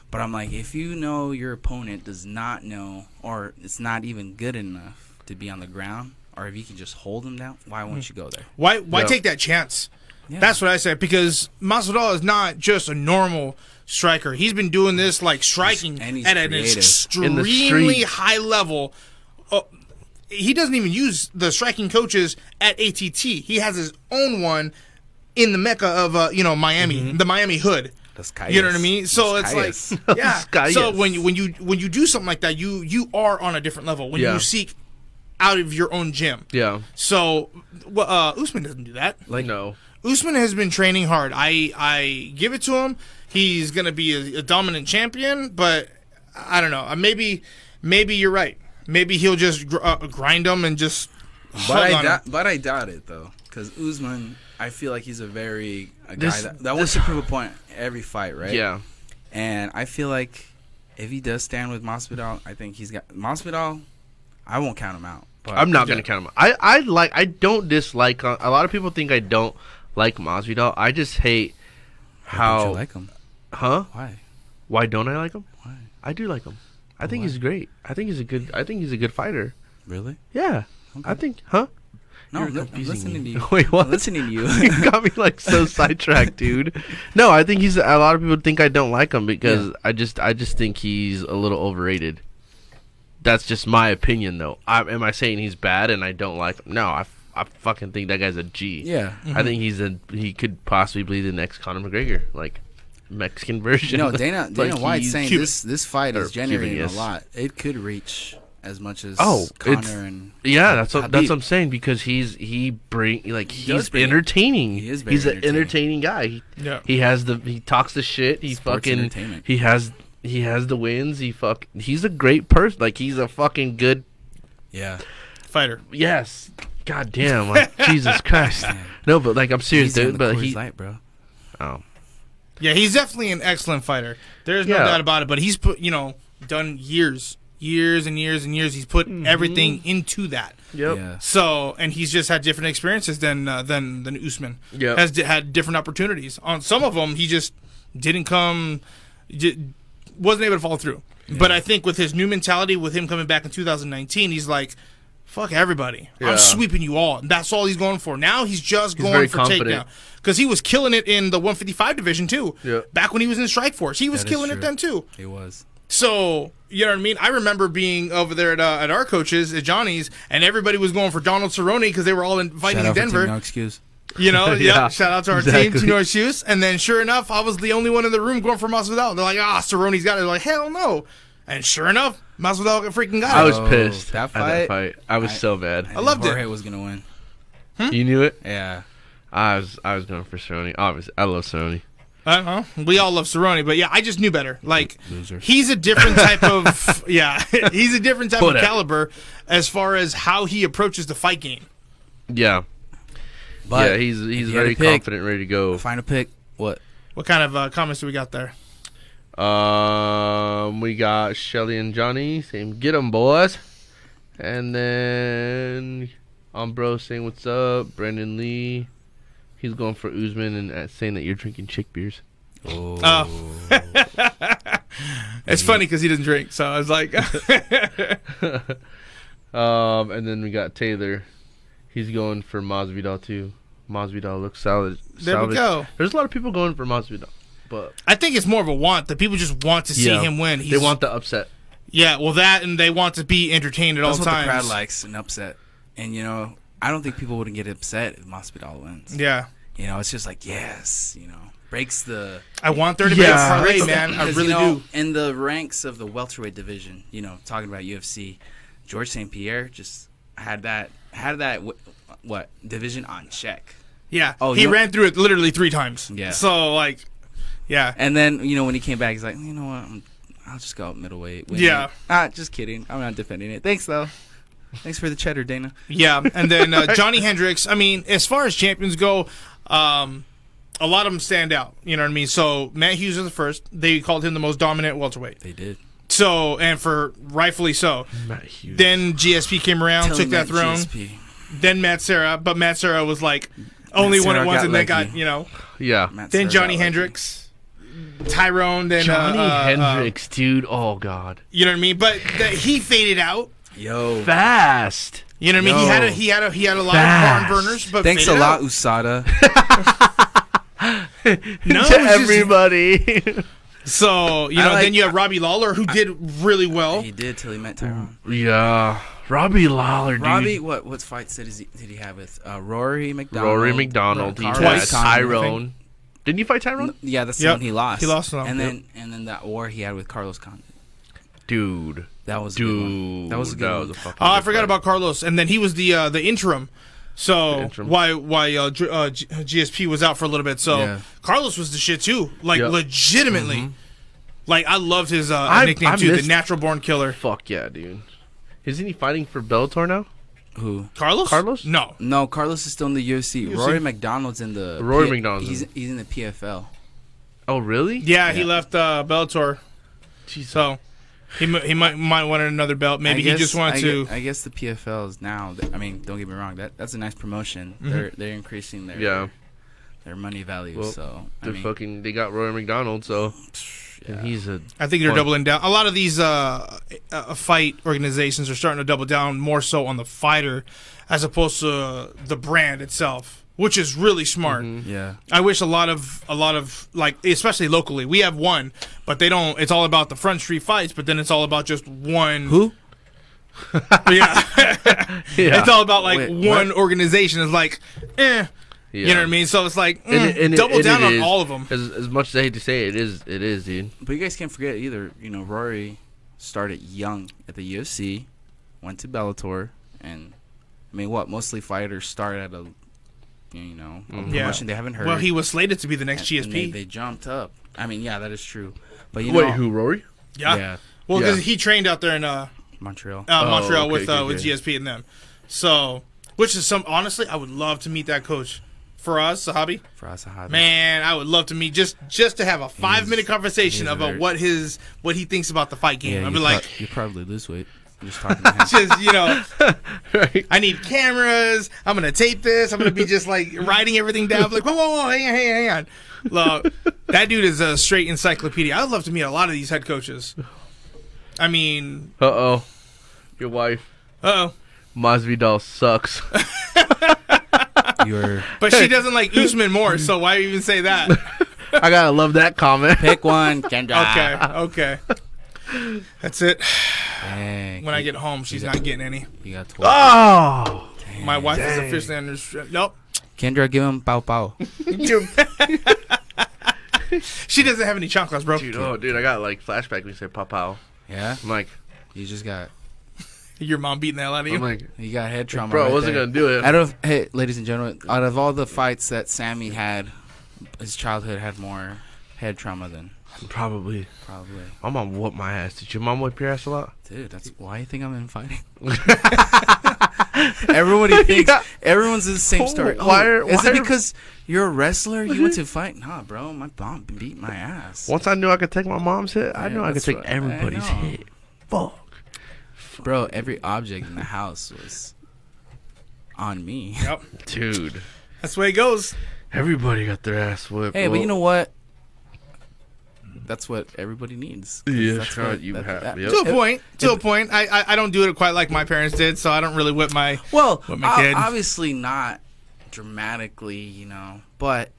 D: But I'm like, if you know your opponent does not know, or it's not even good enough to be on the ground, or if you can just hold them down, why won't you
C: Mm-hmm.
D: go there?
C: why, why
B: Yeah.
C: take that chance?
D: Yeah.
C: That's what I said because Masvidal is not just a normal striker. He's been doing this like striking
D: And he's
C: at an
D: creative.
B: In the
C: extremely
B: street.
C: high level. Uh, he doesn't even use the striking coaches at ATT. He has his own one in the mecca of uh, you know Miami, the Miami
D: Mm-hmm.
C: hood.
D: That's
C: You know what I mean? So
D: That's
C: it's
D: Caius.
C: like yeah.
B: Caius.
C: So when you when you when you do something like that, you you are on a different level when
B: Yeah.
C: you seek out of your own gym.
B: yeah,
C: So well, uh, Usman doesn't do that.
B: like no,
C: Usman has been training hard. I I give it to him. He's gonna be a, a dominant champion, but I don't know. Uh, Maybe maybe you're right. Maybe he'll just gr- uh, grind him and just.
D: But
C: hug
D: I
C: on him.
D: doubt, but I doubt it though, because Usman, I feel like he's a very a
B: This-
D: guy that, that wants to prove a point every fight, right?
B: Yeah.
D: And I feel like if he does stand with Masvidal, I think he's got Masvidal. I won't count him out. But
B: I'm not gonna count him. out. I I like I don't dislike. uh, A lot of people think I don't like Masvidal. I just hate
D: How
B: how
D: you like him?
B: huh?
D: Why?
B: Why don't I like him?
D: Why?
B: I do like him. I think
D: Why?
B: he's great. I think he's a good. I think he's a good fighter.
D: Really?
B: Yeah. I think, huh?
D: No,
B: You're
D: I'm li- I'm
B: confusing
D: listening
B: me.
D: to you.
B: Wait, what?
D: I'm listening to
B: you
D: you.
B: got me like so sidetracked, dude. No, I think he's. A lot of people think I don't like him because I just, I just think he's a little overrated. That's just my opinion, though. I, am I saying he's bad and I don't like him? No, I, f- I fucking think that guy's a G.
D: yeah. Mm-hmm.
B: I think he's a. He could possibly be the next Conor McGregor, like Mexican version.
D: No, Dana Dana
B: Like,
D: White's
B: he's
D: saying
B: Cuban.
D: this this fight
B: Or
D: is generating
B: Cuban, yes.
D: a lot. It could reach as much as
B: Oh,
D: Connor
B: it's-
D: and
B: Yeah, that's what, that's
D: Habib.
B: what I'm saying because he's he bring like he's
D: does bring-
B: entertaining.
D: he is very
B: he's an
D: entertaining.
B: entertaining guy. He,
C: Yeah.
B: he has the he talks the shit. He
D: Sports
B: fucking
D: entertainment.
B: he has he has the wins. He fuck he's a great person. Like he's a fucking good
D: yeah.
C: Fighter.
B: yes. God damn, like, Jesus Christ. No, but like I'm serious,
D: Easy on
B: dude.
D: the
B: But
D: Coors
B: he
D: Light, bro.
B: oh
C: Yeah, he's definitely an excellent fighter. There's no
B: Yeah.
C: doubt about it. But he's put, you know, done years, years and years and years. He's put
D: Mm-hmm.
C: everything into that.
B: yep.
D: Yeah.
C: So, and he's just had different experiences than uh, than than Usman.
B: Yep.
C: has di- had different opportunities. On some of them, he just didn't come, di- wasn't able to follow through. But I think with his new mentality, with him coming back in 2019, he's like. Fuck everybody!
B: Yeah.
C: I'm sweeping you all. That's all he's going for. Now he's just going
B: very
C: for
B: confident.
C: takedown because he was killing it in the 155 division too.
B: Yeah.
C: Back when he was in Strike Force, he was
D: That is
C: killing it
D: true.
C: then too.
D: It was.
C: So you know what I mean. I remember being over there at, uh, at our coaches at Johnny's, and everybody was going for Donald Cerrone because they were all in, fighting
D: Shout
C: in
D: out for Team
C: Denver.
D: No excuse.
C: You know, yeah.
B: Yeah,
C: Shout out to our
B: exactly.
C: team, Team North Shoes. And then, sure enough, I was the only one in the room going for Masvidal. They're like, "Ah, Cerrone's got it." They're like, hell no. And sure enough, Masvidal freaking got it.
B: I was
D: Oh,
B: pissed
D: that
B: at that fight.
D: fight-
B: I was so bad.
D: think
C: loved it.
D: Jorge was gonna win.
B: you knew it.
D: Yeah.
B: I was I was going for Sony. Obviously, I love Sony.
C: I don't know. Uh-huh. We all love Cerrone, but yeah, I just knew better. Like
D: Loser.
C: he's a different type of yeah, he's a different type
B: Whatever.
C: of caliber as far as how he approaches the fight game.
B: Yeah,
D: But
B: yeah. He's he's
D: you had
B: very
D: to pick-
B: confident, ready to go.
D: final pick. What?
C: What kind of uh, comments do we got there?
B: Um, we got Shelly and Johnny saying, "Get 'em, boys," and then Ambrose saying, "What's up?" Brandon Lee, he's going for Usman and uh, saying that you're drinking chick beers.
D: Oh.
C: Ah, It's funny because he doesn't drink, so I was like,
B: Um, and then we got Taylor, he's going for Masvidal too. Masvidal looks solid.
C: there
B: salvage.
C: we go.
B: There's a lot of people going for Masvidal, but
C: I think it's more of a want that people just want to see
B: Yeah.
C: him win. He's,
B: they want the upset.
C: yeah, well that, and they want to be entertained at
D: That's
C: all
D: what
C: times.
D: the crowd likes, an upset. And you know, I don't think people would get upset if Masvidal wins.
C: Yeah,
D: You know, it's just like yes, you know, breaks the
C: I want there to
B: Yeah.
C: be a
D: breaks
C: parade,
D: the-
C: man. I
D: 'cause,
C: really
D: you know,
C: do.
D: In the ranks of the welterweight division, you know, talking about UFC, George St. Pierre just had that had that wh- what division on check.
C: Yeah,
D: Oh,
C: he
D: you know-
C: ran through it literally three times.
D: Yeah.
C: so like, yeah.
D: And then you know when he came back, he's like, you know what, I'm, I'll just go up middleweight. win
C: Yeah.
D: it." Ah, just kidding. I'm not defending it. Thanks though. Thanks for the cheddar, Dana.
C: Yeah, and then uh, Johnny Hendricks. I mean, as far as champions go, um, a lot of them stand out. You know what I mean? So Matt Hughes was the first. They called him the most dominant welterweight.
D: They did.
C: So and for rightfully so.
B: Matt Hughes.
C: Then GSP came around, took that throne.
D: GSP.
C: Then Matt Serra, but Matt Serra was like only one
D: Serra
C: at once,
D: got
C: and they
D: lucky.
C: got you know.
B: yeah.
D: Matt
C: Then
D: Serra
C: Johnny
D: got lucky.
C: Hendricks, Tyrone. Then uh,
B: Johnny
C: uh, uh,
B: Hendricks, dude. Oh God,
C: you know what I mean? But that he faded out.
D: Yo.
B: fast.
C: You know what I mean? He had a
D: Yo.
C: he had a he had a lot
B: Fast.
C: of barn burners, but
D: Thanks a
C: faded
D: lot,
C: out.
D: USADA.
C: No,
B: to
C: it's just-
B: everybody.
C: So you
D: I
C: know,
D: like-
C: then you have Robbie Lawler who did really well.
D: He did till he met Tyrone.
B: yeah, Robbie Lawler, dude.
D: Robbie, what what fights did he, did he have with uh, Rory McDonald?
B: Rory McDonald, he
D: Carl
B: had
C: Twice.
B: Tyrone. Didn't you fight Tyrone?
D: Yeah, that's
C: Yep.
D: the one he lost.
C: He lost one,
D: and
C: yep.
D: then and then that war he had with Carlos Condit.
B: Dude,
D: That was a good one.
B: dude,
D: That was a good one.
B: fucking
C: Oh, I
B: good
C: forgot
B: fight.
C: about Carlos, and then he was the uh, the interim So
B: interim.
C: why why uh, G- uh, G- GSP was out for a little bit. So
D: Yeah.
C: Carlos was the shit too. Like
B: Yep. Mm-hmm.
C: legitimately. Like I loved his uh,
B: I-
C: nickname
B: I
C: too, the
B: missed-
C: natural born killer.
B: Fuck yeah, dude. Isn't he fighting for Bellator now?
D: Who?
C: Carlos?
B: Carlos?
C: No.
D: No, Carlos is still in the UFC. Rory McDonald's in the
B: Rory McDonald's
D: He's,
B: in-
D: he's in the PFL.
B: Oh, really?
C: Yeah, he
D: Yeah.
C: left uh, Bellator,
B: Jeez.
C: so he m- he might might want another belt. Maybe
D: I
C: he just
D: guess-
C: wanted
D: I
C: to.
D: gue- I guess the PFLs now. th- I mean, don't get me wrong. That that's a nice promotion. They're they're increasing their
B: Mm-hmm. Yeah.
D: their money value.
B: Well,
D: so I
B: They're
D: mean,
B: fucking. They got Roy McDonald, so and he's a
C: I think they're
B: Or-
C: doubling down. A lot of these uh, uh, fight organizations are starting to double down more so on the fighter as opposed to the brand itself, which is really smart.
B: Mm-hmm.
D: yeah.
C: I wish a lot of a lot of like especially locally. We have one, but they don't it's all about the front street fights, but then it's all about just one
D: Who?
C: Yeah.
B: yeah.
C: it's all about like
D: Wait,
C: one organization is like eh, you know what I mean? So it's like mm,
B: And- and it-
C: double
B: and
C: down
B: it
C: on
B: is.
C: all of them.
B: As, as much as I hate to say it, it is it is, dude.
D: But you guys can't forget either. You know, Rory started young at the UFC, went to Bellator, and I mean, what mostly fighters start at a you know a
B: Mm-hmm.
C: Yeah.
D: promotion they haven't heard.
C: Well, he was slated to be the next
D: and- and they,
C: GSP.
D: they jumped up. I mean, yeah, that is true. But you
B: Wait,
D: know,
B: who Rory?
C: yeah.
D: yeah.
C: Well, because
B: Yeah.
C: he trained out there in uh
D: Montreal.
C: uh,
B: Oh,
C: Montreal
B: okay,
C: with uh,
B: okay,
C: with
B: okay.
C: GSP and them. So, which is some honestly, I would love to meet that coach for us, Sahabi.
D: for us,
C: Man, I would love to meet just just to have a five minute conversation
D: he's
C: about
D: very-
C: what his what he thinks about the fight game.
D: Yeah,
C: I'd
D: you
C: be like,
D: pro- you probably lose weight. I'm just talking to him.
C: just you know,
B: Right.
C: I need cameras. I'm gonna tape this. I'm gonna be just like writing everything down. like, whoa, whoa, whoa, hang on, hang on, hang on. Look, that dude is a straight encyclopedia. I'd love to meet a lot of these head coaches. I mean,
B: Uh oh, your wife
C: oh,
B: Masvidal sucks.
D: You're
C: but she doesn't like Usman more, so why even say that?
B: I gotta love that comment.
D: pick one, Kendra.
C: Okay, okay. That's it.
D: Dang,
C: When I Ah! get home, she's not getting any.
D: you got twelve.
B: Oh,
C: My wife is officially under. stra- Nope.
D: Kendra, give him pow pow.
C: She doesn't have any chocolates, bro.
B: dude, oh, dude, I got like flashback when you said Papao.
D: Yeah,
B: I'm like,
D: you just got
C: Your mom beating the hell out of you.
B: I'm like,
D: you got head trauma.
B: bro, I
D: right
B: wasn't
D: there.
B: gonna do it.
D: Out of hey, ladies and gentlemen, out of all the fights that Sammy had, his childhood had more head trauma than
B: Probably.
D: probably.
B: My mom whooped my ass. Did your mom whoop your ass a lot?
D: Dude, that's why you think I'm in fighting. Everybody thinks
B: Yeah.
D: everyone's the same story. Oh,
B: Why are-
D: is
B: why
D: it
B: are-
D: because you're a wrestler? You went to fight? Nah, bro, my mom beat my ass.
B: Once I knew I could take my mom's hit, I
D: Yeah,
B: knew I could
D: that's
B: take
D: what- I
B: everybody's
D: know.
B: hit. Fuck.
D: Bro, every object in the house was on me.
C: Yep.
B: Dude,
C: That's the way it goes.
B: everybody got their ass whipped.
D: Hey, but
B: Well,
D: you know what? That's what everybody needs. 'Cause
B: Yeah,
D: that's
B: sure, you have- yep.
C: To a point. To a point. I, I I don't do it quite like my parents did, so I don't really whip my.
D: Well,
C: With my
D: ob-
C: kid.
D: obviously not dramatically, you know, but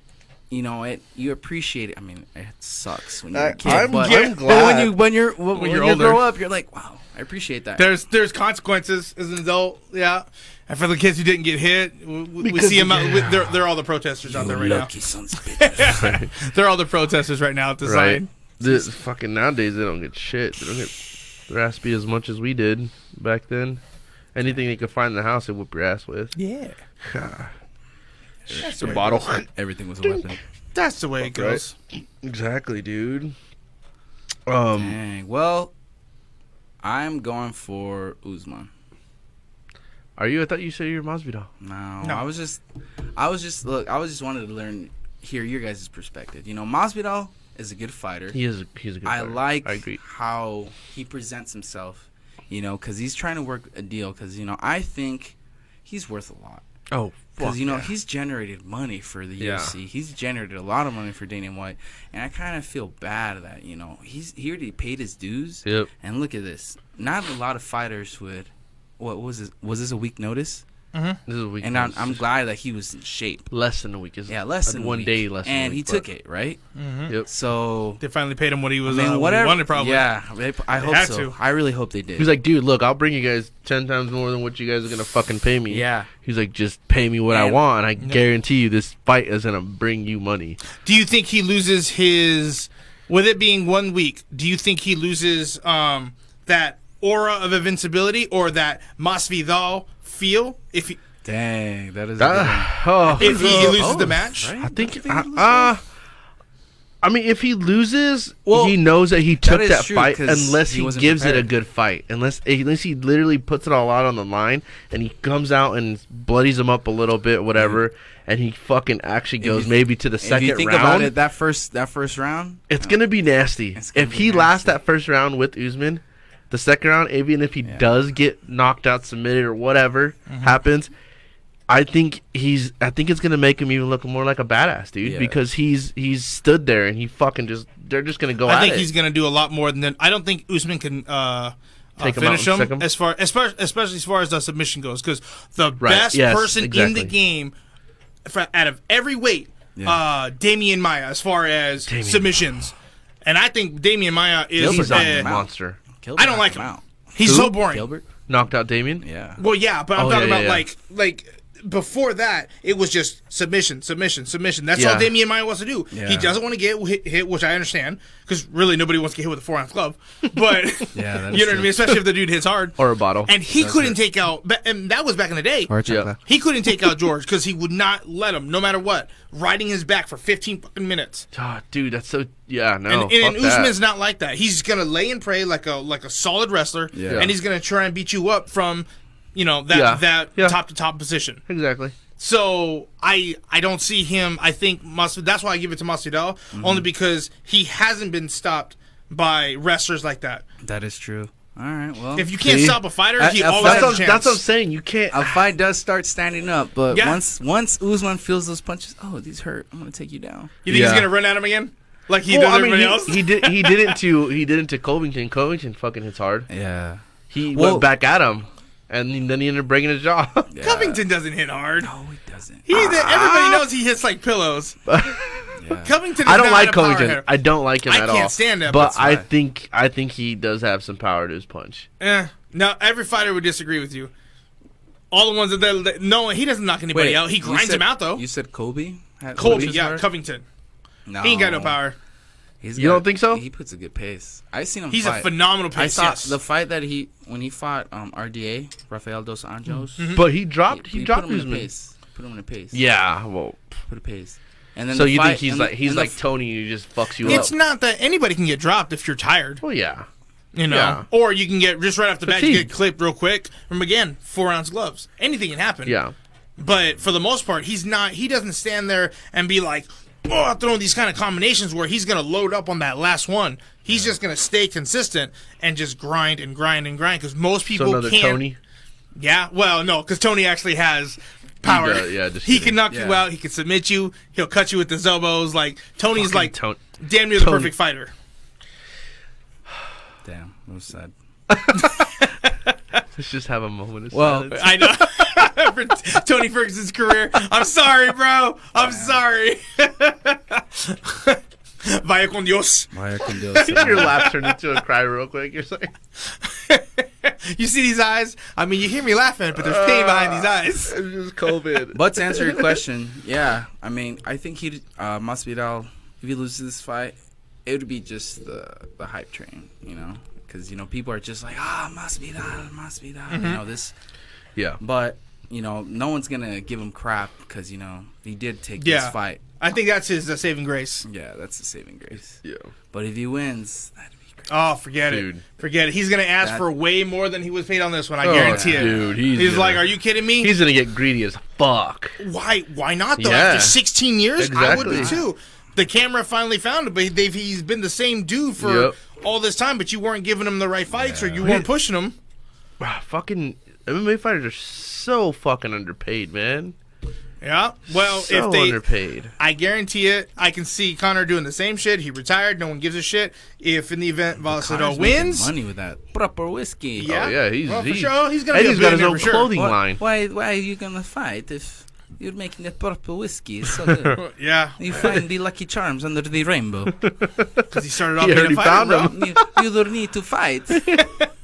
D: you know it. You appreciate it. I mean, it sucks when you're
B: I-
D: a kid,
B: I'm-
D: but,
B: I'm
D: but when you
B: glad.
D: when you're when,
C: you're
D: you're you grow
C: older.
D: up, you're like, wow, I appreciate that.
C: There's there's consequences as an adult. Yeah. And for the kids who didn't get hit, we, we- we
B: Because-
C: see them out. with They're, they're all the protesters out
D: You
C: there right
D: lucky sons of bitches.
C: now. They're all the protesters right now at the
B: right?
C: sign.
B: This fucking nowadays they don't get shit. They don't get their ass beat as much as we did back then. Anything they could find in the house, they whoop your ass with.
C: Yeah.
B: The bottle.
D: Everything was a weapon.
C: That's the way it
B: Right.
C: goes.
B: exactly, dude. Um,
D: Dang. Well, I'm going for Uzman.
B: are you? I thought you said you were Masvidal.
D: No,
C: No.
D: I was just, I was just look, I was just wanted to learn, hear your guys' perspective. You know, Masvidal is a good fighter.
B: He is. A, he's a good.
D: I
B: fighter.
D: like
B: I agree.
D: how he presents himself. You know, because he's trying to work a deal. Because you know, I think he's worth a lot.
B: Oh, fuck
D: Because you know,
B: yeah.
D: he's generated money for the
B: Yeah.
D: UFC. He's generated a lot of money for Dana White, and I kind of feel bad that you know he's he already paid his dues.
B: Yep.
D: And look at this. Not a lot of fighters would. What was this? Was this a week notice?
B: This is a week.
D: And I'm, I'm glad that he was in shape.
B: less than a week. Is
D: Yeah, less than a
B: one
D: week.
B: day less.
D: And
B: than a
D: he
B: week,
D: took it right.
B: Yep.
D: So
C: Mm-hmm. They finally paid him what he
D: I
C: was.
D: mean,
C: uh, what he
D: whatever.
C: wanted probably.
D: Yeah, they, I hope
C: had
D: so.
C: to.
D: I really hope they did.
B: He's like, dude, look, I'll bring you guys ten times more than what you guys are gonna fucking pay me.
D: Yeah.
B: He's like, just pay me what I
D: And-
B: want. I guarantee you, this fight is gonna bring you money.
C: Do you think he loses his with it being one week, do you think he loses um that aura of invincibility or that Masvidal feel if he
D: Dang, that is.
B: That- oh,
C: If he
B: uh,
C: loses
B: oh,
C: the match,
B: I think. I, uh, I mean, if he loses,
D: Well,
B: he knows that he took
D: is
B: that
D: true,
B: fight
D: 'cause
B: unless
D: he
B: he,
D: wasn't
B: gives it a
D: prepared.
B: good fight. Unless unless he literally puts it all out on the line and he comes out and bloodies him up a little bit, whatever, and he fucking actually goes
D: you-
B: maybe to the
D: Mm-hmm. If
B: second
D: you think
B: round.
D: about it, that first that first round,
B: It's gonna be nasty.
D: It's gonna
B: If
D: be
B: he lasts
D: nasty.
B: that first round with Usman, the second round, even if he does get knocked out, submitted, or whatever
C: Mm-hmm.
B: happens, I think he's. I think it's gonna make him even look more like a badass dude
D: Yeah.
B: because he's he's stood there and he fucking just. They're just gonna go
C: I
B: at
C: think
B: it.
C: he's going to do a lot more than. That. I don't think Usman can uh,
B: Take
C: uh,
B: him out
C: finish
B: and
C: him,
B: stick him?
C: as far especially, especially as far as the submission goes because the
B: Right,
C: best
B: yes,
C: person in
B: exactly.
C: the game for, out of every weight,
D: Yeah.
C: uh, Damian Maya as far as
B: Damian
C: submissions, and I think Damian Maya is.
B: Gilbert's
C: uh,
B: not a
D: him out.
B: monster.
D: Gilbert
C: I don't
D: knocked
C: like him.
D: out.
C: He's so boring.
D: Gilbert,
B: Knocked out Damien.
D: yeah.
C: Well, yeah, but I'm
B: Oh,
C: talking
B: yeah,
C: about
B: yeah,
C: like like before that, it was just submission, submission, submission. That's
B: Yeah.
C: all Damian Maya wants to do.
D: Yeah.
C: He doesn't want to get hit, hit which I understand because really nobody wants to get hit with a four ounce glove. But
D: Yeah, that
C: you know
D: is
C: what I
D: true.
C: mean, especially if the dude hits hard
B: Or a bottle.
C: And he couldn't take out, ba- and that was back in the day.
D: Or a chocolate.
B: Yeah.
C: He couldn't take out George because he would not let him, no matter what, riding his back for 15 fucking minutes.
B: Ah, dude, that's so. Yeah, no.
C: And, and,
B: Oh, fuck that.
C: Usman's not like that. He's gonna lay and pray like a like a solid wrestler,
D: Yeah.
C: and he's gonna try and beat you up from, you know, that
B: Yeah.
C: that
B: Yeah.
C: top to top position.
B: exactly.
C: So I I don't see him. I think Masvidal. That's why I give it to Masvidal
B: Mm-hmm.
C: only because he hasn't been stopped by wrestlers like that.
D: That is true. All right, well,
C: If you can't
B: See?
C: stop a fighter,
D: I-
C: he
D: I-
C: always
B: That's
C: has
B: what,
C: a
B: I'm-
C: chance.
B: that's what I'm saying. You can't.
D: a fight does start standing up, but
C: Yeah.
D: once once Usman feels those punches, oh, these hurt. I'm gonna take you down.
C: you think
B: Yeah.
C: he's gonna run at him again, like he
B: well,
C: does
B: I mean,
C: everybody
B: he,
C: else?
B: he did. He didn't to. He didn't to Covington. Covington fucking hits hard.
D: Yeah.
B: He
D: Well-
B: went back at him, and then he ended up breaking his jaw.
C: Covington doesn't hit hard.
D: Oh, he doesn't.
C: He, everybody knows he hits like pillows.
D: Yeah.
C: Covington. Is
B: I don't
C: not
B: like
C: a power
B: Covington.
C: hitter.
B: I don't like him
C: I
B: at all.
C: can't stand that,
B: But
C: that's
B: I
D: why.
B: think I think he does have some power to his punch.
C: Eh, no, every fighter would disagree with you. All the ones that, that, that no, he doesn't knock anybody out. He
D: you
C: grinds
D: said-
C: him out though.
D: You said Kobe. Had-
C: Colby,
D: Kobe's
C: yeah,
D: hard?
C: Covington.
D: No.
C: He ain't got no power.
D: He's
B: You don't think so?
D: He puts a good pace. I seen him.
C: He's
D: fight.
C: a phenomenal
D: I
C: pace.
D: saw
C: yes.
D: the fight that he when he fought um, RDA Rafael dos Anjos.
C: Mm.
B: But he dropped. Mm-hmm. He, dropped
D: put him in a
B: Usman.
D: pace. Put him in a pace.
B: Yeah. Well.
D: Put a pace. And then
B: so
D: the
B: you
D: fight-
B: think he's
D: and
B: like
D: the-
B: he's
D: and the
B: like
D: f-
B: Tony who just fucks you
C: it's
B: up?
C: not that anybody can get dropped if you're tired,
B: Well, yeah.
C: you know,
B: Yeah.
C: or you can get just right off the bat you
B: Fatigue.
C: get clipped real quick. From again, four ounce gloves, anything can happen.
B: Yeah.
C: But for the most part, he's not. He doesn't stand there and be like, "Oh, throwing these kind of combinations where he's gonna load up on that last one." He's just gonna stay consistent and just grind and grind and grind because most
B: So
C: people
B: another
C: can't.
B: Tony.
C: Yeah, well, no, because Tony actually has power.
B: does, yeah, just
C: he
B: kidding.
C: can knock you
D: Yeah.
C: out. He can submit you. He'll cut you with his elbows. Like Tony's
B: Fucking
C: like
B: Ton-
C: damn near the
B: Tony.
C: perfect fighter.
D: Damn, that was sad.
B: Let's just have a moment of
D: Well,
B: silence.
C: I know. For T- Tony Ferguson's career. I'm sorry, bro. I'm sorry. Vaya con Dios.
D: Why can do
B: Your laugh turned into a cry real quick. You're like,
C: You see these eyes? I mean, you hear me laughing, but there's pain behind
B: Uh.
C: these eyes.
B: it's just COVID.
D: But to answer your question, yeah, I mean, I think he uh, Masvidal, if he loses this fight, it would be just the the hype train, you know, because you know people are just like, ah, Masvidal, Masvidal,
B: Mm-hmm.
D: you know this,
B: yeah.
D: but you know, no one's gonna give him crap because you know he did take
C: Yeah.
D: this fight.
C: I think that's his uh, saving grace.
D: Yeah, that's the saving grace.
B: Yeah.
D: But if he wins, that'd be great.
C: Oh, forget
B: Dude.
C: it. Forget it. He's gonna ask
D: That-
C: for way more than he was paid on this one. I
B: Oh,
C: guarantee it.
B: dude, he's
C: he's
B: gonna-
C: like, "Are you kidding me?
B: He's gonna get greedy as fuck.
C: why? Why not though?
B: Yeah.
C: After 16 years, I would be
B: Exactly.
C: too." The camera finally found him, but they've, he's been the same dude for
B: Yep.
C: all this time. But you weren't giving him the right fights, or you
B: Yeah.
C: weren't pushing him.
B: Ah, fucking MMA fighters are so fucking underpaid, man.
C: Yeah. Well,
B: so
C: if they,
B: underpaid.
C: I guarantee it. I can see Connor doing the same shit. He retired. No one gives a shit. If in the event Velasquez
D: Connor's making
C: wins,
D: money with that proper whiskey. Oh,
C: Yeah.
B: Oh yeah, he's
C: Well, for
B: he's,
C: sure, he's gonna
B: and
C: be a
B: he's got his
C: billionaire
B: own
C: for sure.
B: clothing
D: Why-
B: line.
D: Why, why are you gonna fight if you're making the proper whiskey? It's so good.
C: yeah,
D: you find the lucky charms under the rainbow.
C: because he started off
B: He
C: being
B: already
C: a fighter.
B: found
C: Bro.
B: him.
D: you, you don't need to fight.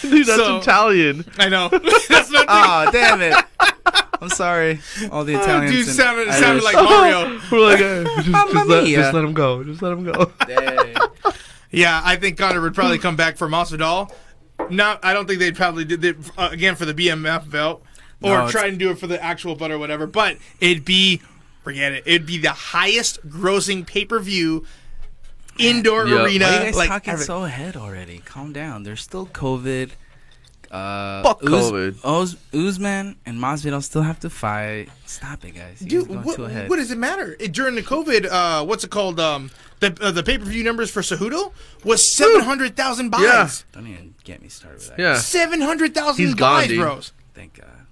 B: Dude, that's
C: So-
B: Italian.
C: I know. That's not.
D: Oh, damn it. I'm sorry. All the Italians.
C: Ah, dude
D: and
C: sounded
D: Irish.
C: sounded like Mario.
B: We're like, eh, just,
D: Mamma
B: just let,
D: mia.
B: just let him go. Just let him go.
D: Dang.
C: Yeah, I think Connor would probably come back for Masvidal. No, I don't think they'd probably did it uh, again for the BMF belt. or
D: it's-
C: try and do it for the actual butt or whatever. But it'd be, forget it. It'd be the highest grossing pay per view indoor
B: Yeah.
C: arena.
D: Why are you guys
C: like,
D: talking
C: every-
D: so ahead already? Calm down. There's still COVID. Uh,
B: Fuck
D: Uz-
B: COVID.
D: Uz- Uzman and Masvidal still have to fight. Stop it, guys. You
C: Dude,
D: guys going
C: what,
D: too ahead.
C: what does it matter? It- during the COVID, uh, what's it called? Um, the uh, the pay per view numbers for Cejudo was seven hundred thousand buys.
B: Yeah.
D: Don't even get me started with that.
B: Yeah,
C: Seven hundred
B: He's
C: thousand
B: gone,
C: buys,
B: dude.
C: bros.
D: Thank God.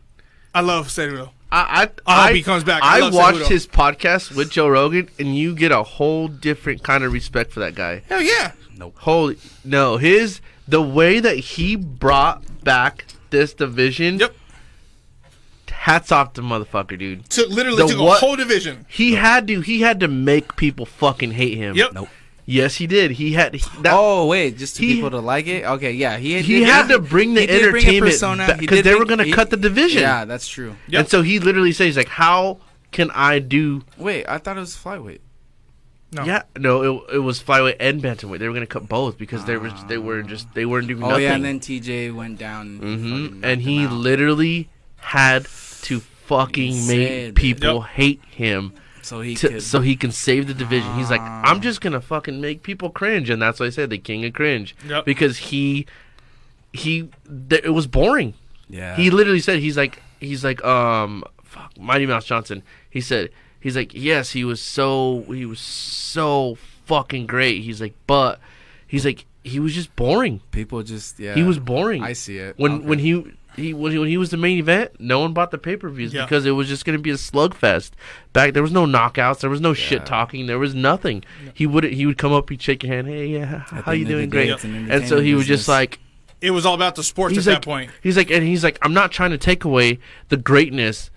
C: I love Cejudo.
B: I
C: I
B: I,
C: hope Oh, he comes back. I
B: I,
C: love
B: watched
C: Cejudo.
B: his podcast with Joe Rogan, and you get a whole different kind of respect for that guy.
C: Hell yeah.
D: Nope.
B: Holy no, his the way that he brought back this division.
C: Yep.
B: Hats off to motherfucker, dude.
C: Took literally
B: The
C: took
B: what-
C: a whole division.
B: He had to he had to make people fucking hate him.
C: Yep.
D: Nope.
B: Yes, he did. He had he- that.
D: oh wait, just to
B: He-
D: people to like it. Okay, yeah, he
B: He had to bring the
D: he did bring a
B: entertainment
D: persona.
B: back,
D: He
B: 'cause
D: did
B: they
D: bring-
B: were gonna
D: he-
B: cut the division.
D: Yeah, that's true.
C: Yep.
B: And so he literally says like, "How can I do?"
D: Wait, I thought it was flyweight.
C: No.
B: Yeah, no, it, it was flyweight and bantamweight. They were gonna cut both because they were they were just they weren't doing
D: Oh
B: nothing.
D: yeah, and then TJ went down.
B: Mhm.
D: fucking
B: and
D: knocked
B: he
D: him out.
B: literally had to fucking
D: He
B: make
D: said
B: people
C: Yep.
B: hate him
D: so he
B: to,
D: could. Ah.
B: so he can save the division. He's like, I'm just gonna fucking make people cringe, and that's why I said the king of cringe
C: Yep.
B: because he he th- it was boring.
D: yeah.
B: He literally said he's like he's like um fuck Mighty Mouse Johnson. He said he's like yes he was so he was so fucking great. He's like but he's like he was just boring.
D: people just yeah.
B: He was boring.
D: I see it.
B: When
D: Okay.
B: when he he when, he when he was the main event, no one bought the pay per views
C: Yeah.
B: because it was just going to be a slugfest. Back there was no knockouts, there was no
D: Yeah.
B: shit talking, there was nothing. He would he would come up, he'd shake your hand, hey yeah,
D: At
B: how
D: the
B: you
D: end of the
B: doing,
D: day,
B: great.
D: it's an
B: And so
D: entertainment
B: he was just
D: business.
B: like
C: It was all about the sports
B: he's
C: at
B: like
C: that point.
B: he's like and he's like I'm not trying to take away the greatness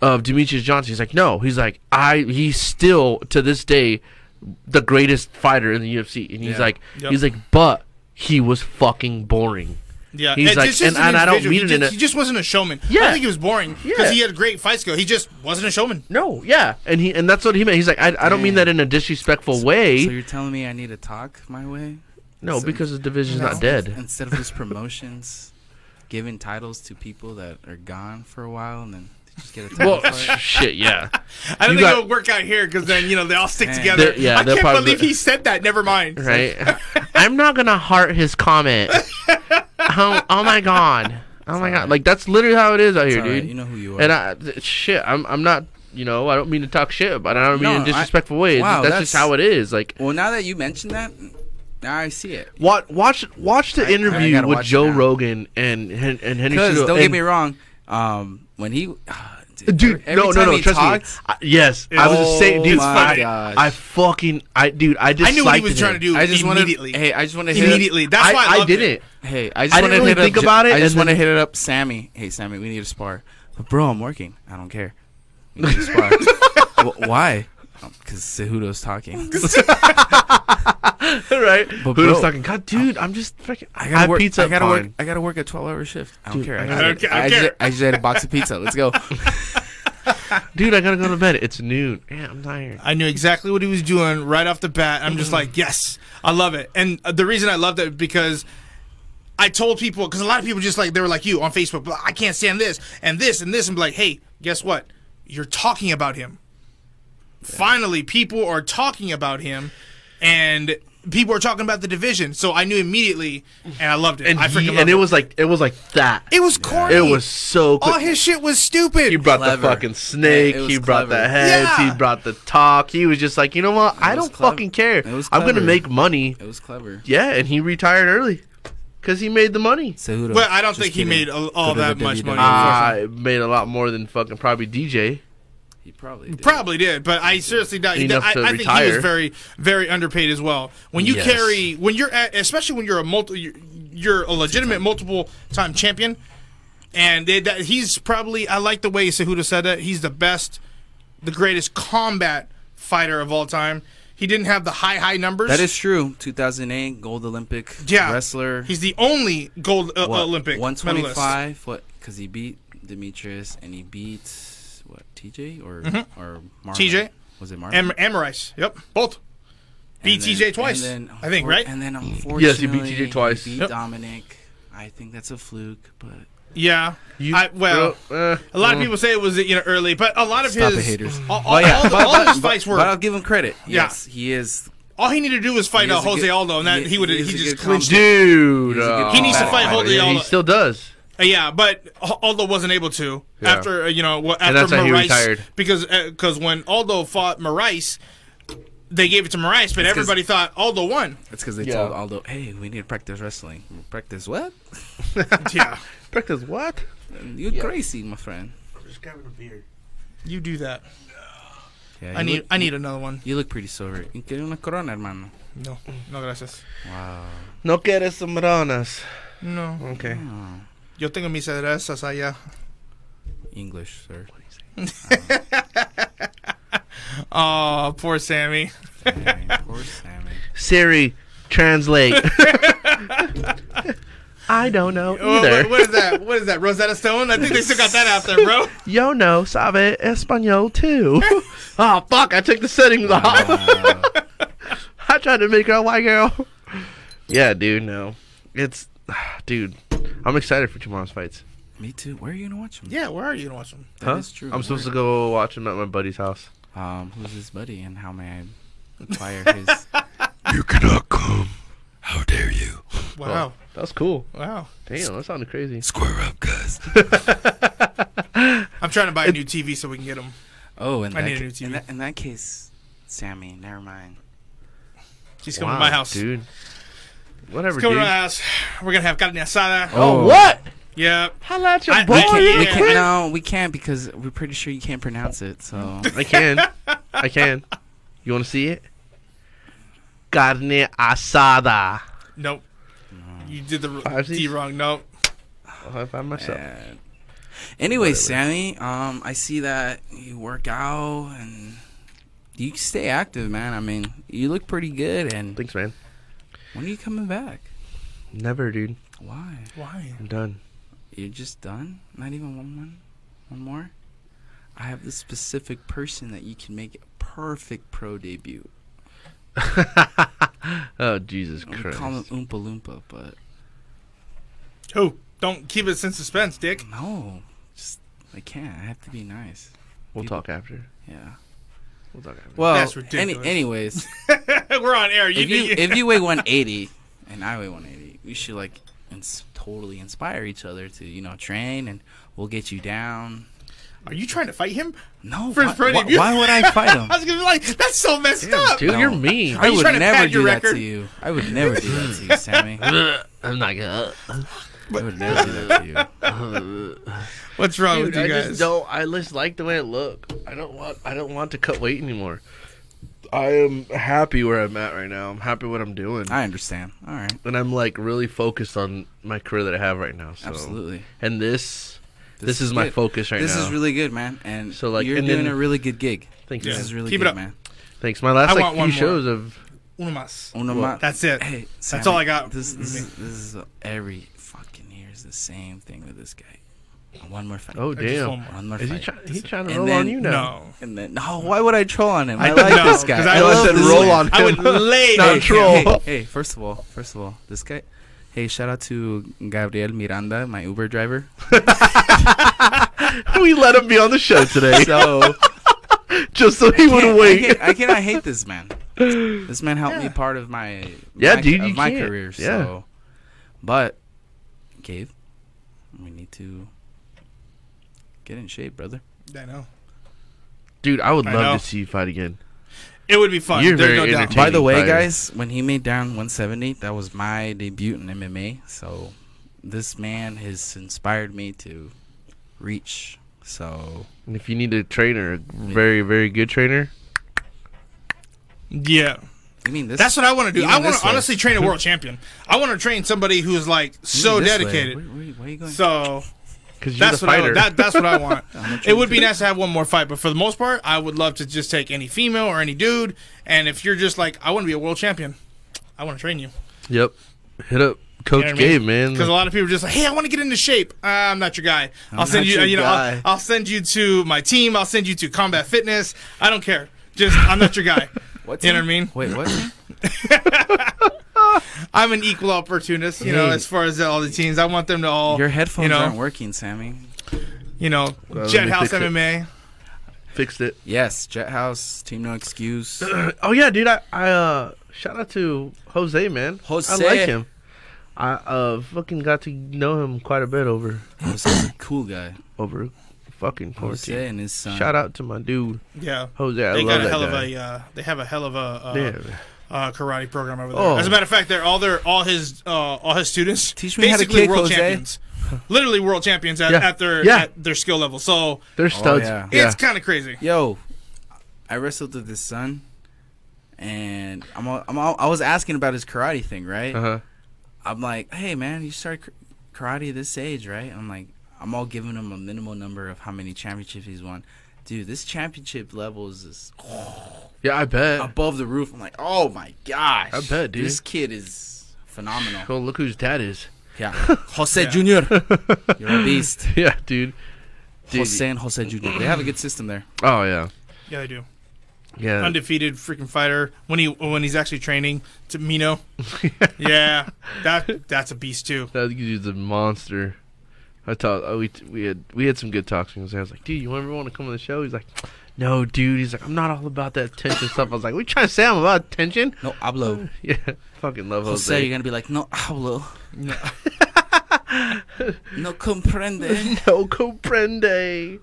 B: of Demetrius Johnson. He's like no, he's like I he's still to this day the greatest fighter in the UFC, and he's
D: Yeah.
B: like
C: Yep.
B: he's like but he was fucking boring.
C: Yeah,
B: He's
C: it's
B: like,
C: just an
B: and- and I don't
C: individual.
B: mean
C: he
B: it in
C: just,
B: a-
C: He just wasn't a showman. I
B: Yeah.
C: don't think he was boring because
B: Yeah.
C: he had a great fight skill. He just wasn't a showman.
B: No, yeah, and he and that's what he meant. He's like, I, I don't mean that in a disrespectful way.
D: So you're telling me I need to talk my way
B: no,
D: so-
B: because the division's
C: No.
B: not dead.
D: instead of just promotions, giving titles to people that are gone for a while and then they just get a title
B: Well,
D: fight.
B: shit, yeah.
C: I don't
B: You
C: think
B: got-
C: it'll work out here because then you know they all stick
D: Man.
C: together.
B: They're- yeah,
C: I
B: they're
C: can't
B: probably-
C: believe he said that. Never mind.
B: Right? I'm not gonna heart his comment. Oh, oh my god. Oh my god.
D: alright.
B: Like that's literally how it is out
D: It's
B: here,
D: all right,
B: dude.
D: You know who you are.
B: and I th- shit, I'm I'm not you know, I don't mean to talk shit, but I don't mean in
D: No,
B: a
D: I-
B: disrespectful way. It's
D: wow,
B: that's, just
D: that's-
B: how it is. Like
D: well, now that you mentioned that, now I see it.
B: watch watch watch the
D: I- I
B: interview
D: gotta
B: with
D: watch it
B: Joe
D: now.
B: Rogan and and, and Henry
D: Because
B: Cejudo,
D: don't get
B: and-
D: me wrong, um, when he, dude,
B: dude.
D: every- every
B: no,
D: time
B: no, no.
D: he
B: Trust
D: talked-
B: me. I, yes, I was the same.
D: Oh
B: Dude,
D: my
B: I,
D: gosh.
B: I fucking, I, dude, I just.
C: I knew what he was trying to do
D: I just
C: immediately.
D: Wanna, hey, I just want to hit
C: immediately. That's why I,
B: I,
C: loved
B: didn't.
C: It.
D: Up, hey, I just
B: I
D: want to
B: didn't really
D: hit
B: think
D: up, Jo-
B: about it,
D: I
B: and
D: just want to
B: then-
D: hit it up, Sammy. Hey, Sammy, we need to spar. But bro, I'm working. I don't care. We need to spar. w- why? Because Cejudo's talking.
B: right?
D: But
B: Who was
D: bro,
B: talking? God, dude, I'm just freaking. I
D: I
B: got
D: gotta work.
B: pizza.
D: I gotta
B: fine.
D: work. I gotta work a twelve-hour shift. I don't
B: Dude,
D: care.
B: I
D: I,
B: gotta-
D: had-
C: I don't care.
D: I just, I just had a box of pizza. Let's go.
B: dude. I gotta go to bed. It's noon. Yeah, I'm tired.
C: I knew exactly what he was doing right off the bat. I'm
B: Mm-hmm.
C: just like, yes, I love it. And uh, the reason I love that because I told people because a lot of people just like they were like you on Facebook, but I can't stand this and this and this and be like, hey, guess what? You're talking about him. Finally, people are talking about him, and people are talking about the division. So I knew immediately, and I loved it.
B: And
C: I
B: he-
C: freaking loved
B: and it was like it was like that.
C: it was corny.
B: It was so.
C: all
B: Quick.
C: his shit was stupid.
B: he brought
D: Clever.
B: the fucking snake.
D: Yeah, it was
B: he brought the
D: clever.
B: heads.
C: Yeah.
B: He brought the talk. He was just like, you know what? I
D: was
B: don't
D: clever.
B: fucking care.
D: It was
B: I'm gonna
D: clever.
B: make money.
D: It was clever.
B: Yeah, and he retired early because he made the money.
D: Cejudo.
C: Well, I don't
D: just
C: think he
D: kidding.
C: made all- all
D: Go to
C: that
D: the
C: much
D: WWE.
C: money.
D: Ah.
B: I made a lot more than fucking probably DJ.
D: He probably did.
C: Probably did, but I seriously doubt.
B: Enough
C: I,
B: to
C: I think he
B: retire.
C: was very, very underpaid as well. When you
B: Yes.
C: carry, when you're at, especially when you're a multi, you're, you're a legitimate multiple time champion, and they, that, he's probably. I like the way Cejudo said that. He's the best, the greatest combat fighter of all time. He didn't have the high high numbers.
D: That is true. 2008 gold Olympic
C: yeah
D: wrestler.
C: He's the only gold uh,
D: what,
C: Olympic medalist.
D: 125. What? Because he beat Demetrius and he beat what? TJ or
C: Mm-hmm.
D: or Marlon?
C: TJ.
D: Was it Marlon?
C: Am- Amorice. Yep, both.
D: And
C: Beat TJ
D: then-
C: twice.
D: and then
C: I think
D: unfor-
C: right.
D: And then unfortunately,
B: Yes, he beat TJ twice.
D: he beat
C: Yep.
D: Dominic. I think that's a fluke, but
C: Yeah.
B: You-
C: I, well,
B: uh,
C: a lot of
B: mm.
C: people say it was you know early, but a lot of
D: Stop
C: his
D: it, haters.
C: All, all,
D: But yeah,
C: all, the,
D: but-
C: all of his
D: but- but-
C: fights were.
D: But I'll give him credit.
C: Yeah.
D: Yes, he is.
C: all he needed to do was fight
D: he
C: uh,
D: is a
C: Jose
D: good-
C: Aldo, and that he,
D: he-
C: would
D: he
C: he,
D: is a
C: just
D: good
C: clinched. it.
B: dude.
D: He's a good
B: uh,
C: He needs to fight
D: Yeah,
C: Jose
B: yeah,
C: Aldo.
B: he still does.
C: Uh, yeah, but Al- Aldo wasn't able to
B: Yeah.
C: after uh, you know well,
B: And
C: after
B: that's how he
C: Moraes
B: retired.
C: because because when Aldo fought Moraes, they gave it to Moraes, but
D: 'cause-
C: everybody thought Aldo won.
D: It's because they
B: Yeah.
D: told Aldo, "Hey, we need to practice wrestling. Practice what?
C: yeah,
B: Practice what?
D: You're crazy, my friend.
E: Just grab a beer.
C: you do that.
D: Yeah,
C: I
D: you
C: need
D: Look,
C: I need another one.
D: you look pretty sober. You get una corona, hermano.
C: No, no gracias.
D: Wow.
B: No quieres sombranas.
C: No,
B: Okay.
C: yo tengo mis cervezas allá.
D: English, sir.
C: Oh, poor Sammy.
D: Dang, Poor Sammy.
B: Siri, translate. I don't know
C: Oh,
B: either.
C: what- what is that? What is that? Rosetta Stone? I think they still got that out there, bro.
B: Yo no sabe español too. oh fuck! I took the settings off.
D: Wow.
B: I tried to make her a white girl. Yeah, dude. No, it's dude. I'm excited for tomorrow's fights.
D: Me too. Where are you gonna watch him?
C: Yeah, where are you gonna watch them?
D: That
B: Huh?
D: is true.
B: I'm supposed to go watch him at my buddy's house.
D: go. Um, who's his buddy, and how may I acquire his?
E: You cannot come. How dare you?
C: Wow,
B: That was cool.
C: wow.
B: Damn, that sounded crazy.
E: Square up, guys.
C: I'm trying to buy a new TV so we can get them.
D: Oh, in
C: I
D: that,
C: need a
D: ca-
C: new TV.
D: In, that, in that case, Sammy. Never mind.
C: She's coming to my house.
B: dude. Whatever,
C: She's coming
B: dude.
C: to my house. We're gonna have carne asada.
B: Oh, what?
C: Yeah.
B: Holla at your
C: I-
B: boy.
D: We
C: we
D: can't,
C: yeah.
D: we
B: you
D: can't,
B: prick.
D: no, we can't because we're pretty sure you can't pronounce it. So
B: I can. I can. You want to see it? Carne asada.
C: Nope. You did the r-
B: Five
C: D
B: Zs?
C: wrong. Nope.
B: Oh, I found myself.
D: Yeah. Anyway, Sammy, um, I see that you work out and you stay active, man. I mean, you look pretty good. And
B: Thanks, man.
D: when are you coming back?
B: Never, dude.
D: Why?
C: Why?
B: I'm done.
D: You're just done? Not even one, one, one more? I have this specific person that you can make a perfect pro debut.
B: oh, Jesus
D: We call him
B: Christ.
D: Oompa Loompa, but
C: Who? Don't keep us in suspense, Dick.
D: no, just I can't. I have to be nice.
B: We'll talk after.
D: Yeah.
B: We'll talk after.
D: Well,
C: That's
D: any,
C: ridiculous.
D: anyways,
C: We're on air. You,
D: if you if you weigh 180 and I weigh 180, we should like ins- totally inspire each other to you know train and we'll get you down.
C: are you trying to fight him?
D: No,
C: For-
D: why,
C: for any
D: why-
C: of you-
D: why would I fight him?
C: I was gonna be like, that's so messed up.
B: Dude,
D: No.
B: you're mean.
D: I
C: you
D: would
C: trying to
D: never
C: pad your
D: do that
C: record?
D: to you. I would never do that to you, Sammy. I
B: I'm not gonna.
D: would never do that to you.
C: What's
B: Dude,
C: wrong Oh, with
B: I
C: you guys?
B: just don't. I just like the way I look. I don't want. I don't want to cut weight anymore. I am happy where I'm at right now. I'm happy what I'm doing,
D: I understand. All right,
B: and I'm like really focused on my career that I have right now. So.
D: absolutely.
B: And this, this,
D: This
B: is,
D: is
B: my
D: good.
B: focus right
D: this
B: now.
D: is really good, man. And
B: So, like,
D: you're
B: and
D: doing
B: then-
D: a really good gig.
B: Thanks,
D: This
B: man.
D: is really
C: Keep it
D: good,
C: up.
D: man.
B: Thanks. My
C: I
B: last
C: want
B: like
C: one
B: few
C: more.
B: shows of
C: Uno más.
D: Uno
B: Well,
D: ma-
C: That's it.
D: Hey,
C: That's
D: Sammy,
C: all I got. Mm-hmm.
D: This, this, is- this is every fucking year is the same thing with this guy. One more fight.
B: oh
C: just one
B: damn.
C: more.
D: one more
B: Is he
D: fight.
B: trying? He's trying to
D: And
B: roll on
D: then-
B: you
C: No.
B: now.
D: And then, no, why would I troll on him? I,
C: I-
D: like
C: no,
D: this guy.
C: 'cause I
D: love
C: said
D: this
B: roll
D: guy.
B: on
C: I would
B: him.
C: lay
B: Not
C: down.
B: troll.
D: Hey, hey, first of all, first of all, this guy. Hey, shout out to Gabriel Miranda, my Uber driver.
B: we let him be on the show today,
D: So
B: just so he would
D: can't- I,
B: wait.
D: can't, I cannot hate this man. This man helped me part of my
B: Yeah,
D: my,
B: dude,
D: of
B: you
D: my
B: can't.
D: career.
B: Yeah.
D: So, but Gabe, we need to get in shape, brother.
C: I know.
B: Dude, I would
C: I
B: love
C: know.
B: to see you fight again.
C: It would be fun.
B: You're
C: There's
B: very
C: no doubt.
B: entertaining.
D: By the way,
B: fighter.
D: guys, when he made down 170, that was my debut in MMA. So this man has inspired me to reach. So
B: And if you need a trainer, a very very good trainer,
C: Yeah.
D: you mean this?
C: That's what I want to do.
D: you
C: I
D: mean
C: want
D: this
C: to
D: way.
C: honestly train a world champion. I want to train somebody who's
D: You
C: like
D: mean
C: so
D: this way.
C: dedicated.
D: Where, where- where you going?
C: So
B: because you're
C: that's
B: the
C: what I,
B: fighter.
C: that, that's what I want.
D: I'm not
C: it would be
D: sure.
C: nice to have one more fight, but for the most part, I would love to just take any female or any dude. And if you're just like, I want to be a world champion, I want to train you.
B: yep. Hit up Coach
C: You know what I
B: Gabe,
C: mean?
D: Mm.
B: man.
C: Because a lot of people are just like, hey, I want to get into shape. Uh, I'm not your guy. I'll send
D: not
C: you.
D: your
C: You know, I'll,
D: guy.
C: I'll send you to my team. I'll send you to Combat Fitness. I don't care. Just I'm not your guy.
D: What
C: you know what I
D: team?
C: mean?
D: Wait, what? team?
C: I'm an equal opportunist, you know,
D: Hey.
C: as far as all the teams. I want them to all
D: Your headphones
C: you know,
D: aren't working, Sammy.
C: You know,
B: Well, let
C: Jet
B: me
C: House
B: fix it.
C: MMA.
B: Fixed it.
D: Yes, Jet House, Team No Excuse.
B: Oh yeah, dude. I, I uh shout out to Jose, man. I
D: Jose.
B: like him. I uh fucking got to know him quite a bit over
D: Jose's a cool guy.
B: over fucking quarantine.
D: Jose and his son.
B: Shout out to my dude
C: Yeah.
B: Jose. I
C: They
B: love
C: got a
B: that
C: hell
B: guy.
C: of a. Uh, they have a hell of a uh,
B: Yeah.
C: uh, karate program over there.
B: Oh.
C: As a matter of fact, they're all their all his uh, all his students
D: Teach me how to kick,
C: world
D: Jose.
C: champions, literally world champions at,
B: Yeah.
C: at their
B: Yeah.
C: at their skill level. So
B: They're studs.
D: yeah.
B: yeah.
C: it's kind of crazy.
D: Yo, I wrestled with his son, and I'm, all, I'm all, I was asking about his karate thing, right?
B: Uh-huh.
D: I'm like, hey man, you start kar- karate this age, right? I'm like, I'm all giving him a minimal number of how many championships he's won. Dude, this championship level is just
B: Yeah, I bet.
D: above the roof. I'm like, oh my gosh,
B: I bet, dude.
D: This kid is phenomenal.
B: Go look who's dad is.
D: Yeah, Jose Junior, you're a beast.
B: yeah, dude. Dude.
D: Jose and Jose Junior, they have a good system there.
B: Oh yeah.
C: Yeah, they do.
B: Yeah.
C: Undefeated freaking fighter when he when he's actually training to Mino. yeah, that that's a beast too.
B: That dude's a monster. I thought oh, we we had we had some good talks. And I was like, dude, you ever want to come on the show? He's like, no, dude. He's like, I'm not all about that tension stuff. I was like, we trying to say I'm about tension.
D: No hablo.
B: Yeah, fucking love Jose.
D: Jose, you're gonna be like, no hablo. No comprende.
B: no comprende,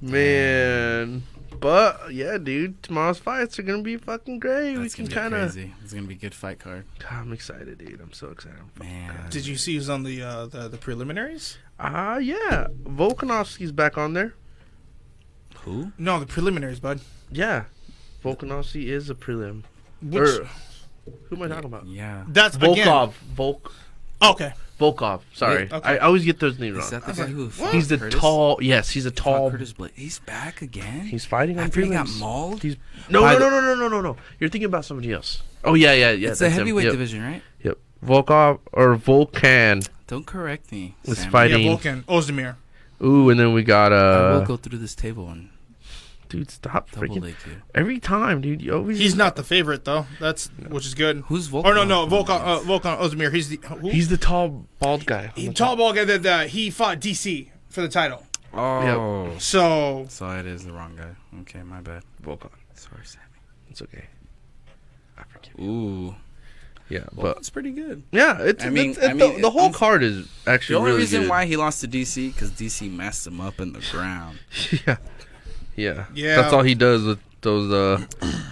B: man. But yeah, dude, tomorrow's fights are gonna be fucking great.
D: That's
B: we can
D: gonna be
B: kind of.
D: crazy. It's gonna be a good fight card,
B: I'm excited, dude. I'm so excited.
D: man.
C: Did you see who's on the uh, the, the preliminaries?
B: Ah, yeah, Volkanovski's back on there.
D: Who?
C: No, the preliminaries, bud.
B: Yeah, Volkanovski is a prelim.
C: Which,
B: Or- who am I talking about?
D: Yeah.
C: that's again.
B: Er, Volkov. Volk.
C: Okay,
B: Volkov. Sorry,
C: Yeah, okay.
B: I, I always get those names
D: Is
B: wrong.
D: that the guy who fought
B: He's the
D: Curtis?
B: tall. Yes, he's a
D: Fought
B: tall.
D: Curtis Blade. He's back again.
B: He's fighting on
D: After he got
B: prelims.
D: mauled.
B: He's no,
D: By
B: no,
D: the-
B: no, no, no, no, no, no. You're thinking about somebody else. Oh yeah, yeah, yeah.
D: it's the
B: that's him.
D: heavyweight
B: Yep,
D: division, right?
B: Yep. Volkov or Volkan
D: Don't correct me.
B: was
D: Sammy.
C: yeah,
B: fighting.
C: Vulcan, Ozdemir.
B: Ooh, and then we got
D: I will
B: uh.
D: go through this table and
B: Dude, stop
D: double
B: freaking
D: leg you.
B: every time, dude. You always
C: He's not the favorite though. That's which is good.
D: Who's Volkan?
C: Oh no no Volkan uh, Volkan Ozdemir. He's the who?
B: He's the tall bald guy.
C: He- tall ball guy that uh, he fought DC for the title.
D: oh,
C: So
D: so it is the wrong guy. Okay, my bad.
B: Volkan.
D: Sorry, Sammy.
B: It's okay. I forgive.
D: Ooh,
B: Yeah,
D: well,
B: but
D: that's pretty good.
B: yeah, it's,
D: I mean-
B: it's- it's
D: I mean,
B: the, the whole
D: I'm-
B: card is
D: The
B: actually
D: only
B: really
D: reason
B: good.
D: why he lost to DC because DC messed him up in the ground.
B: yeah, yeah,
C: Yeah.
B: That's all he does with those uh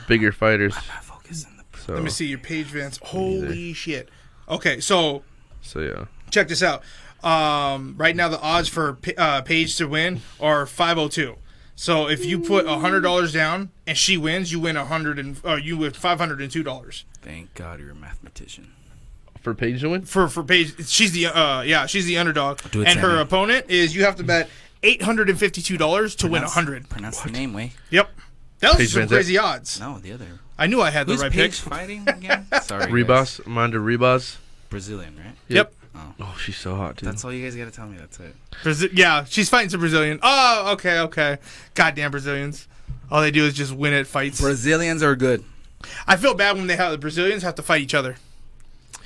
B: bigger fighters.
D: I focus on the.
B: So,
C: let me see your page, Vance. Holy shit. Okay, so
B: so yeah,
C: check this out. Um, right now the odds for Pa- uh, Paige to win are five oh two. So if you put hundred dollars down and she wins, you win a hundred and uh, you win five hundred and two dollars
D: Thank God you're a mathematician.
B: for Paige to win.
C: for for Paige. She's the uh, yeah, she's the underdog,
D: Do it,
C: and her
D: Sammy.
C: opponent is you have to bet eight hundred and fifty two dollars to win a
D: Pronounce-
C: hundred.
D: Pronounce the name, way.
C: Yep. That
B: Paige
C: was some
B: Van Zandt.
C: crazy odds.
D: No, the other.
C: I knew I had the
D: Who's
C: right
D: Paige
C: pick.
D: fighting again? Sorry, guys.
B: Rebus, Amanda Rebus.
D: Brazilian, right?
C: Yep.
B: Oh, she's so hot, dude.
D: That's all you guys gotta tell me. That's it.
C: Brazi- yeah, she's fighting some Brazilian. Oh, okay, okay. Goddamn Brazilians. All they do is just win at fights.
D: Brazilians are good,
C: I feel bad when they have the Brazilians have to fight each other,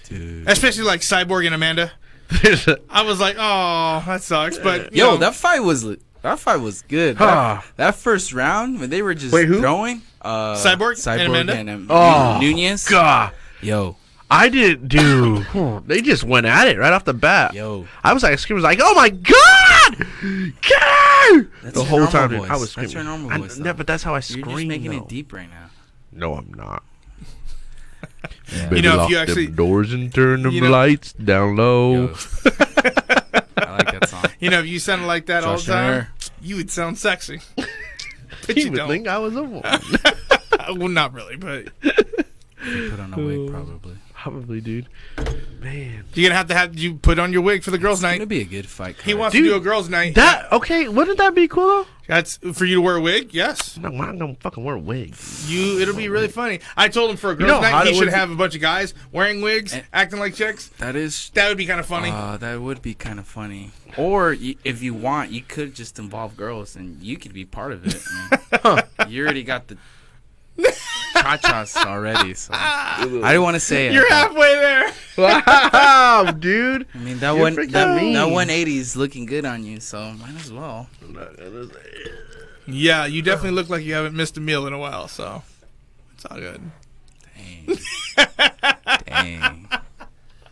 D: dude.
C: especially like Cyborg and Amanda. I was like, oh, that sucks. But you
D: Yo,
C: know,
D: that fight was li- that fight was good.
B: Ah.
D: That, that first round when they were just
B: Wait, who?
D: throwing uh,
C: Cyborg and
D: Cyborg
C: Amanda?
D: and, um,
B: Oh,
D: Nunez.
B: God,
D: Yo,
B: I didn't do. they just went at it right off the bat.
D: Yo.
B: I was like screaming, like, "Oh my God!" God!
D: That's
B: the
D: your
B: whole
D: normal
B: time, dude,
D: voice.
B: I was screaming.
D: That's your normal
B: I-
D: voice,
B: no,
D: though.
B: but that's how I
D: you're
B: scream.
D: just making
B: though.
D: it deep right now.
B: No, I'm not.
C: You know, if you actually-
B: doors and turn them
C: you know-
B: lights down low.
D: Yo. I like that song.
C: you know, if you sounded like that all
D: Josh
C: the time,
D: Turner.
C: you would sound sexy. but
B: He
C: you
B: would
C: don't. Uh,
B: think I was a woman.
C: well, not really. But
D: Put on a wig, probably.
B: Probably, dude. Man,
C: you're gonna have to have you put on your wig for the girls'
D: It's gonna
C: night.
D: be a good fight. Card.
C: He wants
B: Dude,
C: to do a girls' night.
B: that okay? Wouldn't that be cool though?
C: That's for you to wear a wig. Yes.
B: No, I'm not gonna fucking wear a wig.
C: You, it'll be really funny. I told him for a girls'
B: know how
C: night,
B: it
C: he should
B: would be-
C: have a bunch of guys wearing wigs, acting like chicks.
D: That is.
C: That would be kind of funny.
D: Uh, that would be kind of funny. Or y- if you want, you could just involve girls, and you could be part of it. man. You already got the
F: cha-chas already. So I didn't want to say it.
C: You're
F: but-
C: halfway there.
B: Wow, dude.
D: I mean that
B: You're
D: one
B: freaking
D: that, that
B: mean.
D: 180 is looking good on you, so might as well.
C: Yeah, you definitely look like you haven't missed a meal in a while, so it's all good.
D: Dang. Dang.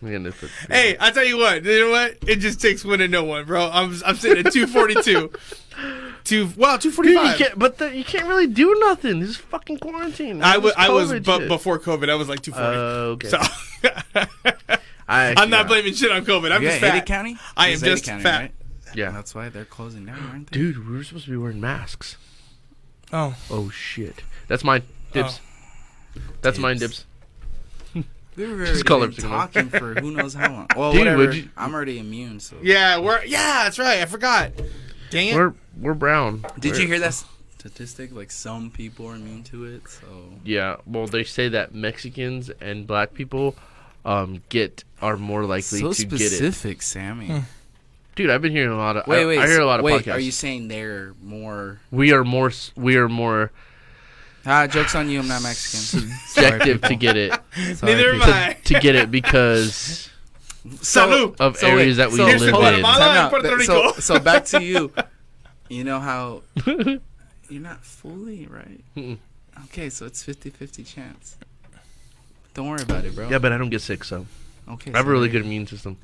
B: We're gonna put-
C: Hey, I tell you what, you know what? It just takes one and no one, bro. I'm I'm sitting at 242. Two well,
B: Dude, you
C: 245.
B: can't, but the, you can't really do nothing. This is fucking quarantine.
C: I
B: All
C: was
B: this
C: I was
B: COVID
C: but
B: shit.
C: before COVID, Uh, I was like 240.
B: Oh, okay.
C: So
B: I
C: I'm
B: actually-
C: not blaming shit on COVID. I'm
D: You
C: just
D: at Ada
C: fat.
D: County? It
C: I am
D: was Ada
C: just fat.
D: Right?
B: Yeah.
D: That's why they're closing down, aren't they?
B: Dude, we were supposed to be wearing masks.
C: Oh,
B: Oh shit. That's mine. Dips.
D: Oh.
B: That's mine. Dips.
D: They were
B: Just
D: already
B: color
D: been
B: signal.
D: talking for who knows how long. Well,
B: Dude,
D: whatever.
B: would you-
D: I'm already immune. So
C: yeah, we're yeah, that's right. I forgot. Dang it.
B: We're we're brown.
D: did
B: We're-
D: you hear that s- statistic? Like some people are immune to it. So
B: Yeah. Well, they say that Mexicans and black people um get are more likely
D: so
B: to get it.
D: specific, Sammy.
B: Dude, I've been hearing a lot of.
D: Wait,
B: I,
D: wait.
B: I hear a lot of
D: wait,
B: podcasts.
D: are you saying they're more?
B: we are more. s- We are more
D: Ah, jokes on you. I'm not Mexican.
B: subjective to get it.
C: Neither am
B: to-
C: I.
B: to get it because
C: Salud.
B: of areas that we live
C: Here's the
B: in.
C: Guatemala.
D: Time out.
C: Puerto
D: Th- So,
C: Rico.
D: so back to you. You know how you're not fully right. Okay, so it's 50-50 chance. Don't worry about it, bro.
B: Yeah, but I don't get sick, so
D: Okay.
B: I have a
D: so
B: really
D: there-
B: good immune system.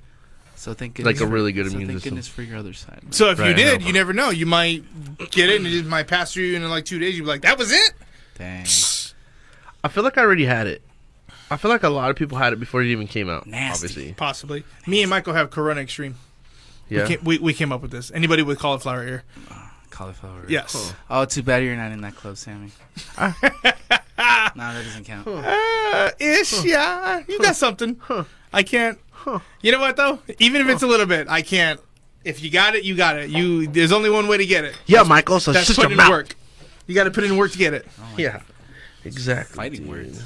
D: So thank
B: like
D: goodness.
B: a really good
D: so
B: immune
D: thank
B: system.
D: goodness for your other side. bro.
C: So if you
B: Right,
C: did,
B: no.
C: you never know. You might get it and it just might pass through you and in like two days. You'd be like, that was it?
D: Dang.
B: I feel like I already had it. I feel like a lot of people had it before it even came out.
D: Nasty.
B: Obviously,
C: Possibly. Me and Michael have Corona Extreme.
B: yeah.
C: We, came, we, we came up with this. Anybody with cauliflower ear?
D: Cauliflower.
C: Yes.
D: Oh, too bad you're not in that club, Sammy. no, that doesn't count.
C: Uh, ish, yeah. You got something. I can't. You know what though? Even if it's a little bit, I can't. If you got it, you got it. You there's only one way to get it.
B: Yeah, Michael. So
C: That's
B: shut
C: put
B: your
C: in
B: mouth.
C: work. You got to put in work to get it.
B: Yeah, exactly.
D: Fighting
B: dude.
D: words.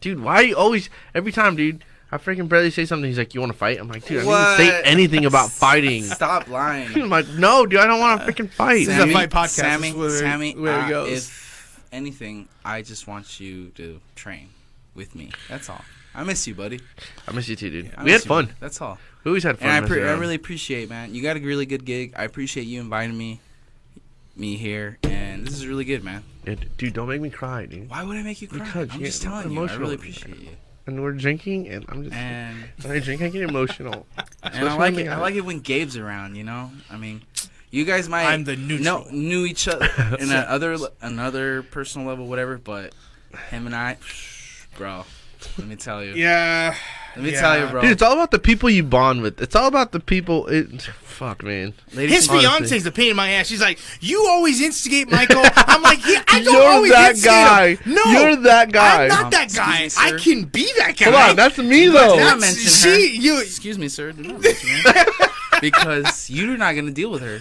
B: dude. Why you always every time, dude? I freaking barely say something. He's like, "You want to fight?" I'm like, "Dude, I didn't say
D: What?
B: anything about fighting."
D: Stop Uh, lying.
B: I'm like, "No, dude, I don't want to freaking fight."
C: This is a fight podcast.
D: Sammy,
C: This is where-
D: Sammy,
C: where it
D: uh,
C: goes.
D: if anything, I just want you to train with me. That's all. I miss you, buddy.
B: I miss you too, dude.
D: I
B: we had
D: miss you,
B: fun.
D: buddy. That's all.
B: We always had fun.
D: And I,
B: messing
D: pre- I
B: around.
D: really appreciate, man. You got a really good gig. I appreciate you inviting me, me here, and this is really good, man.
B: Yeah, d- dude, don't make me cry, dude.
D: Why would I make you cry?
B: Because
D: I'm
B: you're
D: just telling you. I
B: emotional.
D: really appreciate you.
B: And we're drinking, and I'm just
D: And
B: when I drink, I get emotional.
D: and I
B: Especially
D: like
B: when
D: it. I
B: they-
D: like it when Gabe's around. You know, I mean, you guys might
C: I'm the
D: no
C: neutral.
D: knew each other in a other another personal level, whatever. But him and I, bro, let me tell you,
C: Yeah.
D: let me
C: yeah.
D: tell you, bro.
B: Dude, it's all about the people you bond with. It's all about the people. It, fuck, man.
D: Ladies
C: His
D: and
B: honestly.
C: fiance's a pain in my ass. She's like, "You always instigate Michael." I'm like, yeah, "I don't
B: You're
C: always
B: that
C: instigate
B: guy.
C: him." No,
B: You're that guy.
C: I'm not
D: Um,
C: that
D: excuse
C: guy.
D: me, sir.
C: I can be that guy.
B: Hold on, that's me
D: do
B: though.
D: not
C: That's-
D: mention
C: she-
D: her.
C: you-
D: Excuse me, sir. Do not mention her. because you're not gonna deal with her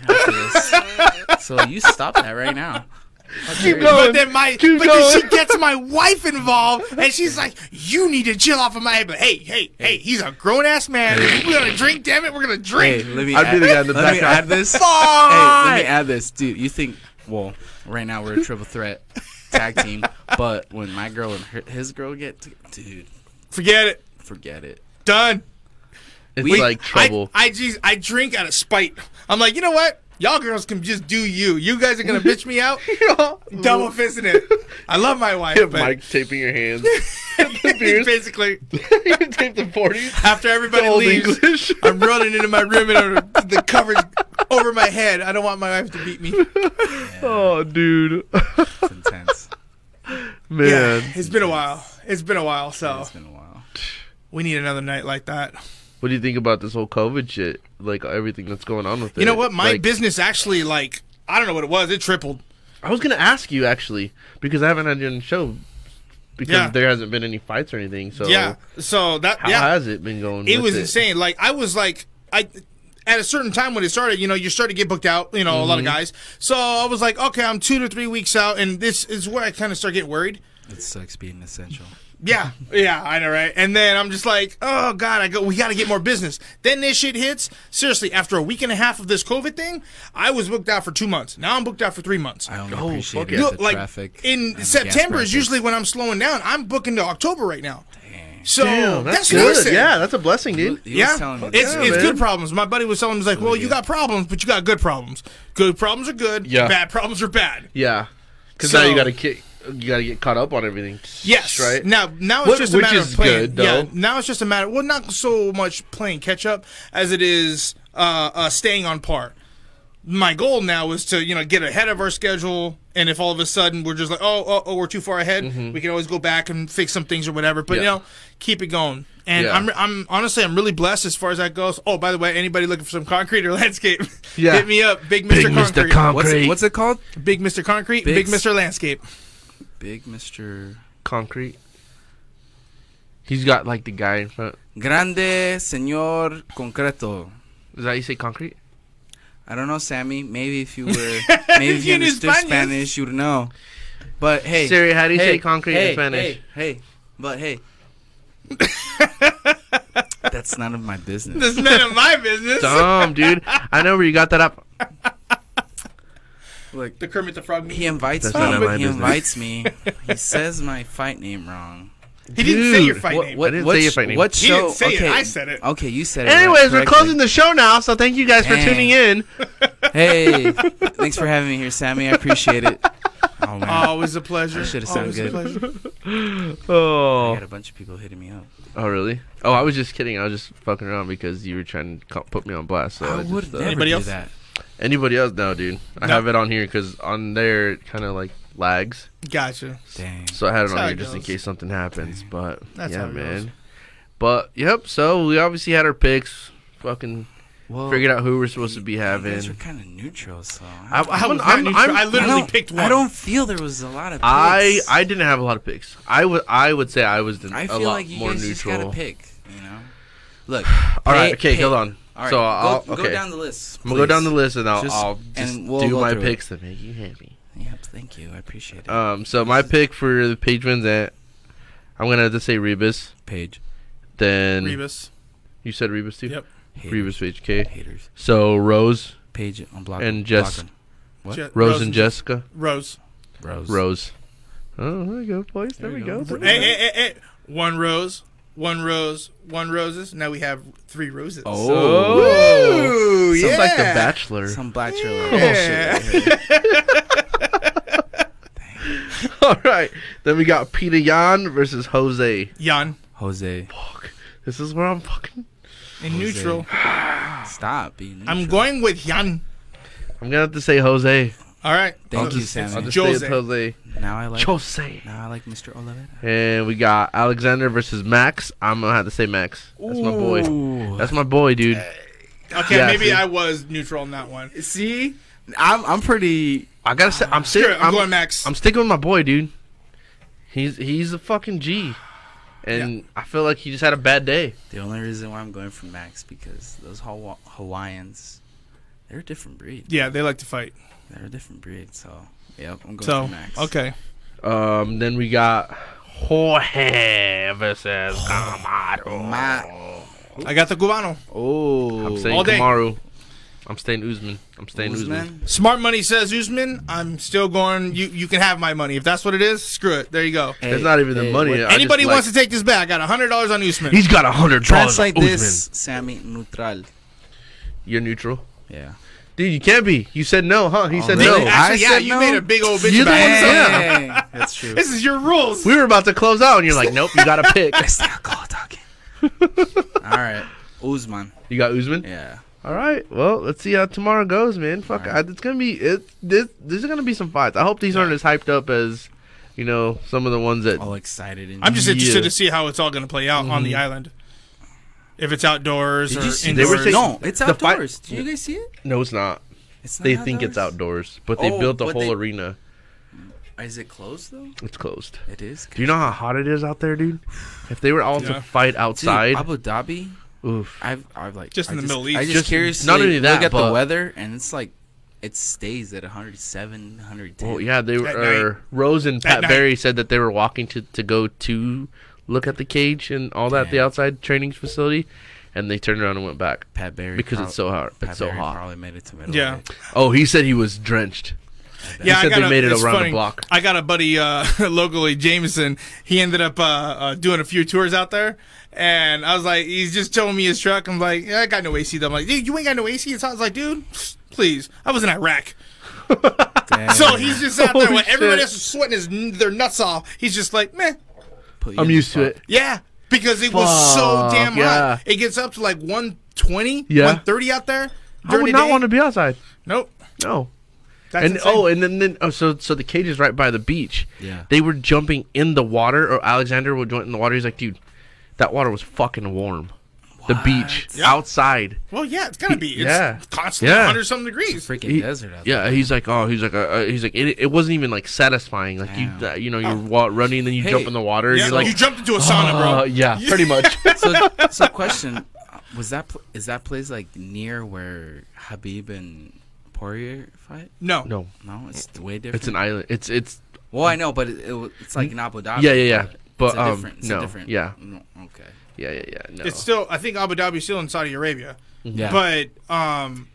D: after this. So you stop that right now.
B: Keep
C: But
B: going.
C: then my
B: Keep
C: but then
B: going.
C: she gets my wife involved and she's like, You need to chill off of my head. But hey, hey, hey, he's a grown ass man. We're gonna drink, damn it, we're gonna
D: Hey,
C: drink.
D: let me.
B: I'd be
D: add,
B: the guy in the
D: let me
B: background.
D: add this. Hey, let me
C: Fuck!
D: add this, dude. You think? Well, right now we're a triple threat tag team, but when my girl and her, his girl get, to, dude,
C: Forget it.
D: forget it.
C: Done.
B: It's
D: we-
B: like trouble.
C: I, I just I drink out of spite. I'm like, you know what? Y'all girls can just do you. You guys are gonna bitch me out. Double fisting it. I love my wife, but
B: Mike taping your hands. beers.
C: basically
B: you tape the forties.
C: after everybody
B: Old
C: leaves,
B: English.
C: I'm running into my room and uh, the cover's over my head. I don't want my wife to beat me.
B: Oh, dude,
D: It's intense.
B: man.
C: It's been a while. It's been a while, so
D: It's been a while.
C: we need another night like that.
B: What do you think about this whole COVID shit? Like everything that's going on with it.
C: You know what? My
B: Like,
C: business actually like I don't know what it was. It tripled.
B: I was gonna ask you actually because I haven't had you on the show because
C: Yeah.
B: there hasn't been any fights or anything. So
C: yeah. So that
B: how
C: yeah,
B: has it been going?
C: it
B: with
C: was insane. Like I was like I at a certain time when it started, you know, you started to get booked out.
D: Mm-hmm.
C: You know, a lot of guys. So I was like, okay, I'm two to three weeks out, and this is where I kind of start getting worried.
D: It sucks being essential.
C: Yeah, yeah, I know, right? And then I'm just like, oh god, I go, we got to get more business. Then this shit hits. Seriously, after a week and a half of this COVID thing, I was booked out for two months. Now I'm booked out for three months.
D: I don't
B: Oh,
D: appreciate
B: fuck
D: it.
B: yeah.
D: the
C: like
D: traffic and the
C: in
D: gas
C: September
D: prices.
C: is usually when I'm slowing down. I'm booking to October right now. So
B: Damn, that's,
C: Oh, that's,
B: good.
C: nursing.
B: Yeah, that's a blessing, dude.
D: He was
C: Yeah,
D: telling me
C: it's,
D: that. Oh,
B: Yeah,
C: it's
B: man.
C: good problems. My buddy was telling me, he's like, well, you got problems, but you got good problems. Good problems are good.
B: Yeah.
C: Bad problems are bad.
B: Yeah, because now
C: So-
B: you gotta get you gotta get caught up on everything.
C: Yes.
B: right.
C: Now, now it's
B: Which-
C: just a
B: which
C: matter
B: is
C: of playing.
B: good, though.
C: yeah. Now it's just a matter. Well, not so much playing catch up as it is uh, uh, staying on par. My goal now is to you know get ahead of our schedule, and if all of a sudden we're just like, oh, oh, oh we're too far ahead, we can always go back and fix some things or whatever. But you
B: Mm-hmm. Yeah.
C: know, keep it going. And
B: Yeah.
C: I'm, I'm honestly, I'm really blessed as far as that goes. Oh, by the way, anybody looking for some concrete or landscape,
B: Yeah.
C: hit me up, Big Mister Concrete,
D: What's it, what's it called?
C: Big Mister Concrete,
D: Big
C: Big
D: s-
C: Mister Landscape.
D: Big Mr.
B: concrete? He's got like the guy in front.
D: Grande Señor Concreto.
B: Is that how you say concrete?
D: I don't know, Sammy. Maybe if you were, maybe if you
C: You knew
D: understood
C: Spanish.
D: Spanish, you'd know. But hey,
B: Siri, how do you
D: hey,
B: say concrete
D: hey,
B: in Spanish?
D: Hey, hey, but hey, that's none of my business.
C: That's none of my business.
B: Dumb, dude. I know where you got that up.
D: Like
C: The Kermit the Frog. meme.
D: he invites
B: That's
D: me.
B: none of my
D: he
B: business.
D: invites me. He says my fight name wrong.
C: He didn't say your
B: Dude,
C: fight
D: what,
C: name.
D: What,
B: I didn't
D: what
B: say your
D: sh-
B: fight name.
D: What
C: He
D: show?
C: didn't say it.
D: okay.
C: I said it.
D: Okay, you said it.
B: Anyways, we're
D: correctly.
B: closing the show now, so thank you guys for
D: Damn.
B: tuning in.
D: Hey, thanks for having me here, Sammy. I appreciate it. Oh man,
C: Always a pleasure.
D: Should've
C: Always
D: sounded
C: a
D: good.
C: pleasure.
D: I
B: Oh,
D: got a bunch of people hitting me up.
B: oh, really? Oh, I was just kidding. I was just fucking around because you were trying to co- put me on blast. So I,
D: I
B: just,
D: would
B: uh,
D: never
C: Anybody
D: do
C: else?
D: that.
B: Anybody else? No, dude. I
C: No.
B: have it on here because on there it kind of like lags.
C: Gotcha.
D: Dang.
B: So I had it
C: how
B: on here
C: it
B: just in
C: goes.
B: case something happens. But
C: That's
B: yeah,
C: how it
B: man.
C: goes.
B: But yep. So we obviously had our picks. Fucking
D: Well,
B: figured out who we're supposed to be
D: You guys are
B: having.
D: kind of neutral, so
B: I,
D: I,
C: I
B: I'm,
C: was not
B: I'm,
C: neutral.
B: I'm,
C: I
B: i
C: literally
D: don't,
C: picked one.
D: I don't feel there was a lot of. Picks.
B: I didn't have a lot of picks. I would I would say I was the,
D: I
B: a
D: feel
B: lot
D: like you
B: more
D: guys just gotta
B: neutral.
D: pick. You know, look.
B: All right.
D: pay-
B: Okay. Hold
D: pay.
B: on.
D: All right,
B: So
D: go,
B: I'll
D: go
B: okay.
D: down the list.
B: I'm gonna go
D: please.
B: down the list and I'll
D: Just-
B: I'll just
D: and we'll
B: do
D: go
B: my
D: through it.
B: picks that make you happy.
D: Yep, thank you. I appreciate it.
B: Um. So my pick for the patrons that I'm gonna have to say Rebus.
D: Page
B: Then
C: Rebus.
B: you said Rebus too.
C: Yep.
B: Rebus for HK.
D: haters.
B: So Rose,
D: Page on block
B: And Jess.
D: block 'em. What?
C: Je-
B: Rose, and Jessica.
C: Rose.
D: Rose.
B: Rose. Oh, there we go, boys. There,
D: There
B: we
D: you
B: go.
D: go.
B: There we
C: Hey,
B: go.
C: hey, hey, hey. One rose. One rose. One roses. Now we have three roses.
D: Oh,
C: Ooh,
B: Sounds
C: yeah.
B: like The Bachelor.
D: some black Oh, yeah.
C: Yeah.
B: All right. Then we got Peter Yan versus Jose.
C: Jan.
D: Jose,
B: Fuck. This is where I'm fucking.
C: In neutral.
D: stop. Being
C: I'm
D: neutral.
C: going with Jan.
B: I'm gonna have to say Jose.
C: All right.
D: Thank you,
B: I'll
D: Sammy.
B: just say it's
C: Jose.
B: Jose.
D: now I like.
B: Jose.
D: Now I like Mr. Olivet.
B: And we got Alexander versus Max. I'm gonna have to say Max. That's my boy.
D: Ooh.
B: That's my boy, dude.
C: Okay,
B: Yeah,
C: maybe
B: see.
C: I was neutral on that one.
D: See, I'm I'm pretty.
B: I gotta say, I'm
C: Sure,
B: sticking.
C: I'm,
B: I'm,
C: going Max.
B: I'm sticking with my boy, dude. He's he's a fucking G, and I feel like he just had a bad day.
D: The only reason why I'm going for Max because those Hawa- Hawaiians, they're a different breed.
C: yeah, they like to fight.
D: They're a different breed. So, yep, I'm going
C: So,
D: for Max.
C: okay.
B: Um, then we got Jorge versus Camaro.
D: My,
C: I got the Cubano.
D: oh,
B: I'm saying
C: All day.
B: Camaro. I'm staying Usman. I'm staying Usman.
D: Usman.
C: Smart money says Usman. I'm still going. You you can have my money if that's what it is. Screw it. There you go.
D: Hey,
B: It's not even the
D: hey,
B: money.
D: what-
B: I just
C: Anybody
B: like-
C: wants to take this back? I got hundred dollars on Usman.
B: He's got a hundred dollars.
D: Translate
B: Like
D: this, Sammy Neutral.
B: You're neutral,
D: Yeah.
B: dude. You can't be. You said no, huh? He said no.
D: Already?
C: Oh, Actually,
D: I
C: yeah,
D: said
C: you
D: Oh, no.
C: made a big old bitch
B: You're the
C: about
B: one
C: it.
B: saying-
D: Dang, That's true.
C: This is your rules.
B: we were about to close out, and you're like, nope. You got a pick.
D: It's not called talking. All right, Usman.
B: You got Usman.
D: Yeah.
B: All right. Well, let's see how tomorrow goes, man. Fuck, I, it's gonna be it. This this is gonna be some fights. I hope these aren't as hyped up as, you know, some of the ones that.
D: All excited and
C: I'm just interested
B: Yeah. Mm-hmm.
C: to see how it's all going to play out on the island. If it's outdoors
D: Did
C: or
D: you see
B: They
C: indoors.
B: were saying-
D: this? no, it's
B: the fight-
D: outdoors. Did you guys see it?
B: No, it's not.
D: It's not
B: They think it's outdoors, but they
D: Oh,
B: built the
D: but
B: whole
D: they-
B: arena.
D: Is it closed though?
B: It's closed.
D: It is.
B: Do you know how hot it is out there, dude? If they were all
C: Yeah.
B: to fight
D: Dude,
B: outside,
D: Abu Dhabi.
B: oof.
D: I've I've like
C: Just
D: I
C: in the Middle
D: I
C: East.
D: just,
B: Just-
D: curious.
B: not
D: Not
B: only
D: only
B: that,
D: look at
B: but-
D: the weather, and it's like it stays at 107, 110.
B: Well, yeah, they
C: At
B: were. uh,
C: night.
B: Rose and Pat
C: night.
B: Barry said that they were walking to, to go to look at the cage and all that, the
D: Damn.
B: outside training facility, and they turned around and went back.
D: Pat Barry
B: Because it's so hot-
D: Pat
B: it's so
D: Barry
B: hot.
D: Probably made it to middle.
C: Yeah.
D: of it.
B: Oh, he said he was drenched.
C: Yeah,
B: said
C: I
B: they
C: got a,
B: made it
C: it's
B: around the
C: funny.
B: block.
C: I got a buddy uh, locally, Jameson. He ended up uh, uh, doing a few tours out there, and I was like, he's just showing me his truck. I'm like, yeah, I got no AC. I'm like, dude, you ain't got no AC. It's hot. I was like, dude, please, I was in Iraq.
D: Damn,
C: So he's just out there
B: Holy
C: when everybody
B: shit.
C: else is sweating his, their nuts off. He's just like, meh,
D: put you
B: I'm
D: in the
B: used to
D: spot.
B: it.
C: yeah, because it was so
B: Fuck,
C: damn
B: yeah.
C: hot. It gets up to like 120,
B: Yeah.
C: 130 out there.
B: I would not want to
C: to.
B: be outside.
C: Nope.
B: No.
C: That's
B: And
C: insane.
B: oh, and then, then oh, so so the cage is right by the beach.
D: Yeah.
B: They were jumping in the water, or Alexander would jump in the water. He's like, dude, that water was fucking warm. The beach
C: Yeah.
B: outside.
C: well, yeah, it's gotta be. It's
B: Yeah.
C: constantly
B: Yeah.
C: 100 something degrees.
D: Freaking
B: He-
D: desert out
B: Yeah, he's like, oh, he's like, uh, uh, he's like, it, it wasn't even like satisfying. Like you, uh, you know, you're wa- running, then you jump
D: Hey.
B: in the water, and
C: Yeah,
B: you're like,
C: you jumped into a sauna, bro.
B: uh, yeah, pretty much.
D: there. So, so question, was that pl- is that place like near where Habib and Poirier fight?
C: No.
B: no,
D: No, it's way different.
B: it's an island. It's it's
D: well, I know, but it, it, w- it's like in Abu Dhabi.
B: yeah, yeah, yeah. But
D: it's a
B: um,
D: different, it's a
B: no,
D: different.
B: yeah,
D: no, okay.
B: yeah, yeah, yeah. No,
C: It's still, I think Abu Dhabi's still in Saudi Arabia.
B: Mm-hmm.
D: Yeah,
C: But um,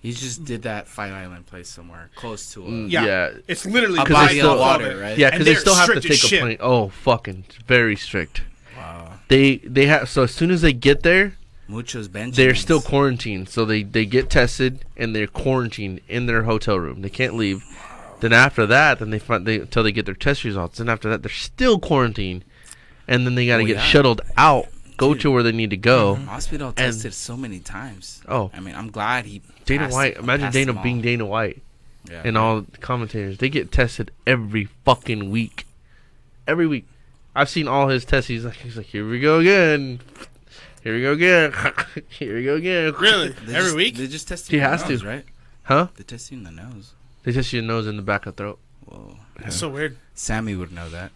D: he just did that Fight Island place somewhere close to uh, a
C: yeah,
B: Yeah.
C: it's literally
D: A
C: the
D: body
C: of
D: of water, right?
B: yeah,
C: and
B: because they
C: they're
B: still have to
C: strict as
B: take a
C: shit.
B: plane. Oh, fucking, it's very strict.
D: wow.
B: They they have so as soon as they get there,
D: Muchos benches.
B: they're still quarantined. So they they get tested and they're quarantined in their hotel room. They can't leave. Then after that, then they find they until they get their test results. Then after that, they're still quarantined, and then they got to
D: Well,
B: get
D: Oh, yeah. Mm-hmm.
B: shuttled out, go to where they need to go.
D: hospital tested so many times.
B: Oh.
D: I mean, I'm glad he.
B: Dana
D: passed-
B: White, imagine
D: passed
B: Dana
D: them all.
B: being Dana White
D: Yeah.
B: and all the commentators. They get tested every fucking week, every week. I've seen all his tests. He's like, he's like, here we go again, here we go again, here we go again.
C: Really?
D: They
C: Every
D: just-
C: week?
D: They just tested.
B: He
D: the
B: has to.
D: nose, right?
B: Huh?
D: They test you in the nose.
B: They test your nose and the back of throat.
D: Whoa.
C: That's so weird.
D: Sammy would know that.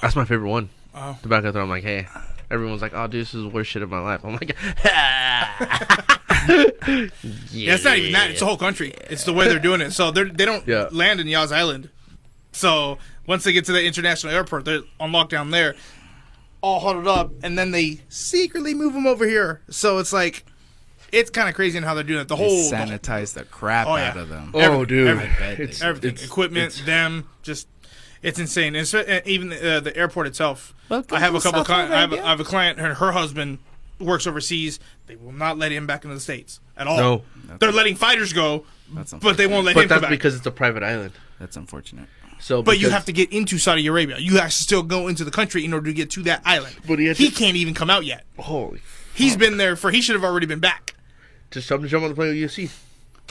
B: That's my favorite one.
C: Oh.
B: The back of the throat. I'm like, hey. Everyone's like, oh, dude, this is the worst shit of my life. I'm like,
C: Yeah, it's not even that. It's the whole country. It's the way they're doing it. So they're, they don't
B: Yeah.
C: land in Yas Island. So once they get to the international airport, they're on lockdown there, all huddled up, and then they secretly move them over here. So it's like, it's kind of crazy in how they're doing it. The
D: They
C: whole, the-
D: sanitized the crap
C: Oh,
D: out
C: yeah.
D: of them.
B: oh,
C: everything,
B: dude.
C: everything.
D: I bet they
B: It's-
D: did.
C: everything,
B: it's-
C: equipment,
B: it's-
C: them, just it's insane. And so, and even uh, the airport itself. I have a couple. Cli- I, have, I have a client. Her, her husband works overseas. They will not let him back into the states at all.
B: No.
C: they're letting fighters go,
D: That's
C: but they won't let him
B: But
C: come
B: that's
C: back.
B: because it's a private island.
D: That's unfortunate.
B: So,
C: but you have to get into Saudi Arabia. You have to still go into the country in order to get to that island.
B: But he had to-
C: can't even come out yet.
B: holy,
C: He's been there for. He should have already been back.
B: just tell them to jump on the plane with UFC.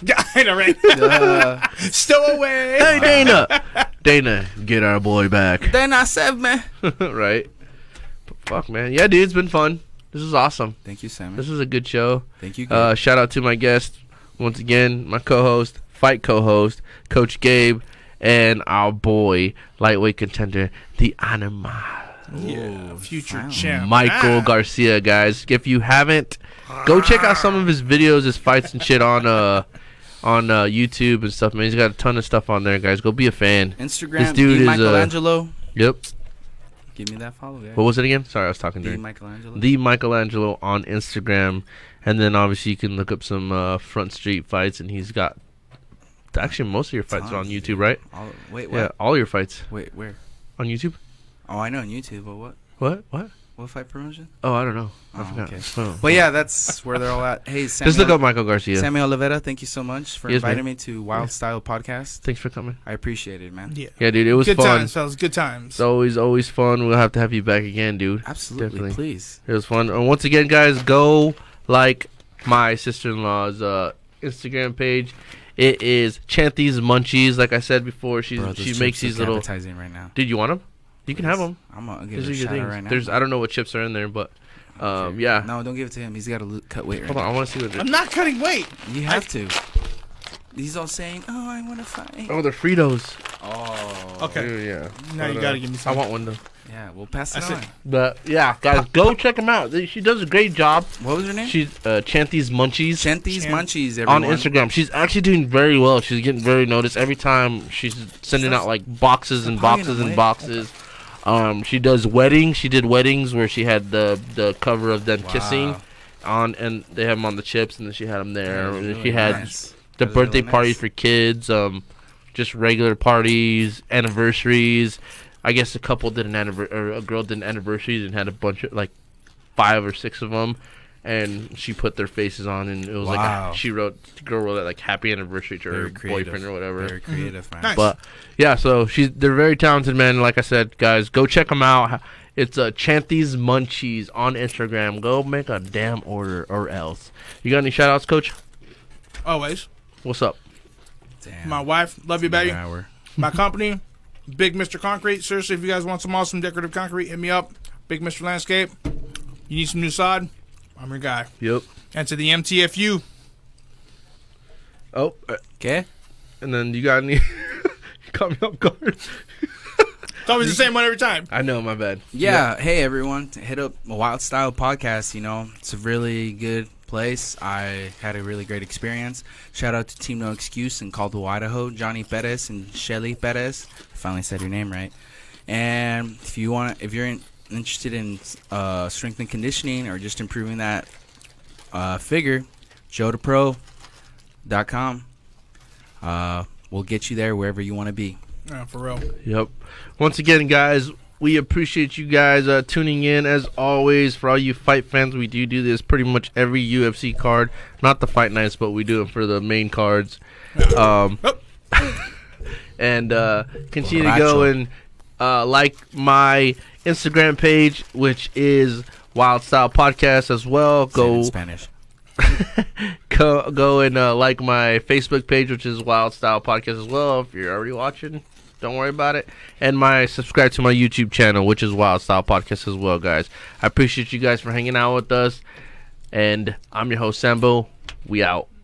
C: Yeah, I know, right?
B: Uh,
C: Stow away.
B: Hey, Dana, Dana, get our boy back,
D: Then I said, man.
B: right? But fuck, man. Yeah, dude, it's been fun. This is awesome.
D: Thank you, Sammy.
B: This is a good show.
D: Thank you.
B: Uh, shout out to my guest once again, my co-host, fight co-host, Coach Gabe, and our boy, lightweight contender, the animal,
C: Yeah, future
D: wow.
C: champ
B: Michael
C: Ah.
B: Garcia. Guys, if you haven't, go check out some of his videos, his fights and shit on uh on uh, YouTube and stuff. Man, he's got a ton of stuff on there, guys. Go be a fan.
D: Instagram.
B: this dude
D: D
B: is, uh,
D: Michelangelo.
B: Yep.
D: Give me that follow, guys.
B: What was it again? Sorry, I was talking
D: D
B: during
D: Michelangelo.
B: the Michelangelo on Instagram, and then obviously you can look up some uh, front street fights, and he's got actually most of your fights are on
D: Tons,
B: YouTube,
D: dude.
B: right?
D: All- wait, what?
B: Yeah, all your fights
D: Wait, where?
B: on YouTube.
D: Oh, I know on YouTube, but what?
B: What? What?
D: What fight promotion?
B: Oh, I don't know. I
D: Oh,
B: forgot.
D: okay.
B: Oh.
D: But yeah, that's where they're all at. Hey, Sammy.
B: Just look up Michael Garcia.
D: Sammy Oliveira, thank you so much for
B: Yes, man.
D: inviting me to Wild Style Podcast.
B: Thanks for coming.
D: I appreciate it, man.
C: Yeah,
B: Yeah, dude, it was
C: good
B: fun.
C: times, fellas. Good times.
B: It's always always fun. We'll have to have you back again, dude.
D: Absolutely,
B: Definitely.
D: please.
B: It was fun. And once again, guys, go like my sister in law's uh, Instagram page. It is Chanty's Munchies. Like I said before, she's,
D: Bro, those
B: she
D: chips
B: makes
D: look
B: these little.
D: appetizing right now.
B: Dude, you want them? You can have them.
D: I'm gonna
B: These
D: give it
B: are
D: a
B: your
D: shout out
B: things.
D: right now.
B: There's I don't know what chips are in there, but um, yeah.
D: No, don't give it to him. He's got to lo- cut weight. Right
B: Hold on, I want to see what they're.
C: I'm not cutting weight.
D: now. You have to. He's all saying, "Oh, I want to fight."
B: Oh, they're Fritos.
D: Oh,
C: Okay,
B: Dude, Oh, yeah.
C: Now you
B: Hold
C: gotta
B: on.
C: give me
B: I
C: some.
B: want one though.
D: Yeah, we'll pass it
C: said-
D: on.
B: But yeah, guys, go check them out. She does a great job.
D: What was her name?
B: She's uh, Chanty's Munchies
D: Chanties
C: Chan-
D: Munchies
B: on
D: everyone.
B: Instagram. She's actually doing very well. She's getting very noticed every time she's sending out like boxes and
D: Probably in
B: boxes
D: a
B: and
D: way.
B: boxes. Um, she does weddings. She did weddings where she had the the cover of them kissing
D: Wow.
B: on, and they have them on the chips, and then she had them there.
D: That was
B: and then she
D: really
B: had
D: nice.
B: the
D: That was really
B: birthday parties
D: nice.
B: for kids, um, just regular parties, anniversaries. I guess a couple did an anniversary, or a girl did an anniversaries and had a bunch of like five or six of them, and she put their faces on, and it was
D: Wow.
B: like she wrote the girl wrote like happy anniversary to her
D: Very creative.
B: boyfriend or whatever.
D: Very creative, man.
C: Nice.
B: But yeah, so she's they're very talented men. Like I said, guys, go check them out. It's uh, Chanty's Munchies on Instagram. Go make a damn order or else. You got any shout outs, Coach?
C: Always.
B: What's up?
D: Damn.
C: My wife, love you, baby.
D: Another hour.
C: My company, Big Mr. Concrete. Seriously, if you guys want some awesome decorative concrete, hit me up. Big Mr. Landscape. You need some new sod? I'm your guy.
B: Yep.
C: And to the MTFU,
B: Oh, uh,
D: Okay.
B: and then you got any? you caught me off guard.
C: it's always the same one every time.
B: I know, my bad.
D: Yeah. Hey, everyone. Hit up Wild Style Podcast. You know, it's a really good place. I had a really great experience. Shout out to Team No Excuse in Caldwell, Idaho. Johnny Perez and Shelly Perez. I finally said your name right. And if you want, if you're in, interested in uh, strength and conditioning or just improving that uh, figure, jodapro.com. Uh, we'll get you there wherever you want to be.
C: Yeah, for real.
B: Yep. Once again, guys, we appreciate you guys uh, tuning in. As always, for all you fight fans, we do do this pretty much every UFC card. Not the fight nights, but we do it for the main cards. Um, and uh, continue to go
D: Borracho.
B: and uh, like my Instagram page, which is Wild Style Podcast as well.
D: Say it
B: Go
D: in Spanish.
B: go, go and uh, like my Facebook page, which is Wild Style Podcast as well. If you're already watching, don't worry about it. And my subscribe to my YouTube channel, which is Wild Style Podcast as well, guys. I appreciate you guys for hanging out with us. And I'm your host Sambo. We out.